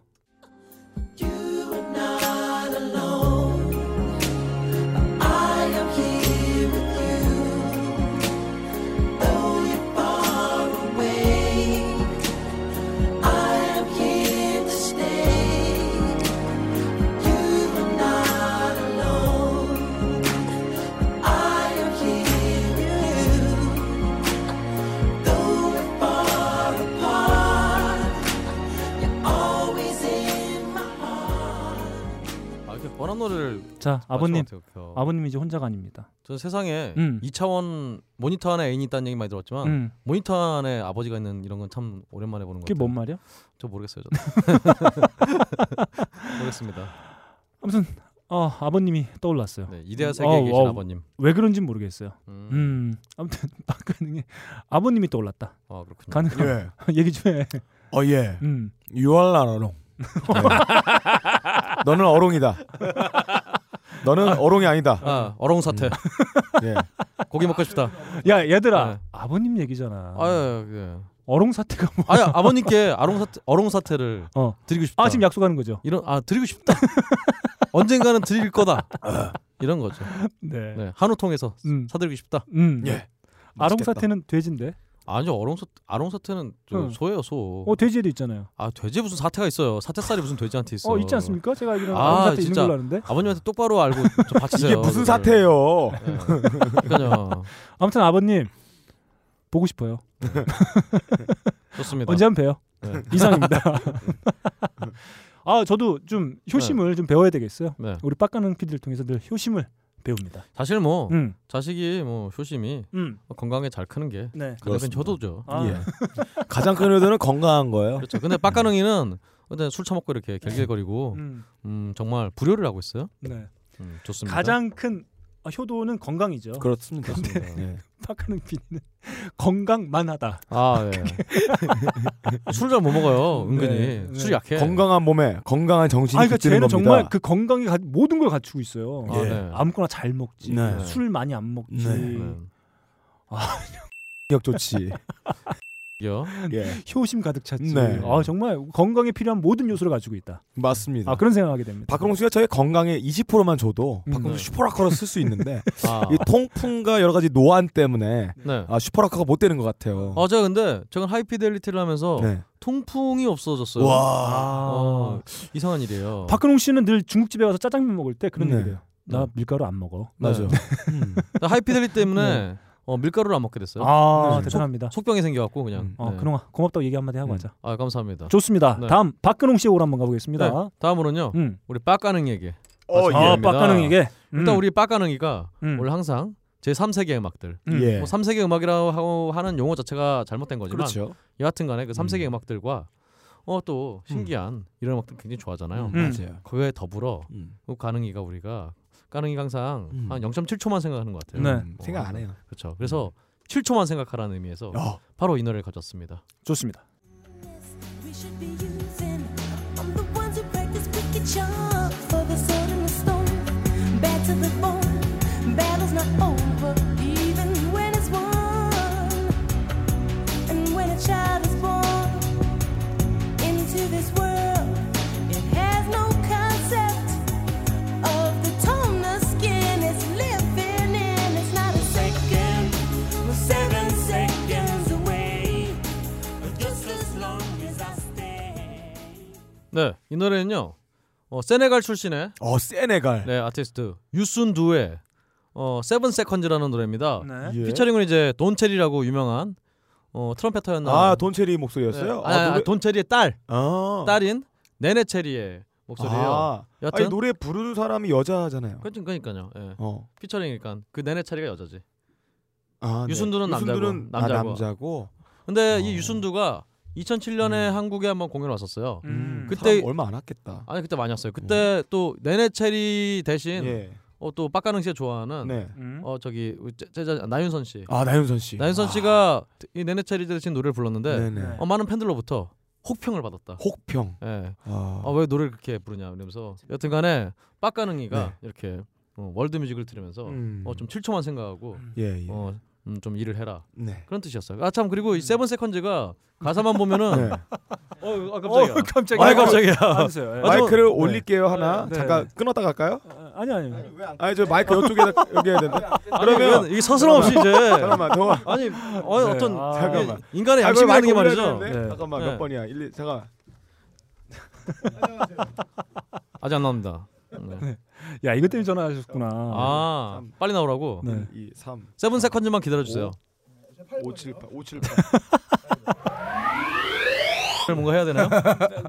Speaker 14: I am here with you, though you're far away. I am here to stay. You are not alone. I am here with you, though we're far apart. You're always in my heart.
Speaker 3: 아, 이렇게 뻔한 노래를
Speaker 2: 자,
Speaker 3: 맞춰
Speaker 2: 아버님.
Speaker 3: 어떡해요.
Speaker 2: 아버님 이제 혼자가 아닙니다.
Speaker 3: 저는 세상에
Speaker 2: 음.
Speaker 3: 2차원 모니터 안에 애인이 있다는 얘기 많이 들었지만
Speaker 2: 음.
Speaker 3: 모니터 안에 아버지가 있는 이런 건 참 오랜만에 보는 거
Speaker 2: 그게 뭐-
Speaker 3: 같아요.
Speaker 2: 뭔 말이야?
Speaker 3: 저 모르겠어요. 저도. 모르겠습니다.
Speaker 2: 아무튼 어, 아버님이 떠올랐어요.
Speaker 3: 이데아 세계에 계신 아버님.
Speaker 2: 왜 그런진 모르겠어요.
Speaker 3: 네. 음.
Speaker 2: 음. 아무튼 박가능의 아버님이 떠올랐다.
Speaker 3: 아, 그렇군요.
Speaker 2: 가능. 얘기 좀 해.
Speaker 1: 예. 어 예.
Speaker 2: 음.
Speaker 1: 유얼라 어롱. 네. 너는 어롱이다. 너는 어롱이 아니다.
Speaker 3: 아, 어롱 사태.
Speaker 2: 음.
Speaker 1: 예.
Speaker 3: 고기 먹고 싶다.
Speaker 2: 야, 얘들아. 아버님 얘기잖아.
Speaker 3: 네. 아, 예, 예.
Speaker 2: 어롱 사태가 뭐?
Speaker 3: 아니 아버님께 아롱 사태 어롱 사태를
Speaker 2: 어.
Speaker 3: 드리고 싶다.
Speaker 2: 아, 지금 약속하는 거죠.
Speaker 3: 이런 아 드리고 싶다. 언젠가는 드릴 거다. 이런 거죠.
Speaker 2: 네.
Speaker 3: 한우통에서 사드리고 싶다.
Speaker 2: 음.
Speaker 1: 예.
Speaker 2: 아롱
Speaker 3: 맛있겠다.
Speaker 2: 사태는 돼지인데.
Speaker 3: 아니요 어롱 사 아롱 사태는 저
Speaker 2: 응.
Speaker 3: 소예요 소.
Speaker 2: 어, 돼지에도 있잖아요.
Speaker 3: 아 돼지 무슨 사태가 있어요. 사태살이 무슨 돼지한테 있어.
Speaker 2: 어, 있지 않습니까? 제가 알기로는
Speaker 3: 아,
Speaker 2: 아롱 사태 있는
Speaker 3: 진짜.
Speaker 2: 걸로 아는데.
Speaker 3: 아버님한테 똑바로 알고 좀 바치세요.
Speaker 1: 이게 무슨
Speaker 3: 그거를.
Speaker 1: 사태예요?
Speaker 3: 예. 그러니까요.
Speaker 2: 아무튼 아버님 보고 싶어요.
Speaker 3: 좋습니다.
Speaker 2: 언제 한번 봬요.
Speaker 3: 네.
Speaker 2: 이상입니다. 아 저도 좀 효심을 좀 배워야 되겠어요.
Speaker 3: 네.
Speaker 2: 우리 빡가는 피디를 통해서 늘 효심을 배웁니다.
Speaker 3: 사실
Speaker 1: 어.
Speaker 3: 뭐
Speaker 2: 음.
Speaker 3: 자식이 뭐 효심이
Speaker 2: 음.
Speaker 3: 건강에 잘 크는 게
Speaker 2: 네.
Speaker 3: 가장 큰
Speaker 2: 그렇습니다.
Speaker 3: 효도죠.
Speaker 2: 아. 예.
Speaker 1: 가장 큰 효도는 건강한 거예요.
Speaker 3: 그렇죠. 근데 빡가능이는 근데 술 처먹고 이렇게 결길거리고
Speaker 2: 음.
Speaker 3: 음. 정말 불효를 하고 있어요.
Speaker 2: 네.
Speaker 3: 음, 좋습니다.
Speaker 2: 가장 큰 어, 효도는 건강이죠.
Speaker 1: 그렇습니다.
Speaker 2: 근데
Speaker 1: 네.
Speaker 2: 빡가는 피디는 건강만 하다.
Speaker 3: 아 예. 술을 잘 못 먹어요. 은근히
Speaker 1: 네, 네.
Speaker 3: 술이 약해.
Speaker 1: 건강한 몸에 건강한 정신이
Speaker 2: 아, 그러니까
Speaker 1: 깃드는
Speaker 2: 쟤는
Speaker 1: 겁니다.
Speaker 2: 정말 그 건강이 가- 모든 걸 갖추고 있어요.
Speaker 1: 아, 네.
Speaker 2: 아무거나 잘 먹지,
Speaker 1: 네.
Speaker 2: 술 많이 안 먹지.
Speaker 1: 네. 기억 좋지.
Speaker 3: 요.
Speaker 1: 예.
Speaker 2: 효심 가득 찼지.
Speaker 1: 네.
Speaker 2: 아 정말 건강에 필요한 모든 요소를 가지고 있다.
Speaker 1: 맞습니다.
Speaker 2: 아 그런 생각하게 됩니다.
Speaker 1: 박광수가 저의 건강에 20%만 줘도 박광수
Speaker 2: 네.
Speaker 1: 슈퍼라커로 쓸 수 있는데
Speaker 3: 아.
Speaker 1: 이 통풍과 여러 가지 노안 때문에
Speaker 3: 네.
Speaker 1: 아, 슈퍼라커가 못 되는 것 같아요.
Speaker 3: 아 제가 근데 저는 하이피델리티를 하면서
Speaker 1: 네.
Speaker 3: 통풍이 없어졌어요.
Speaker 1: 와.
Speaker 3: 어, 이상한 일이에요.
Speaker 2: 아. 박근홍 씨는 늘 중국집에 가서 짜장면 먹을 때 그런
Speaker 1: 네.
Speaker 2: 얘기해요. 나 밀가루 안 먹어.
Speaker 1: 맞아요.
Speaker 3: 나 네. 음. 하이피델리 때문에 어, 밀가루를 안 먹게 됐어요.
Speaker 2: 네. 아,
Speaker 3: 네.
Speaker 2: 대단합니다.
Speaker 3: 속, 병이 생겨갖고 그냥.
Speaker 2: 어,
Speaker 3: 네.
Speaker 2: 그놈아 고맙다고 얘기 한마디 하고 하자.
Speaker 3: 아 감사합니다.
Speaker 2: 좋습니다.
Speaker 3: 네.
Speaker 2: 다음 박근홍 씨의 올 한번 가보겠습니다.
Speaker 3: 네, 다음으로는요.
Speaker 2: 음.
Speaker 3: 우리 빡가능에게.
Speaker 2: 어, 예. 아, 빡가능에게? 음.
Speaker 3: 일단 우리 빡가능이가
Speaker 2: 음.
Speaker 3: 원래 항상 제 3세계 음악들.
Speaker 2: 음. 예.
Speaker 3: 뭐 3세계 음악이라고 하고 하는 용어 자체가 잘못된 거지만
Speaker 1: 그렇죠.
Speaker 3: 여하튼간에 그 3세계 음. 악들과 어 또 신기한 이런 음악들 굉장히 좋아하잖아요.
Speaker 1: 음, 맞아요.
Speaker 3: 그거에 더불어
Speaker 1: 음.
Speaker 3: 그 가능이가 우리가 가능이가 항상
Speaker 1: 음.
Speaker 3: 한 0.7초만 생각하는 것 같아요. 음.
Speaker 1: 네. 생각 안 해요. 음.
Speaker 3: 그렇죠. 그래서 7초만 생각하라는 의미에서
Speaker 1: 야.
Speaker 3: 바로 이 노래를 가졌습니다.
Speaker 2: 좋습니다.
Speaker 15: We should be using I'm the ones who practice wicked charms for the sword and the stone. Bad to the bone, battle's not over even when it's won. And when a child is born into this world, it has no concept of the tone of skin it's living in. It's not a second, we're seven seconds away. Just as long as I stay.
Speaker 3: 네, 이 노래는요. 어, 세네갈 출신의
Speaker 1: 어 세네갈
Speaker 3: 네 아티스트 유순두의 어 세븐 세컨즈라는 노래입니다.
Speaker 1: 네. 예.
Speaker 3: 피처링은 아, 이제 돈체리라고 유명한 어 트럼펫터였나
Speaker 1: 아 돈체리 목소리였어요?
Speaker 3: 네.
Speaker 1: 아,
Speaker 3: 아,
Speaker 1: 노래-
Speaker 3: 돈체리의 딸
Speaker 1: 아.
Speaker 3: 딸인 네네체리의 목소리예요.
Speaker 1: 아,
Speaker 3: 여튼
Speaker 1: 아니, 노래 부르는 사람이 여자잖아요.
Speaker 3: 그러니까- 그러니까요. 예.
Speaker 1: 어.
Speaker 3: 피처링이니까 그 네네체리가 여자지.
Speaker 1: 아, 네.
Speaker 3: 유순두는 남자고
Speaker 1: 유순두는- 아,
Speaker 3: 남자고.
Speaker 1: 남자고. 아.
Speaker 3: 근데 이 유순두가 2007년에 한국에 한번 공연 왔었어요.
Speaker 1: 음.
Speaker 3: 그때
Speaker 1: 사람 얼마 안 왔겠다.
Speaker 3: 아니 그때 많이 왔어요. 그때 또 네네체리 대신
Speaker 1: 예.
Speaker 3: 어, 또 빡가능 씨가 좋아하는
Speaker 1: 네.
Speaker 2: 음.
Speaker 3: 어 저기 제, 자 나윤선 씨.
Speaker 1: 아, 나윤선 씨.
Speaker 3: 나윤선 씨가 이 네네체리 대신 노래를 불렀는데
Speaker 1: 네네.
Speaker 3: 어, 많은 팬들로부터 혹평을 받았다.
Speaker 1: 혹평.
Speaker 3: 예.
Speaker 1: 아.
Speaker 3: 아 왜 노래를 그렇게 부르냐 이러면서 여튼간에 빡가능이가 이렇게 어, 월드뮤직을 들으면서
Speaker 1: 네. 음.
Speaker 3: 어, 좀 7초만 생각하고
Speaker 1: 예, 예.
Speaker 3: 어, 음, 좀 일을 해라
Speaker 1: 네.
Speaker 3: 그런 뜻이었어요. 아 참 그리고 이 세븐 세컨즈가 가사만 보면은
Speaker 1: 네.
Speaker 3: 어, 아, 깜짝이야.
Speaker 2: 어, 깜짝이야.
Speaker 3: 아, 깜짝이야.
Speaker 2: 앉으세요. 예.
Speaker 3: 아, 저-
Speaker 1: 마이크를
Speaker 3: 네.
Speaker 1: 올릴게요 하나.
Speaker 2: 네.
Speaker 1: 잠깐 끊었다 갈까요?
Speaker 2: 아니 아니. 아니
Speaker 16: 네.
Speaker 1: 아니 저 마이크 이쪽에다 여기 해야 되는데.
Speaker 3: 그러면 이게 서스럼 없이 이제
Speaker 1: 잠깐만 더
Speaker 3: 아니 어,
Speaker 1: 네.
Speaker 3: 어떤
Speaker 1: 아, 잠깐만
Speaker 3: 인간의
Speaker 1: 아,
Speaker 3: 네, 양심이
Speaker 1: 마이크
Speaker 3: 하는 게
Speaker 1: 올려야
Speaker 3: 말이죠.
Speaker 1: 되는데? 잠깐만
Speaker 3: 네.
Speaker 1: 몇 번이야? 1, 2, 잠깐.
Speaker 3: 아직 안 나옵니다. 네.
Speaker 2: 야 이것 때문에 전화하셨구나.
Speaker 3: 아 빨리 나오라고.
Speaker 2: 네.
Speaker 1: 이, 삼,
Speaker 3: 세븐 세컨즈만 기다려주세요.
Speaker 1: 5, 7, 8, 5, 7, 8.
Speaker 3: 뭔가 해야 되나요?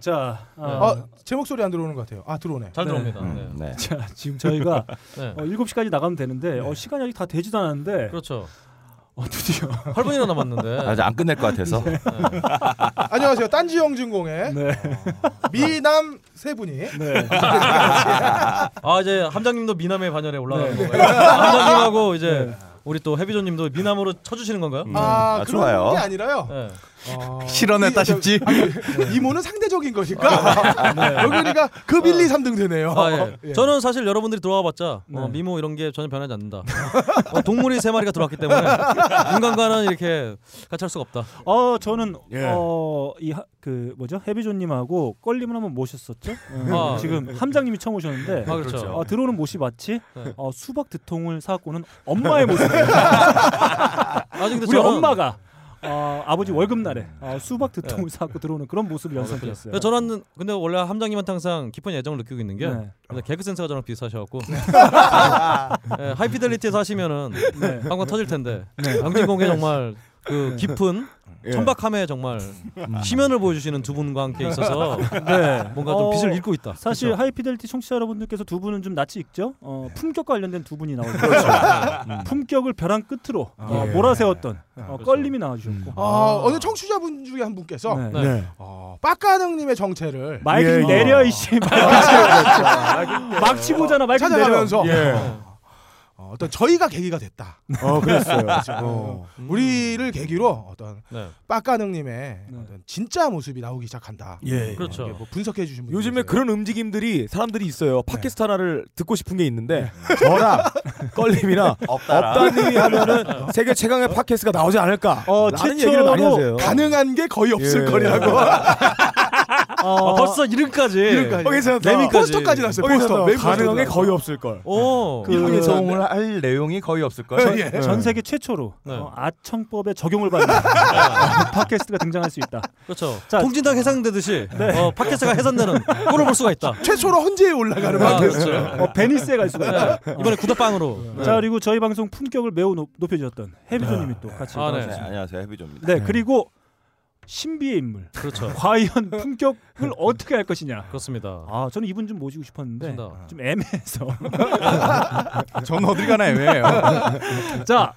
Speaker 2: 자, 어,
Speaker 17: 아, 제 목소리 안 들어오는 것 같아요. 아 들어오네.
Speaker 3: 잘 들어옵니다. 네. 네.
Speaker 2: 자, 지금 저희가
Speaker 3: 네.
Speaker 2: 어, 7시까지 나가면 되는데 어, 시간이 아직 다 되지도 않았는데
Speaker 3: 그렇죠.
Speaker 2: 어, 드디어
Speaker 3: 8분이나 남았는데.
Speaker 16: 아직 안 끝낼 것 같아서.
Speaker 17: 안녕하세요. 딴지영 진공의 어, 미남 세 분이.
Speaker 3: 아 이제 함장님도 미남의 반열에 올라가는
Speaker 17: 네.
Speaker 3: 건가요? 함장님하고 이제
Speaker 2: 네.
Speaker 3: 우리 또 해비조님도 미남으로 쳐주시는 건가요?
Speaker 2: 음.
Speaker 3: 네.
Speaker 17: 아, 그런 게 아니라요.
Speaker 16: 실현했다
Speaker 17: 이- 저-
Speaker 16: 싶지?
Speaker 17: 아니, 이모는 상대적인 거니까 여기가 급 1, 2, 3등 되네요.
Speaker 3: 아,
Speaker 2: 어,
Speaker 3: 예.
Speaker 17: 예.
Speaker 3: 저는 사실 여러분들이 들어와봤자
Speaker 2: 네.
Speaker 3: 어, 미모 이런 게 전혀 변하지 않는다. 어, 동물이 세 마리가 들어왔기 때문에 인간과는 이렇게 같이 할 수가 없다.
Speaker 2: 어 저는 어,
Speaker 3: 예.
Speaker 2: 어이그 뭐죠 해비조님하고 껄림을 한번 모셨었죠. 예.
Speaker 3: 아,
Speaker 2: 지금
Speaker 3: 네.
Speaker 2: 함장님이 처음 오셨는데
Speaker 3: 아, 그렇죠.
Speaker 2: 어, 들어오는 모습이 마치
Speaker 3: 네.
Speaker 2: 어, 수박 두통을 사갖고는 엄마의 모습이에요.
Speaker 3: 근데
Speaker 2: 우리
Speaker 3: 저는-
Speaker 2: 엄마가 어, 아버지 월급날에 어, 수박
Speaker 3: 네.
Speaker 2: 두통을 사갖고 들어오는 그런 모습을
Speaker 3: 아,
Speaker 2: 연상드렸어요.
Speaker 3: 근데 저는 근데 원래 함장님한테 항상 깊은 애정을 느끼고 있는 게
Speaker 2: 네.
Speaker 3: 근데 개그 센스가 저랑 비슷하셔갖고 예, 하이피델리티에서 하시면은
Speaker 2: 네.
Speaker 3: 방광 터질 텐데
Speaker 2: 네.
Speaker 3: 양진공에 정말 그
Speaker 2: 네.
Speaker 3: 깊은 예. 천박함에 정말 심연을 보여주시는 두 분과 함께 있어서 네, 뭔가 좀
Speaker 2: 어,
Speaker 3: 빛을 잃고 있다.
Speaker 2: 사실
Speaker 3: 그쵸?
Speaker 2: 하이피델티 청취자 여러분들께서 두 분은 좀 낯이 익죠. 어, 품격 관련된 두 분이 나오죠. 음. 품격을 벼랑 끝으로 어,
Speaker 17: 예.
Speaker 2: 몰아세웠던 어, 껄림이 나와주셨고.
Speaker 17: 아, 어느 청취자분 중에 한 분께서
Speaker 2: 네.
Speaker 1: 네.
Speaker 17: 어, 빡가능님의 정체를
Speaker 2: 마이크를 내려 이씨. 막 치고잖아. 마이크 내려.
Speaker 17: 찾아가면서
Speaker 2: 예.
Speaker 17: 어, 어떤 저희가 계기가 됐다.
Speaker 1: 어, 그랬어요.
Speaker 17: 그렇죠.
Speaker 1: 어.
Speaker 17: 음. 우리를 계기로 어떤
Speaker 3: 네.
Speaker 17: 빡가능님의 어떤 진짜 모습이 나오기 시작한다.
Speaker 1: 예.
Speaker 3: 그렇죠.
Speaker 17: 이게 뭐 분석해 주신 분.
Speaker 1: 요즘에 그런 움직임들이 사람들이 있어요. 팟캐스트 하나를 듣고 싶은 게 있는데 저랑 껄림이나
Speaker 16: 없다라.
Speaker 1: 업다님이 하면은 세계 최강의 팟캐스트가 나오지 않을까?
Speaker 2: 어,
Speaker 1: 라는 얘기를 많이 하세요.
Speaker 17: 최초로 가능한 게 거의 없을
Speaker 1: 예.
Speaker 17: 거리라고.
Speaker 3: 아, 벌써 이름까지.
Speaker 17: 이름까지.
Speaker 1: 어, 괜찮다.
Speaker 17: 네임까지. 포스터까지 났어요,
Speaker 1: 어, 괜찮다.
Speaker 17: 포스터. 네임 포스터
Speaker 1: 가능한 게
Speaker 17: 들어가고.
Speaker 1: 거의 없을 걸.
Speaker 3: 오.
Speaker 1: 네.
Speaker 2: 그-
Speaker 16: 그 성을 할 내용이 거의 없을 거예요.
Speaker 2: 전, 전 세계 최초로 어, 아청법의 적용을 받는 팟캐스트가 등장할 수 있다.
Speaker 3: 그렇죠.
Speaker 2: 자,
Speaker 3: 통진당 해상되듯이 어, 팟캐스트가 해산되는 꼴을 볼 수가 있다.
Speaker 17: 최초로 헌재에 올라가는
Speaker 3: 아,
Speaker 17: 팟캐스트.
Speaker 3: 그렇죠.
Speaker 2: 어, 베니스에 갈 수가 있다.
Speaker 3: 네. 이번에 구다빵으로. 네.
Speaker 2: 자 그리고 저희 방송 품격을 매우 높, 높여주셨던 해비조님이 또 같이
Speaker 3: 아, 네.
Speaker 16: 네, 안녕하세요. 해비조입니다.
Speaker 2: 네 그리고 신비의 인물
Speaker 3: 그렇죠.
Speaker 2: 아, 과연 품격을 어떻게 할 것이냐
Speaker 3: 그렇습니다.
Speaker 2: 아 저는 이분 좀 모시고 싶었는데
Speaker 3: 좋습니다.
Speaker 2: 좀 애매해서
Speaker 16: 저는 어딜 가나 애매해요.
Speaker 2: 자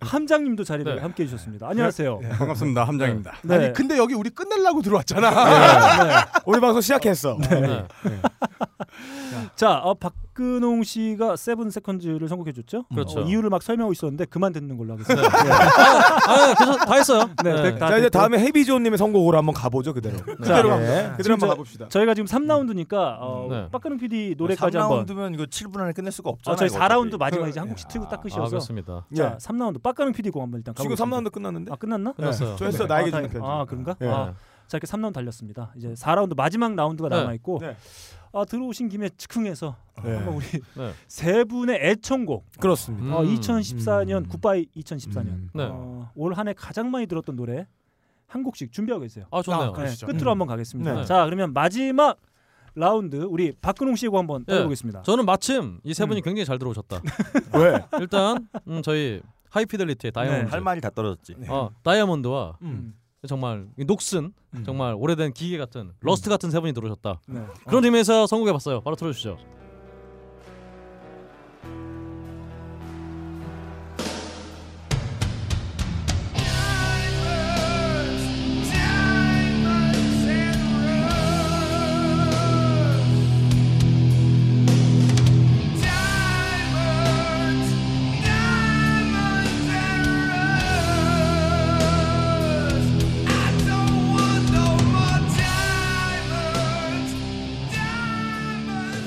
Speaker 2: 함장님도 자리를
Speaker 16: 네.
Speaker 2: 함께해 주셨습니다 안녕하세요
Speaker 16: 네, 반갑습니다. 함장입니다.
Speaker 2: 네.
Speaker 17: 아니 근데 여기 우리 끝내려고 들어왔잖아.
Speaker 2: 네.
Speaker 1: 우리 방송 시작했어.
Speaker 3: 네.
Speaker 2: 자 어, 박근홍 씨가 세븐 세컨즈를 선곡해 줬죠
Speaker 3: 그렇죠.
Speaker 2: 어, 이유를 막 설명하고 있었는데 그만 듣는 걸로 하겠습니다
Speaker 3: 아, 그래서 다 했어요.
Speaker 2: 네, 백 다
Speaker 1: 자 이제
Speaker 2: 듣고.
Speaker 1: 다음에 해비조님의 선곡으로 한번 가봅시다. 가보죠 그대로.
Speaker 17: 그대로
Speaker 1: 자,
Speaker 17: 갑니다.
Speaker 1: 예. 그대로 한번
Speaker 2: 진짜
Speaker 1: 가봅시다.
Speaker 2: 저희가 지금 3라운드니까 어, 빡가는 PD 노래까지
Speaker 16: 뭐
Speaker 2: 한번
Speaker 16: 3라운드면 이거 7분 안에 끝낼 수가 없잖아요.
Speaker 2: 아, 저희
Speaker 16: 이거
Speaker 2: 4라운드
Speaker 16: 어차피.
Speaker 2: 마지막 이제 한 곡씩 틀고 딱 끝이어서.
Speaker 16: 아, 그렇습니다.
Speaker 2: 자,
Speaker 16: 예.
Speaker 2: 3라운드 빡가는 PD 공 한번 일단 가
Speaker 1: 지금 3라운드 끝났는데?
Speaker 2: 아, 끝났나?
Speaker 1: 끝났어요. 네. 저 했어요. 나에게 주는
Speaker 2: 다행-
Speaker 1: 편지.
Speaker 2: 아, 그런가?
Speaker 1: 예.
Speaker 2: 아, 자, 이렇게 3라운드 달렸습니다. 이제 4라운드 마지막 라운드가
Speaker 1: 네.
Speaker 2: 남아 있고.
Speaker 1: 음. 네.
Speaker 2: 아, 들어오신 김에 즉흥해서
Speaker 1: 네.
Speaker 2: 한번 우리
Speaker 3: 네.
Speaker 2: 세 분의 애청곡.
Speaker 1: 그렇습니다.
Speaker 2: 어,
Speaker 1: 음.
Speaker 2: 2014년 굿바이 2014년.
Speaker 3: 네.
Speaker 2: 어, 올 한 해 가장 많이 들었던 노래 한 곡씩 준비하고 계세요.
Speaker 3: 아, 좋네요.
Speaker 2: 네,
Speaker 3: 그러시죠.
Speaker 2: 끝으로
Speaker 3: 음.
Speaker 2: 한번 가겠습니다.
Speaker 3: 네.
Speaker 2: 자, 그러면 마지막 라운드 우리 박근홍 씨하고 한번
Speaker 3: 예.
Speaker 2: 따보겠습니다
Speaker 3: 저는 마침 이 세 분이 굉장히 잘 들어오셨다.
Speaker 1: 왜?
Speaker 3: 일단 음, 저희 하이피델리티의 다이아몬드
Speaker 16: 네. 할 말이 다 떨어졌지.
Speaker 3: 어, 다이아몬드와
Speaker 16: 음.
Speaker 3: 정말 이 녹슨 정말 오래된 기계 같은 러스트 같은 세 분이 들어오셨다.
Speaker 2: 네.
Speaker 3: 그런 의미에서 선곡해봤어요. 바로 틀어주시죠.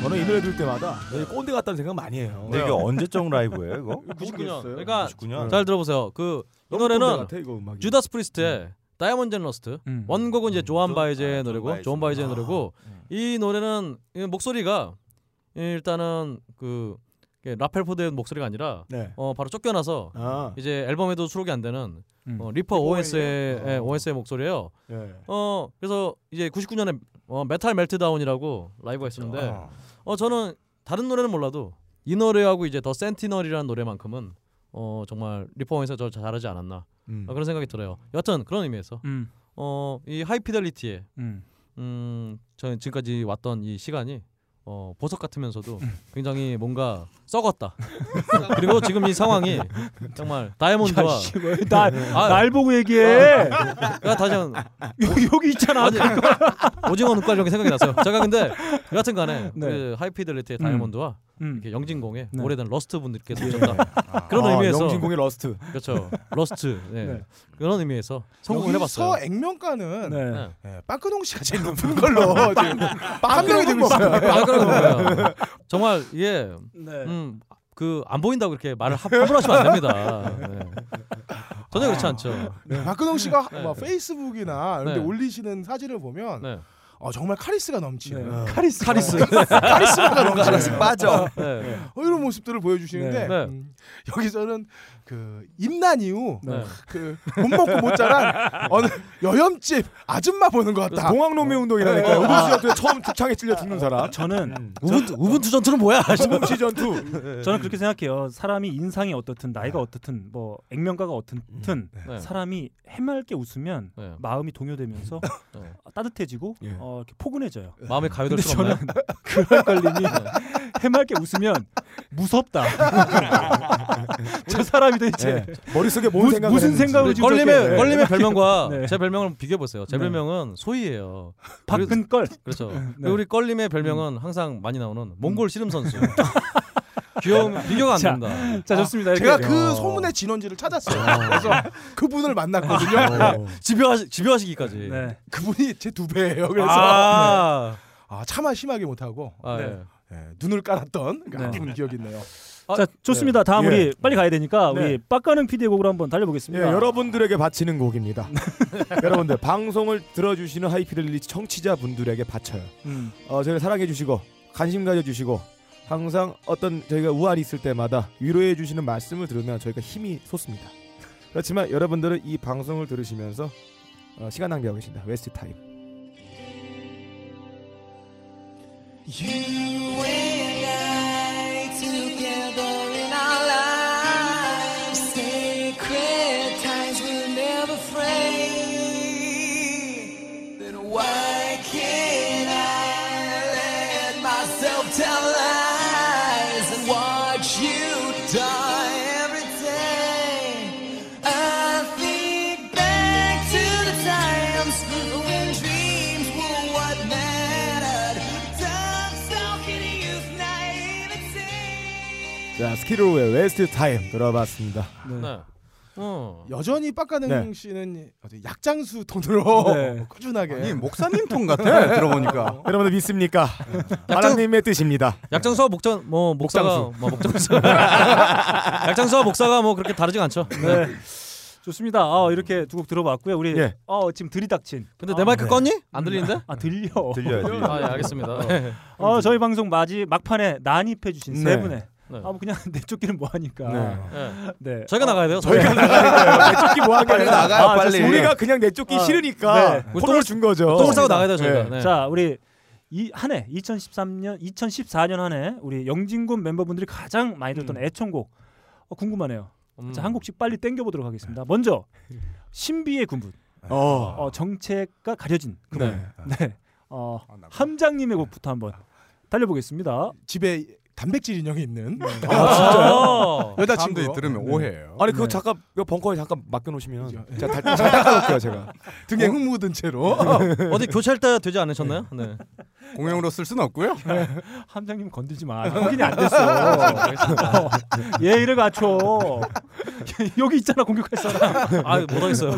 Speaker 1: 저는 이 노래 들 때마다 되게 꼰대 같다는 생각 많이 해요.
Speaker 16: 근데 이게 언제적 라이브예요, 이거?
Speaker 3: 99년. 그러니까
Speaker 16: 99년.
Speaker 3: 잘 들어보세요. 그 이
Speaker 1: 너무 꼰대
Speaker 3: 노래는
Speaker 1: 같아, 이거 음악이.
Speaker 3: 주다스 프리스트의 다이아몬드 앤 러스트. 원곡은 이제 조한 바이제의 아, 음. 노래고 조한 바이제의 노래고 이 노래는 이 목소리가 일단은 그 이게 라펠 포드의 목소리가 아니라
Speaker 1: 네.
Speaker 3: 어 바로 쫓겨나서
Speaker 1: 아.
Speaker 3: 이제 앨범에도 수록이 안 되는
Speaker 2: 음.
Speaker 3: 어, 리퍼 OS의 예, OS의 목소리예요.
Speaker 1: 예.
Speaker 3: 어 그래서 이제 99년에 어, 메탈 멜트다운이라고 라이브가 있었는데
Speaker 1: 아.
Speaker 3: 어 저는 다른 노래는 몰라도 이 노래하고 이제 더 센티널이라는 노래만큼은 어 정말 리퍼 OS가 저 잘하지 않았나
Speaker 2: 음.
Speaker 3: 어, 그런 생각이 들어요. 여튼 그런 의미에서
Speaker 2: 음.
Speaker 3: 어이 하이피델리티의
Speaker 2: 음.
Speaker 3: 음, 저는 지금까지 왔던 이 시간이 어, 보석 같으면서도 굉장히 뭔가 썩었다. 그리고 지금 이 상황이 정말 다이아몬드와
Speaker 2: 야, 씨, 왜 나- 날 보고 얘기해?
Speaker 3: 야, 다시 한
Speaker 2: 여기, 여기 있잖아.
Speaker 3: 아니, 오징어 눈깔 이런 게 생각이 났어요. 제가 근데 여하튼간에
Speaker 2: 네.
Speaker 3: 그 하이피델리티의
Speaker 2: 음.
Speaker 3: 다이아몬드와
Speaker 2: 음.
Speaker 3: 이렇게 영진공의
Speaker 2: 네.
Speaker 3: 오래된 러스트 분들께서 오셨다. 그런
Speaker 1: 아,
Speaker 3: 의미에서
Speaker 1: 영진공의 러스트.
Speaker 3: 그렇죠. 러스트. 예.
Speaker 1: 네.
Speaker 3: 그런 의미에서 성공을 해봤어요.
Speaker 17: 여기서 액면가는
Speaker 3: 네.
Speaker 17: 예, 빠끄동 씨가 제일 높은 걸로 지금 빠끄동이 되고 있어요.
Speaker 3: 아, 요 정말 이게
Speaker 2: 네.
Speaker 3: 음, 그 안 보인다고 이렇게 말을 하- 화분하시면 안 됩니다. 네. 전혀
Speaker 2: 아.
Speaker 3: 그렇지 않죠.
Speaker 17: 네. 박근홍 씨가
Speaker 3: 네.
Speaker 17: 뭐 페이스북이나 이런데
Speaker 3: 네.
Speaker 17: 올리시는 사진을 보면
Speaker 3: 네.
Speaker 17: 어, 정말 카리스가 넘치는
Speaker 2: 네.
Speaker 1: 아.
Speaker 2: 카리스
Speaker 3: 카리스.
Speaker 17: 카리스마가 넘치는
Speaker 3: 카리스 빠져.
Speaker 17: 어,
Speaker 3: 네.
Speaker 17: 어, 이런 모습들을 보여주시는데
Speaker 3: 네. 네.
Speaker 17: 음, 여기서는 그 임난 이후
Speaker 3: 네.
Speaker 17: 그못 먹고 못 자란 어느 여염집 아줌마 보는 것 같다.
Speaker 1: 동학로미 운동이라니까.
Speaker 17: 네.
Speaker 1: 우분투 전투에 처음 두창에 찔려 죽는 사람.
Speaker 3: 음.
Speaker 2: 저는
Speaker 1: 우분 우분투 전투는 뭐야? 우분투 전투.
Speaker 2: 저는 그렇게 생각해요. 사람이 인상이 어떻든 나이가 어떻든 뭐 액면가가 어떻든
Speaker 1: 네.
Speaker 2: 사람이 해맑게 웃으면 마음이 동요되면서 따뜻해지고 어, 이렇게 포근해져요.
Speaker 3: 마음의 가요될
Speaker 2: 근데
Speaker 3: 수가 없나요?
Speaker 2: 저는 그런 걸림이 해맑게 웃으면 무섭다. 저 사람이 도대체
Speaker 1: 예. 네. 머릿속에 뭔
Speaker 2: 무-
Speaker 1: 생각을
Speaker 2: 무슨
Speaker 1: 했는지.
Speaker 2: 생각을 지금
Speaker 3: 걸림의
Speaker 2: 저렇게-
Speaker 3: 걸림의
Speaker 2: 네.
Speaker 3: 별명과
Speaker 2: 네.
Speaker 3: 제 별명을 비교해 보세요. 제
Speaker 2: 네.
Speaker 3: 별명은 소희예요.
Speaker 2: 박근걸.
Speaker 3: 그렇죠.
Speaker 2: 네. 음.
Speaker 3: 그리고 우리 걸림의 별명은 항상 많이 나오는 몽골 씨름 선수. 귀여움 비교가 안
Speaker 2: 자,
Speaker 3: 된다.
Speaker 2: 자, 좋습니다. 이렇게
Speaker 17: 제가
Speaker 2: 해서.
Speaker 3: 어.
Speaker 17: 그 소문의 진원지를 찾았어요.
Speaker 3: 아.
Speaker 17: 그래서 그분을 만났거든요.
Speaker 1: 아, 네.
Speaker 3: 집요하시 집요하시기까지. 네.
Speaker 17: 그분이 제 두 배예요. 그래서
Speaker 3: 아.
Speaker 17: 네. 아, 차마 심하게 못하고
Speaker 3: 아,
Speaker 17: 네.
Speaker 3: 예.
Speaker 17: 네, 눈을 깔았던 그
Speaker 2: 네.
Speaker 17: 아픈 기억이 있네요.
Speaker 2: 자 좋습니다. 다음
Speaker 1: 예.
Speaker 2: 우리 빨리 가야 되니까
Speaker 1: 네.
Speaker 2: 우리 빡가는 PD의 곡으로 한번
Speaker 1: 예,
Speaker 2: 달려보겠습니다.
Speaker 1: 여러분들에게 바치는 곡입니다. 여러분들 방송을 들어주시는 하이피델리티 청취자분들에게 바쳐요.
Speaker 2: 음.
Speaker 1: 어, 저희를 사랑해주시고 관심 가져주시고 항상 어떤 저희가 우환이 있을 때마다 위로해주시는 말씀을 들으면 저희가 힘이 솟습니다. 그렇지만 여러분들은 이 방송을 들으시면서 어, 시간 낭비하고 계신다. 웨스트 타임.
Speaker 17: 예.
Speaker 14: You and I together in our lives, sacred times will never fray. Then why can't I let myself tell lies and watch you die every day? I think back to the times when dreams were what mattered. Time stalking youth naivety.
Speaker 1: 자 스키로우의 웨스트 타임 들어봤습니다.
Speaker 3: 네. 어.
Speaker 17: 여전히 빡가능
Speaker 1: 네.
Speaker 17: 씨는 어디 약장수 톤으로
Speaker 1: 네.
Speaker 17: 꾸준하게
Speaker 1: 아니,
Speaker 17: 목사님
Speaker 1: 통 같아, 들어보니까. 여러분들 믿습니까? 하나님의 뜻입니다.
Speaker 2: 네.
Speaker 3: 약장수와 목전 뭐 목사가
Speaker 1: 목장수.
Speaker 3: 뭐 목장수. 약장수와 목사가 뭐 그렇게 다르지 않죠.
Speaker 2: 네. 좋습니다. 아, 이렇게 두 곡 들어봤고요. 우리
Speaker 3: 예.
Speaker 2: 어, 지금 들이닥친.
Speaker 3: 근데 내 마이크 껐니? 안 들리는데?
Speaker 2: 아 들려.
Speaker 3: 들려요, 들려요. 아, 예, 알겠습니다. 네.
Speaker 2: 어, 저희 방송 마지 막판에 난입해 주신
Speaker 3: 네.
Speaker 2: 세 분의
Speaker 3: 네.
Speaker 2: 아뭐 그냥 내쫓기는 뭐 하니까.
Speaker 1: 네.
Speaker 2: 네.
Speaker 3: 저희가 나가야 돼요.
Speaker 1: 저희가 나가야 돼요. 내쫓기 뭐 하게.
Speaker 2: 빨리
Speaker 1: 나가요,
Speaker 2: 아,
Speaker 1: 빨리.
Speaker 2: 좋습니다.
Speaker 1: 우리가 그냥 내쫓기 싫으니까 폰을
Speaker 2: 똥을
Speaker 1: 준 거죠.
Speaker 2: 똥을
Speaker 1: 싸고 나가야 돼요, 저희가. 네.
Speaker 2: 자, 우리 이 한 해 2013년 2014년 한 해 우리 영진군 멤버분들이 가장 많이
Speaker 3: 음.
Speaker 2: 들었던 애청곡 어, 궁금하네요. 자, 한 곡씩 빨리 땡겨 보도록 하겠습니다. 먼저 신비의 군분.
Speaker 1: 어.
Speaker 2: 정체가 가려진 그
Speaker 1: 네.
Speaker 2: 분. 네. 어, 함장님의 곡부터 한번 달려보겠습니다.
Speaker 17: 집에 단백질 인형이 있는
Speaker 1: 아,
Speaker 17: 진짜요? 네. 여자친구
Speaker 1: 아니
Speaker 2: 네.
Speaker 1: 그거 잠깐 이거 벙커에 잠깐 맡겨놓으시면 제가 다- 잘 닦아놓을게요
Speaker 17: 닦
Speaker 1: 제가.
Speaker 17: 등에
Speaker 16: 어?
Speaker 17: 흙 묻은 채로
Speaker 3: 어디 교체할 때 되지 않으셨나요? 네.
Speaker 16: 네. 공용으로 쓸 수는 없고요.
Speaker 2: 함장님 건들지 마. 확인이 안 됐어. 어, 얘 이래 갖춰. 여기 있잖아 공격할 사람.
Speaker 3: 아, 못하겠어요.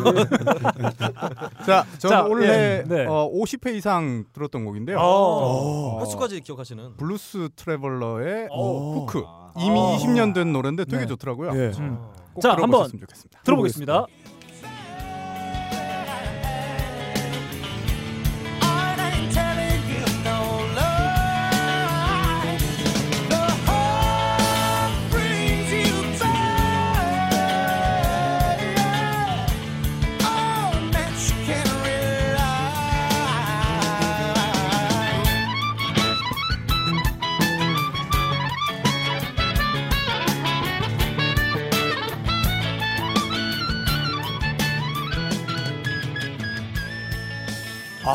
Speaker 16: 자, 저는
Speaker 2: 자,
Speaker 16: 올해
Speaker 2: 예, 네. 아.
Speaker 16: 어, 50회 이상 들었던 곡인데요.
Speaker 3: 어.
Speaker 16: 어,
Speaker 3: 횟수까지 기억하시는.
Speaker 16: 블루스 트래블러의 어, 후크. 이미 20년 된 노래인데 되게
Speaker 2: 네.
Speaker 16: 좋더라고요.
Speaker 2: 예.
Speaker 16: 꼭
Speaker 2: 자, 한번
Speaker 16: 들어보셨으면 좋겠습니다.
Speaker 2: 들어보겠습니다.
Speaker 14: Aren't I telling you no lie? The hope brings you back. On that you can rely.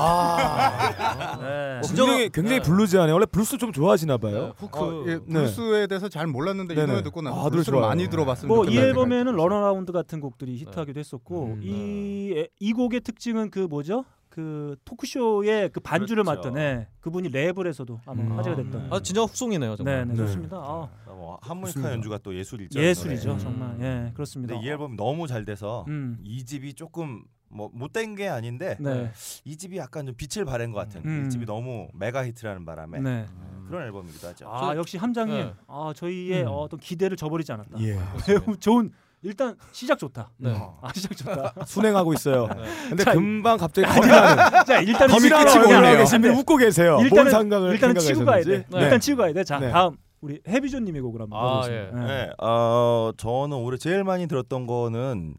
Speaker 1: 아.
Speaker 2: 네.
Speaker 1: 어, 굉장히 굉장히 블루지하네. 원래 블루스 좀 좋아하시나 봐요.
Speaker 16: 어, 예, 블루스에 대해서 잘 몰랐는데 이
Speaker 1: 네. 네네.
Speaker 16: 노래 듣고 나서
Speaker 1: 아, 노래
Speaker 16: 블루스를
Speaker 1: 좋아요.
Speaker 16: 많이 들어봤으면
Speaker 2: 뭐 이
Speaker 17: 네.
Speaker 16: 좋겠다는
Speaker 2: 앨범에는 런어라운드 같은 곡들이 히트하기도 했었고 이이 곡의 특징은 그 뭐죠? 그 토크쇼의 그 반주를
Speaker 3: 그렇죠.
Speaker 2: 맡던 애 그분이 랩을 해서도 아마 화제가 됐던.
Speaker 3: 아, 진짜 후송이네요, 정말.
Speaker 2: 네, 네, 좋습니다. 아.
Speaker 18: 뭐 하모니카
Speaker 2: 좋습니다.
Speaker 18: 연주가 또
Speaker 17: 네.
Speaker 18: 예술이죠.
Speaker 2: 네. 예술이죠,
Speaker 17: 음.
Speaker 18: 이 노래.
Speaker 2: 정말. 예, 그렇습니다.
Speaker 18: 근데 이 앨범이 너무 잘 돼서
Speaker 2: 음.
Speaker 18: 이 집이 조금 뭐 못된 게 아닌데
Speaker 2: 네.
Speaker 18: 이 집이 약간 좀 빛을 발한 것 같은.
Speaker 2: 음.
Speaker 18: 이 집이 너무 메가 히트라는 바람에
Speaker 2: 네.
Speaker 18: 그런 앨범이기도 하죠.
Speaker 2: 아 역시 함장님
Speaker 18: 네.
Speaker 2: 아 저희의
Speaker 18: 음.
Speaker 2: 어떤 기대를 저버리지 않았다.
Speaker 1: 예.
Speaker 2: 매우 좋은 일단 시작 좋다.
Speaker 1: 네.
Speaker 2: 아 시작 좋다.
Speaker 1: 순행하고 있어요. 근데
Speaker 2: 네. 자,
Speaker 1: 금방 갑자기
Speaker 2: 아니,
Speaker 1: 거미라는
Speaker 2: 자, 일단은
Speaker 1: 거미
Speaker 2: 치고
Speaker 1: 끼치고
Speaker 2: 가야
Speaker 1: 올라와
Speaker 2: 돼요.
Speaker 1: 계신데
Speaker 2: 네.
Speaker 1: 웃고 계세요.
Speaker 2: 일단은
Speaker 1: 뭔 생각을
Speaker 2: 일단은 치고 가야 돼.
Speaker 1: 생각하셨는지.
Speaker 2: 일단 치고 가야 돼. 자
Speaker 1: 네.
Speaker 2: 다음 우리 해비조님의 곡을 한번
Speaker 18: 아,
Speaker 17: 예.
Speaker 2: 보겠습니다.
Speaker 18: 네. 어, 저는 올해 제일 많이 들었던 거는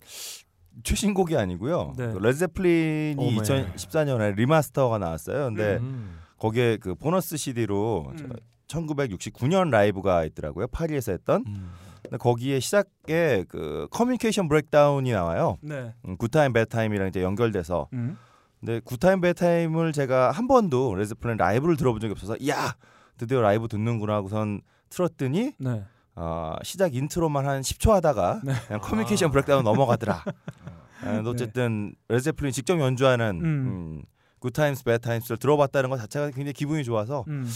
Speaker 18: 최신곡이 아니고요.
Speaker 2: 네.
Speaker 18: 그 레드제플린이
Speaker 2: 어메.
Speaker 18: 2014년에 리마스터가 나왔어요. 근데
Speaker 2: 음.
Speaker 18: 거기에 그 보너스 CD로
Speaker 2: 음.
Speaker 18: 1969년 라이브가 있더라고요. 파리에서 했던.
Speaker 2: 음.
Speaker 18: 근데 거기에 시작에 그 커뮤니케이션 브레이크다운이 나와요.
Speaker 2: 네.
Speaker 18: 음, 굿타임 배타임이랑 이제 연결돼서.
Speaker 2: 음.
Speaker 18: 근데 굿타임 배타임을 제가 한 번도 레드제플린 라이브를 들어본 적이 없어서 야 드디어 라이브 듣는구나 하고선 틀었더니
Speaker 2: 네.
Speaker 18: 어, 시작 인트로만 한 10초 하다가
Speaker 1: 네.
Speaker 18: 그냥 커뮤니케이션 브렉다운 넘어가더라. 아, 근데 어쨌든 레드제플린 직접 연주하는 음. 굿타임스 배타임스를 들어봤다는 것 자체가 굉장히 기분이 좋아서
Speaker 2: 음.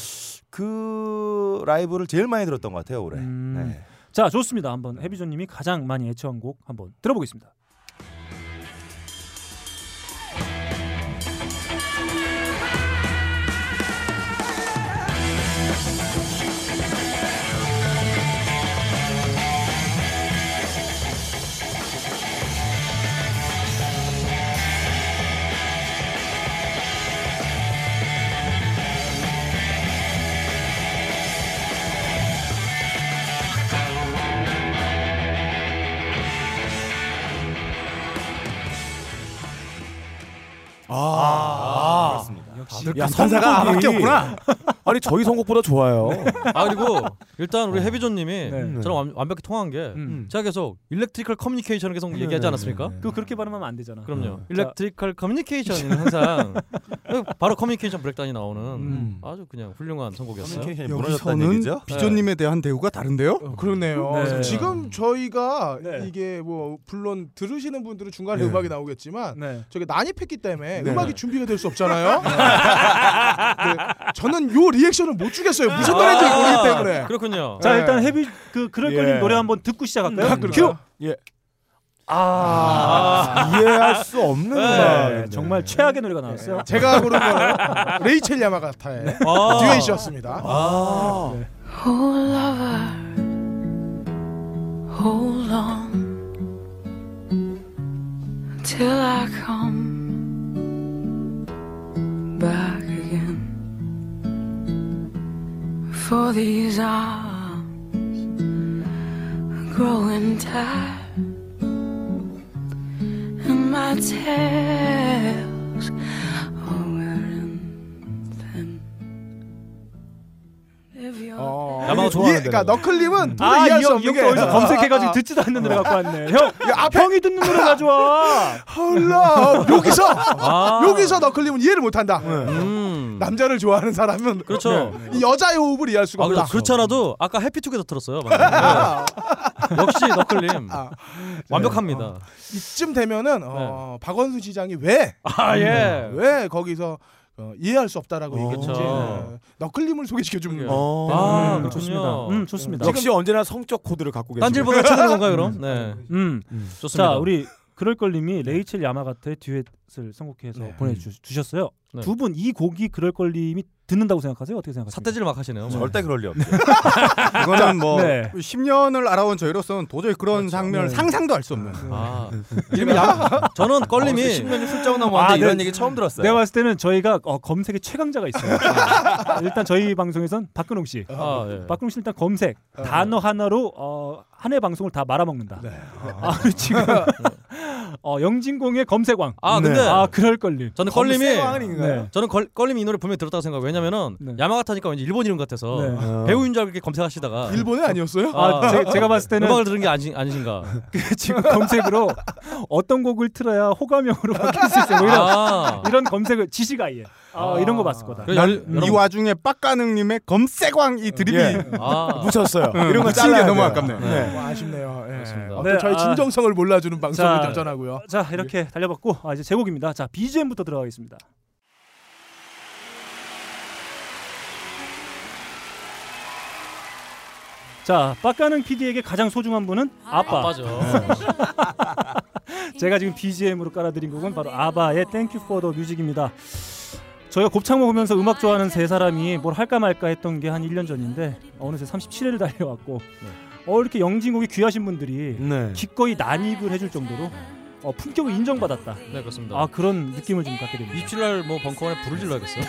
Speaker 18: 그 라이브를 제일 많이 들었던 것 같아요
Speaker 1: 음.
Speaker 18: 올해. 네.
Speaker 2: 음. 자 좋습니다. 한번 해비조님이 가장 많이 애청한 곡 한번 들어보겠습니다.
Speaker 1: 아,
Speaker 18: 그렇습니다.
Speaker 1: 야 선사가 나밖에 없구나. 아니 저희 선곡보다 좋아요.
Speaker 18: 네,
Speaker 3: 아 그리고 일단 우리 해비조님이
Speaker 2: 음.
Speaker 1: 네.
Speaker 3: 저랑 완, 완벽히 통한 게 제가 계속 일렉트리컬 커뮤니케이션을 계속 얘기하지 않았습니까?
Speaker 1: 네.
Speaker 2: 그 그렇게 발음하면 안 되잖아.
Speaker 3: 그럼요.
Speaker 2: 어.
Speaker 3: 일렉트리컬 커뮤니케이션은 항상 바로 커뮤니케이션 브렉단이 나오는
Speaker 2: 음.
Speaker 3: 아주 그냥 훌륭한 선곡이었어요.
Speaker 18: 커뮤니케이션이
Speaker 17: 여기서는 비조님에 대한 대우가 다른데요? 어, 그러네요.
Speaker 2: 음.
Speaker 3: 네.
Speaker 17: 지금 저희가
Speaker 2: 네.
Speaker 17: 이게 뭐 물론 들으시는 분들은 중간에
Speaker 16: 네.
Speaker 17: 음악이 나오겠지만
Speaker 2: 네.
Speaker 17: 저게 난입했기 때문에
Speaker 16: 네.
Speaker 17: 음악이 준비가 될 수 없잖아요. 네. 저는 요 리액션을 못 주겠어요. 무슨 노래인지
Speaker 16: 아.
Speaker 17: 모르기 때문에.
Speaker 3: 그렇군요.
Speaker 2: 자
Speaker 17: 네.
Speaker 2: 일단 해비 그 그럴 거님
Speaker 17: 예.
Speaker 2: 노래 한번 듣고 시작할까요?
Speaker 17: 음,
Speaker 2: 큐.
Speaker 1: 예.
Speaker 2: 아,
Speaker 1: 이해할 수 없는 아,
Speaker 2: 네, 정말 최악의 노래가 나왔어요.
Speaker 1: 네.
Speaker 16: 아.
Speaker 17: 제가 부른 거는 레이첼 야마가타의
Speaker 2: 아.
Speaker 17: 듀엣이었습니다.
Speaker 2: 아.
Speaker 17: 네.
Speaker 14: Oh lover, hold on till I come back again. For these arms growing tired, and my tales are wearing thin. If you're
Speaker 16: 예,
Speaker 17: 이게- 그러니까 너클림은 도저히 이해할 수
Speaker 2: 아, 이형
Speaker 17: 없는
Speaker 2: 이형도
Speaker 17: 게
Speaker 2: 어디서 검색해가지고 듣지도 않는 노래 갖고 왔네. 형, 형이 듣는 노래 가져와.
Speaker 17: 헐라 여기서
Speaker 2: 아.
Speaker 17: 여기서 너클림은 이해를 못한다.
Speaker 16: 네.
Speaker 17: 음.
Speaker 16: 음.
Speaker 17: 남자를 좋아하는 사람은
Speaker 3: 음, 그렇죠.
Speaker 17: 이 여자의 호흡을 이해할 수가
Speaker 3: 아,
Speaker 17: 없다.
Speaker 3: 그렇죠. 그렇잖아도 아까 해피투게더 들었어요.
Speaker 2: 아.
Speaker 3: 방금. 네. 역시 너클림 완벽합니다.
Speaker 17: 이쯤 되면은 어,
Speaker 16: 네.
Speaker 17: 박원순 시장이 왜?
Speaker 3: 아, 예.
Speaker 17: 왜 거기서 어, 이해할 수 없다라고 얘기했는지
Speaker 3: 그렇죠.
Speaker 17: 네. 너클림을 네. 소개시켜 주는
Speaker 1: 어.
Speaker 2: 아,
Speaker 1: 음,
Speaker 2: 좋습니다. 음, 좋습니다.
Speaker 1: 역시 언제나 성적 코드를 갖고 계시네.
Speaker 3: 딴질보다 찾은 건가요, 그럼? 네.
Speaker 2: 음,
Speaker 3: 음. 좋습니다.
Speaker 2: 자 우리 그럴 걸님이 레이첼 야마가타의 듀엣을 선곡해서 보내주셨어요.
Speaker 3: 네.
Speaker 2: 두 분 이 곡이 그럴 걸님이 듣는다고 생각하세요? 어떻게 생각하세요?
Speaker 3: 삿대질 막 하시네요. 뭐.
Speaker 18: 절대 그럴 리 없죠.
Speaker 2: 자,
Speaker 16: 이거는 뭐
Speaker 2: 네.
Speaker 16: 10년을 알아온 저희로서는 도저히 그런
Speaker 17: 그렇죠.
Speaker 16: 장면을
Speaker 2: 네.
Speaker 16: 상상도 할 수 없는.
Speaker 3: 아, 이름이 야. 저는 껄림이
Speaker 2: 그
Speaker 16: 어,
Speaker 3: 10년이
Speaker 16: 훌쩍
Speaker 2: 아, 네.
Speaker 18: 들었어요.
Speaker 2: 내가 봤을 때는 저희가 어, 검색의 최강자가 있어요. 일단 저희 방송에선 박근홍 씨,
Speaker 18: 어,
Speaker 3: 아, 예.
Speaker 2: 박근홍 씨 일단 검색 단어 하나로 어, 한 해 방송을 다 말아먹는다. 아, 지금 어, 영진공의 검색왕.
Speaker 3: 아, 근데
Speaker 2: 아 그럴 걸님.
Speaker 3: 저는 껄림이
Speaker 2: 네.
Speaker 3: 저는 걸, 껄림이 이 노래 분명히 들었다고 생각. 왜냐면은 야마가타니까 왠지 일본 이름 같아서
Speaker 2: 네.
Speaker 1: 어.
Speaker 3: 배우인 줄 알고 이렇게 검색하시다가
Speaker 17: 일본은 아니었어요?
Speaker 2: 아, 제- 제가 봤을 때는-
Speaker 3: 음악을 들은 게 아니, 아니신가.
Speaker 2: 그 지금 검색으로 어떤 곡을 틀어야 호감형으로 바뀔 수 있어요. 뭐 이런
Speaker 3: 아. 그러니까
Speaker 2: 이런 검색을 지식 아예. 아, 이런 거 봤을 거다.
Speaker 16: 난 이 와중에 빡가능님의 검색왕 이 드립이
Speaker 1: 예.
Speaker 3: 아.
Speaker 1: 묻혔어요.
Speaker 16: 응,
Speaker 1: 이런 건
Speaker 16: 묻힌 게
Speaker 1: 잘라야
Speaker 16: 너무
Speaker 1: 돼요.
Speaker 16: 아깝네요.
Speaker 1: 네.
Speaker 17: 와, 아쉽네요. 예. 어떤
Speaker 2: 네,
Speaker 17: 저희
Speaker 2: 아.
Speaker 17: 진정성을 몰라주는 방송을
Speaker 2: 자,
Speaker 17: 여전하고요. 예.
Speaker 2: 자 이렇게 달려봤고 아, 이제 제곡입니다. 자 BGM부터 들어가겠습니다. 자 빡가는 PD에게 가장 소중한 분은 아빠. 어.
Speaker 3: 아빠죠.
Speaker 2: 제가 지금 BGM으로 깔아드린 곡은 바로 아바의 Thank You for the Music입니다. 저희가 곱창 먹으면서 음악 좋아하는 세 사람이 뭘 할까 말까 했던 게 한 1년 전인데 어느새 37회를 달려왔고
Speaker 17: 네.
Speaker 2: 어 이렇게 영진국이 귀하신 분들이
Speaker 17: 음.
Speaker 1: 네.
Speaker 2: 기꺼이 난입을 해줄 정도로 어, 품격을 인정받았다.
Speaker 3: 네, 그렇습니다.
Speaker 2: 아 그런 느낌을 좀 갖게 됩니다.
Speaker 3: 27날 뭐 벙커원에 불을 질러야겠어요.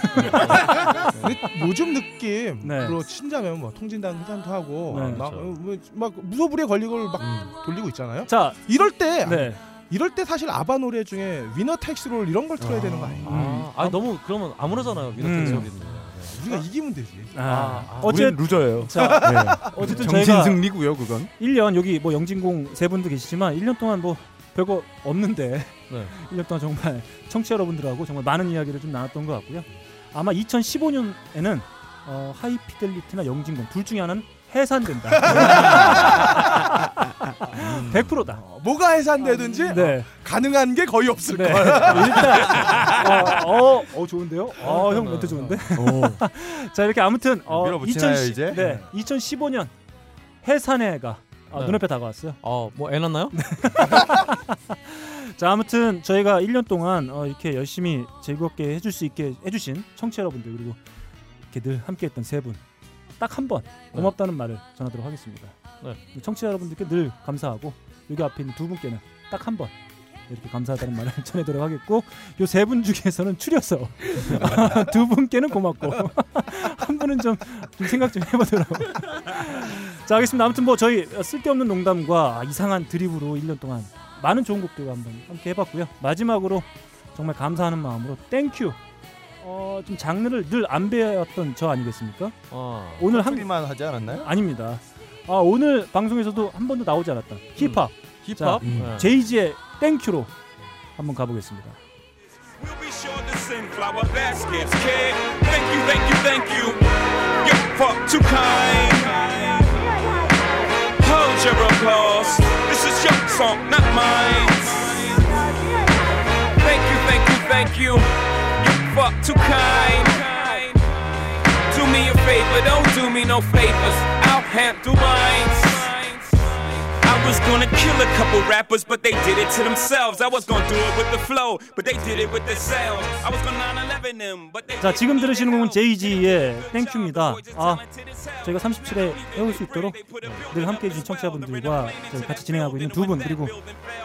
Speaker 17: 근데 요즘 느낌으로
Speaker 2: 네.
Speaker 17: 친자면 뭐 통진당 회장도 하고
Speaker 2: 네,
Speaker 1: 뭐,
Speaker 17: 막,
Speaker 2: 그렇죠.
Speaker 17: 어, 뭐- 막 무소불위의 권력을 막 돌리고 있잖아요.
Speaker 2: 자
Speaker 17: 이럴 때
Speaker 2: 네.
Speaker 1: 이럴 때 사실 아바 노래 중에 위너 택시롤 이런 걸 틀어야 되는 거 아니에요?
Speaker 3: 아, 아 너무 그러면 아무렇잖아요.
Speaker 1: 음.
Speaker 3: 이렇게 소리는.
Speaker 1: 우리가 이기면 되지.
Speaker 2: 아,
Speaker 1: 아,
Speaker 2: 어쨌
Speaker 1: 우린 루저예요.
Speaker 2: 자,
Speaker 1: 네.
Speaker 2: 어쨌든
Speaker 1: 정신
Speaker 2: 저희가
Speaker 1: 승리고요, 그건.
Speaker 2: 1년 여기 뭐 영진공 세 분도 계시지만 1년 동안 뭐 별거 없는데
Speaker 3: 네.
Speaker 2: 1년 동안 정말 청취자 여러분들하고 정말 많은 이야기를 좀 나눴던 것 같고요. 아마 2015년에는 어, 하이피델리티나 영진공 둘 중에 하나는 해산된다. 100%다.
Speaker 1: 어, 뭐가 해산되든지 어,
Speaker 2: 네.
Speaker 1: 가능한 게 거의 없을 거예요.
Speaker 2: 일단 어, 어, 어, 좋은데요? 어, 형 멘트 좋은데? 자 이렇게 아무튼 어,
Speaker 19: 밀어붙이나요,
Speaker 2: 2010,
Speaker 19: 이제?
Speaker 2: 네, 2015년 해산해가 아,
Speaker 3: 네.
Speaker 2: 눈앞에 다가왔어요.
Speaker 3: 아, 어뭐 애났나요?
Speaker 2: 자 아무튼 저희가 1년 동안 어, 이렇게 열심히 즐겁게 해줄 수 있게 해주신 청취자 여러분들 그리고 이렇게 늘 함께했던 세 분. 딱 한 번 고맙다는 말을 전하도록 하겠습니다. 청취자 여러분들께 늘 감사하고 여기 앞에 있는 두 분께는 딱 한 번 이렇게 감사하다는 말을 전해도록 하겠고 요 세 분 중에서는 추려서 두 분께는 고맙고 한 분은 좀, 좀 생각 좀 해보도록 자 알겠습니다 아무튼 뭐 저희 쓸데없는 농담과 이상한 드립으로 1년 동안 많은 좋은 곡들과 한번 함께 해봤고요 마지막으로 정말 감사하는 마음으로 땡큐 어, 좀 장르를 늘 안 배웠던 저 아니겠습니까? 오늘 한
Speaker 19: 만 하지 않았나요?
Speaker 2: 아닙니다. 아, 오늘 방송에서도 한 번도 나오지 않았다. 힙합.
Speaker 3: 음.
Speaker 2: 자,
Speaker 3: 힙합? 음.
Speaker 2: 제이지의 땡큐로 한번 가보겠습니다.
Speaker 17: flower baskets, kid. Thank you, thank you, thank you. You're far too kind. Hold your applause. This is your song, not mine. Thank you, thank you, thank you. You're far too kind. Do me a favor, don't do me no favors. I'll handle mine. I was gonna kill a couple rappers, but they did it to themselves. I was gonna do it with the flow, but they did it with themselves. I was gonna 9-11 them, but they
Speaker 2: 자, 지금 들으시는 곡은 제이지의 땡큐입니다. 아, 저희가 37회 해올 수 있도록 늘 함께 해주신 청취자분들과 저희 같이 진행하고 있는 두 분, 그리고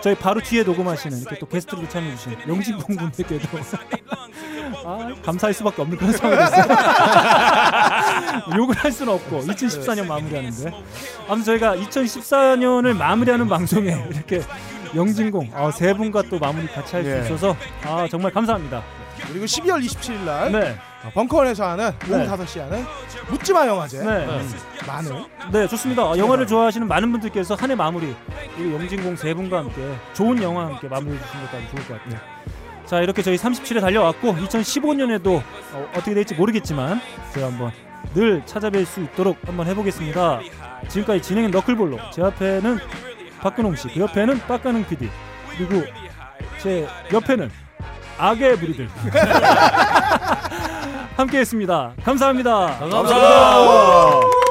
Speaker 2: 저희 바로 뒤에 녹음하시는 이렇게 또 게스트로 참여해주신 영진공 분들께도 아, 감사할 수밖에 없는 그런 상황이 됐어요. 욕을 할 수는 없고 2014년 마무리하는데 아무튼 저희가 2014년을 마무리하는 방송에 이렇게 영진공 아, 세 분과 또 마무리 같이 할 수
Speaker 1: 예.
Speaker 2: 있어서 아, 정말 감사합니다.
Speaker 1: 그리고 12월 27일 날
Speaker 2: 네.
Speaker 1: 어, 벙커원에서 하는 오후
Speaker 2: 네.
Speaker 1: 5시에 하는 묻지마 영화제
Speaker 2: 네.
Speaker 1: 음, 많은
Speaker 2: 네 좋습니다 아, 영화를 좋아하시는 많은 분들께서 한 해 마무리 그리고 영진공 세 분과 함께 좋은 영화 함께 마무리해 주시는 것도 아주 좋을 것 같아요 자 이렇게 저희 37회 달려왔고 2015년에도 어, 떻게 될지 모르겠지만 제가 한번 늘 찾아뵐 수 있도록 한번 해보겠습니다 지금까지 진행은 너클볼로 제 앞에는 박근홍 씨그 옆에는 빡가능 PD 그리고 제 옆에는 악의 무리들 함께했습니다 감사합니다
Speaker 3: 감사합니다.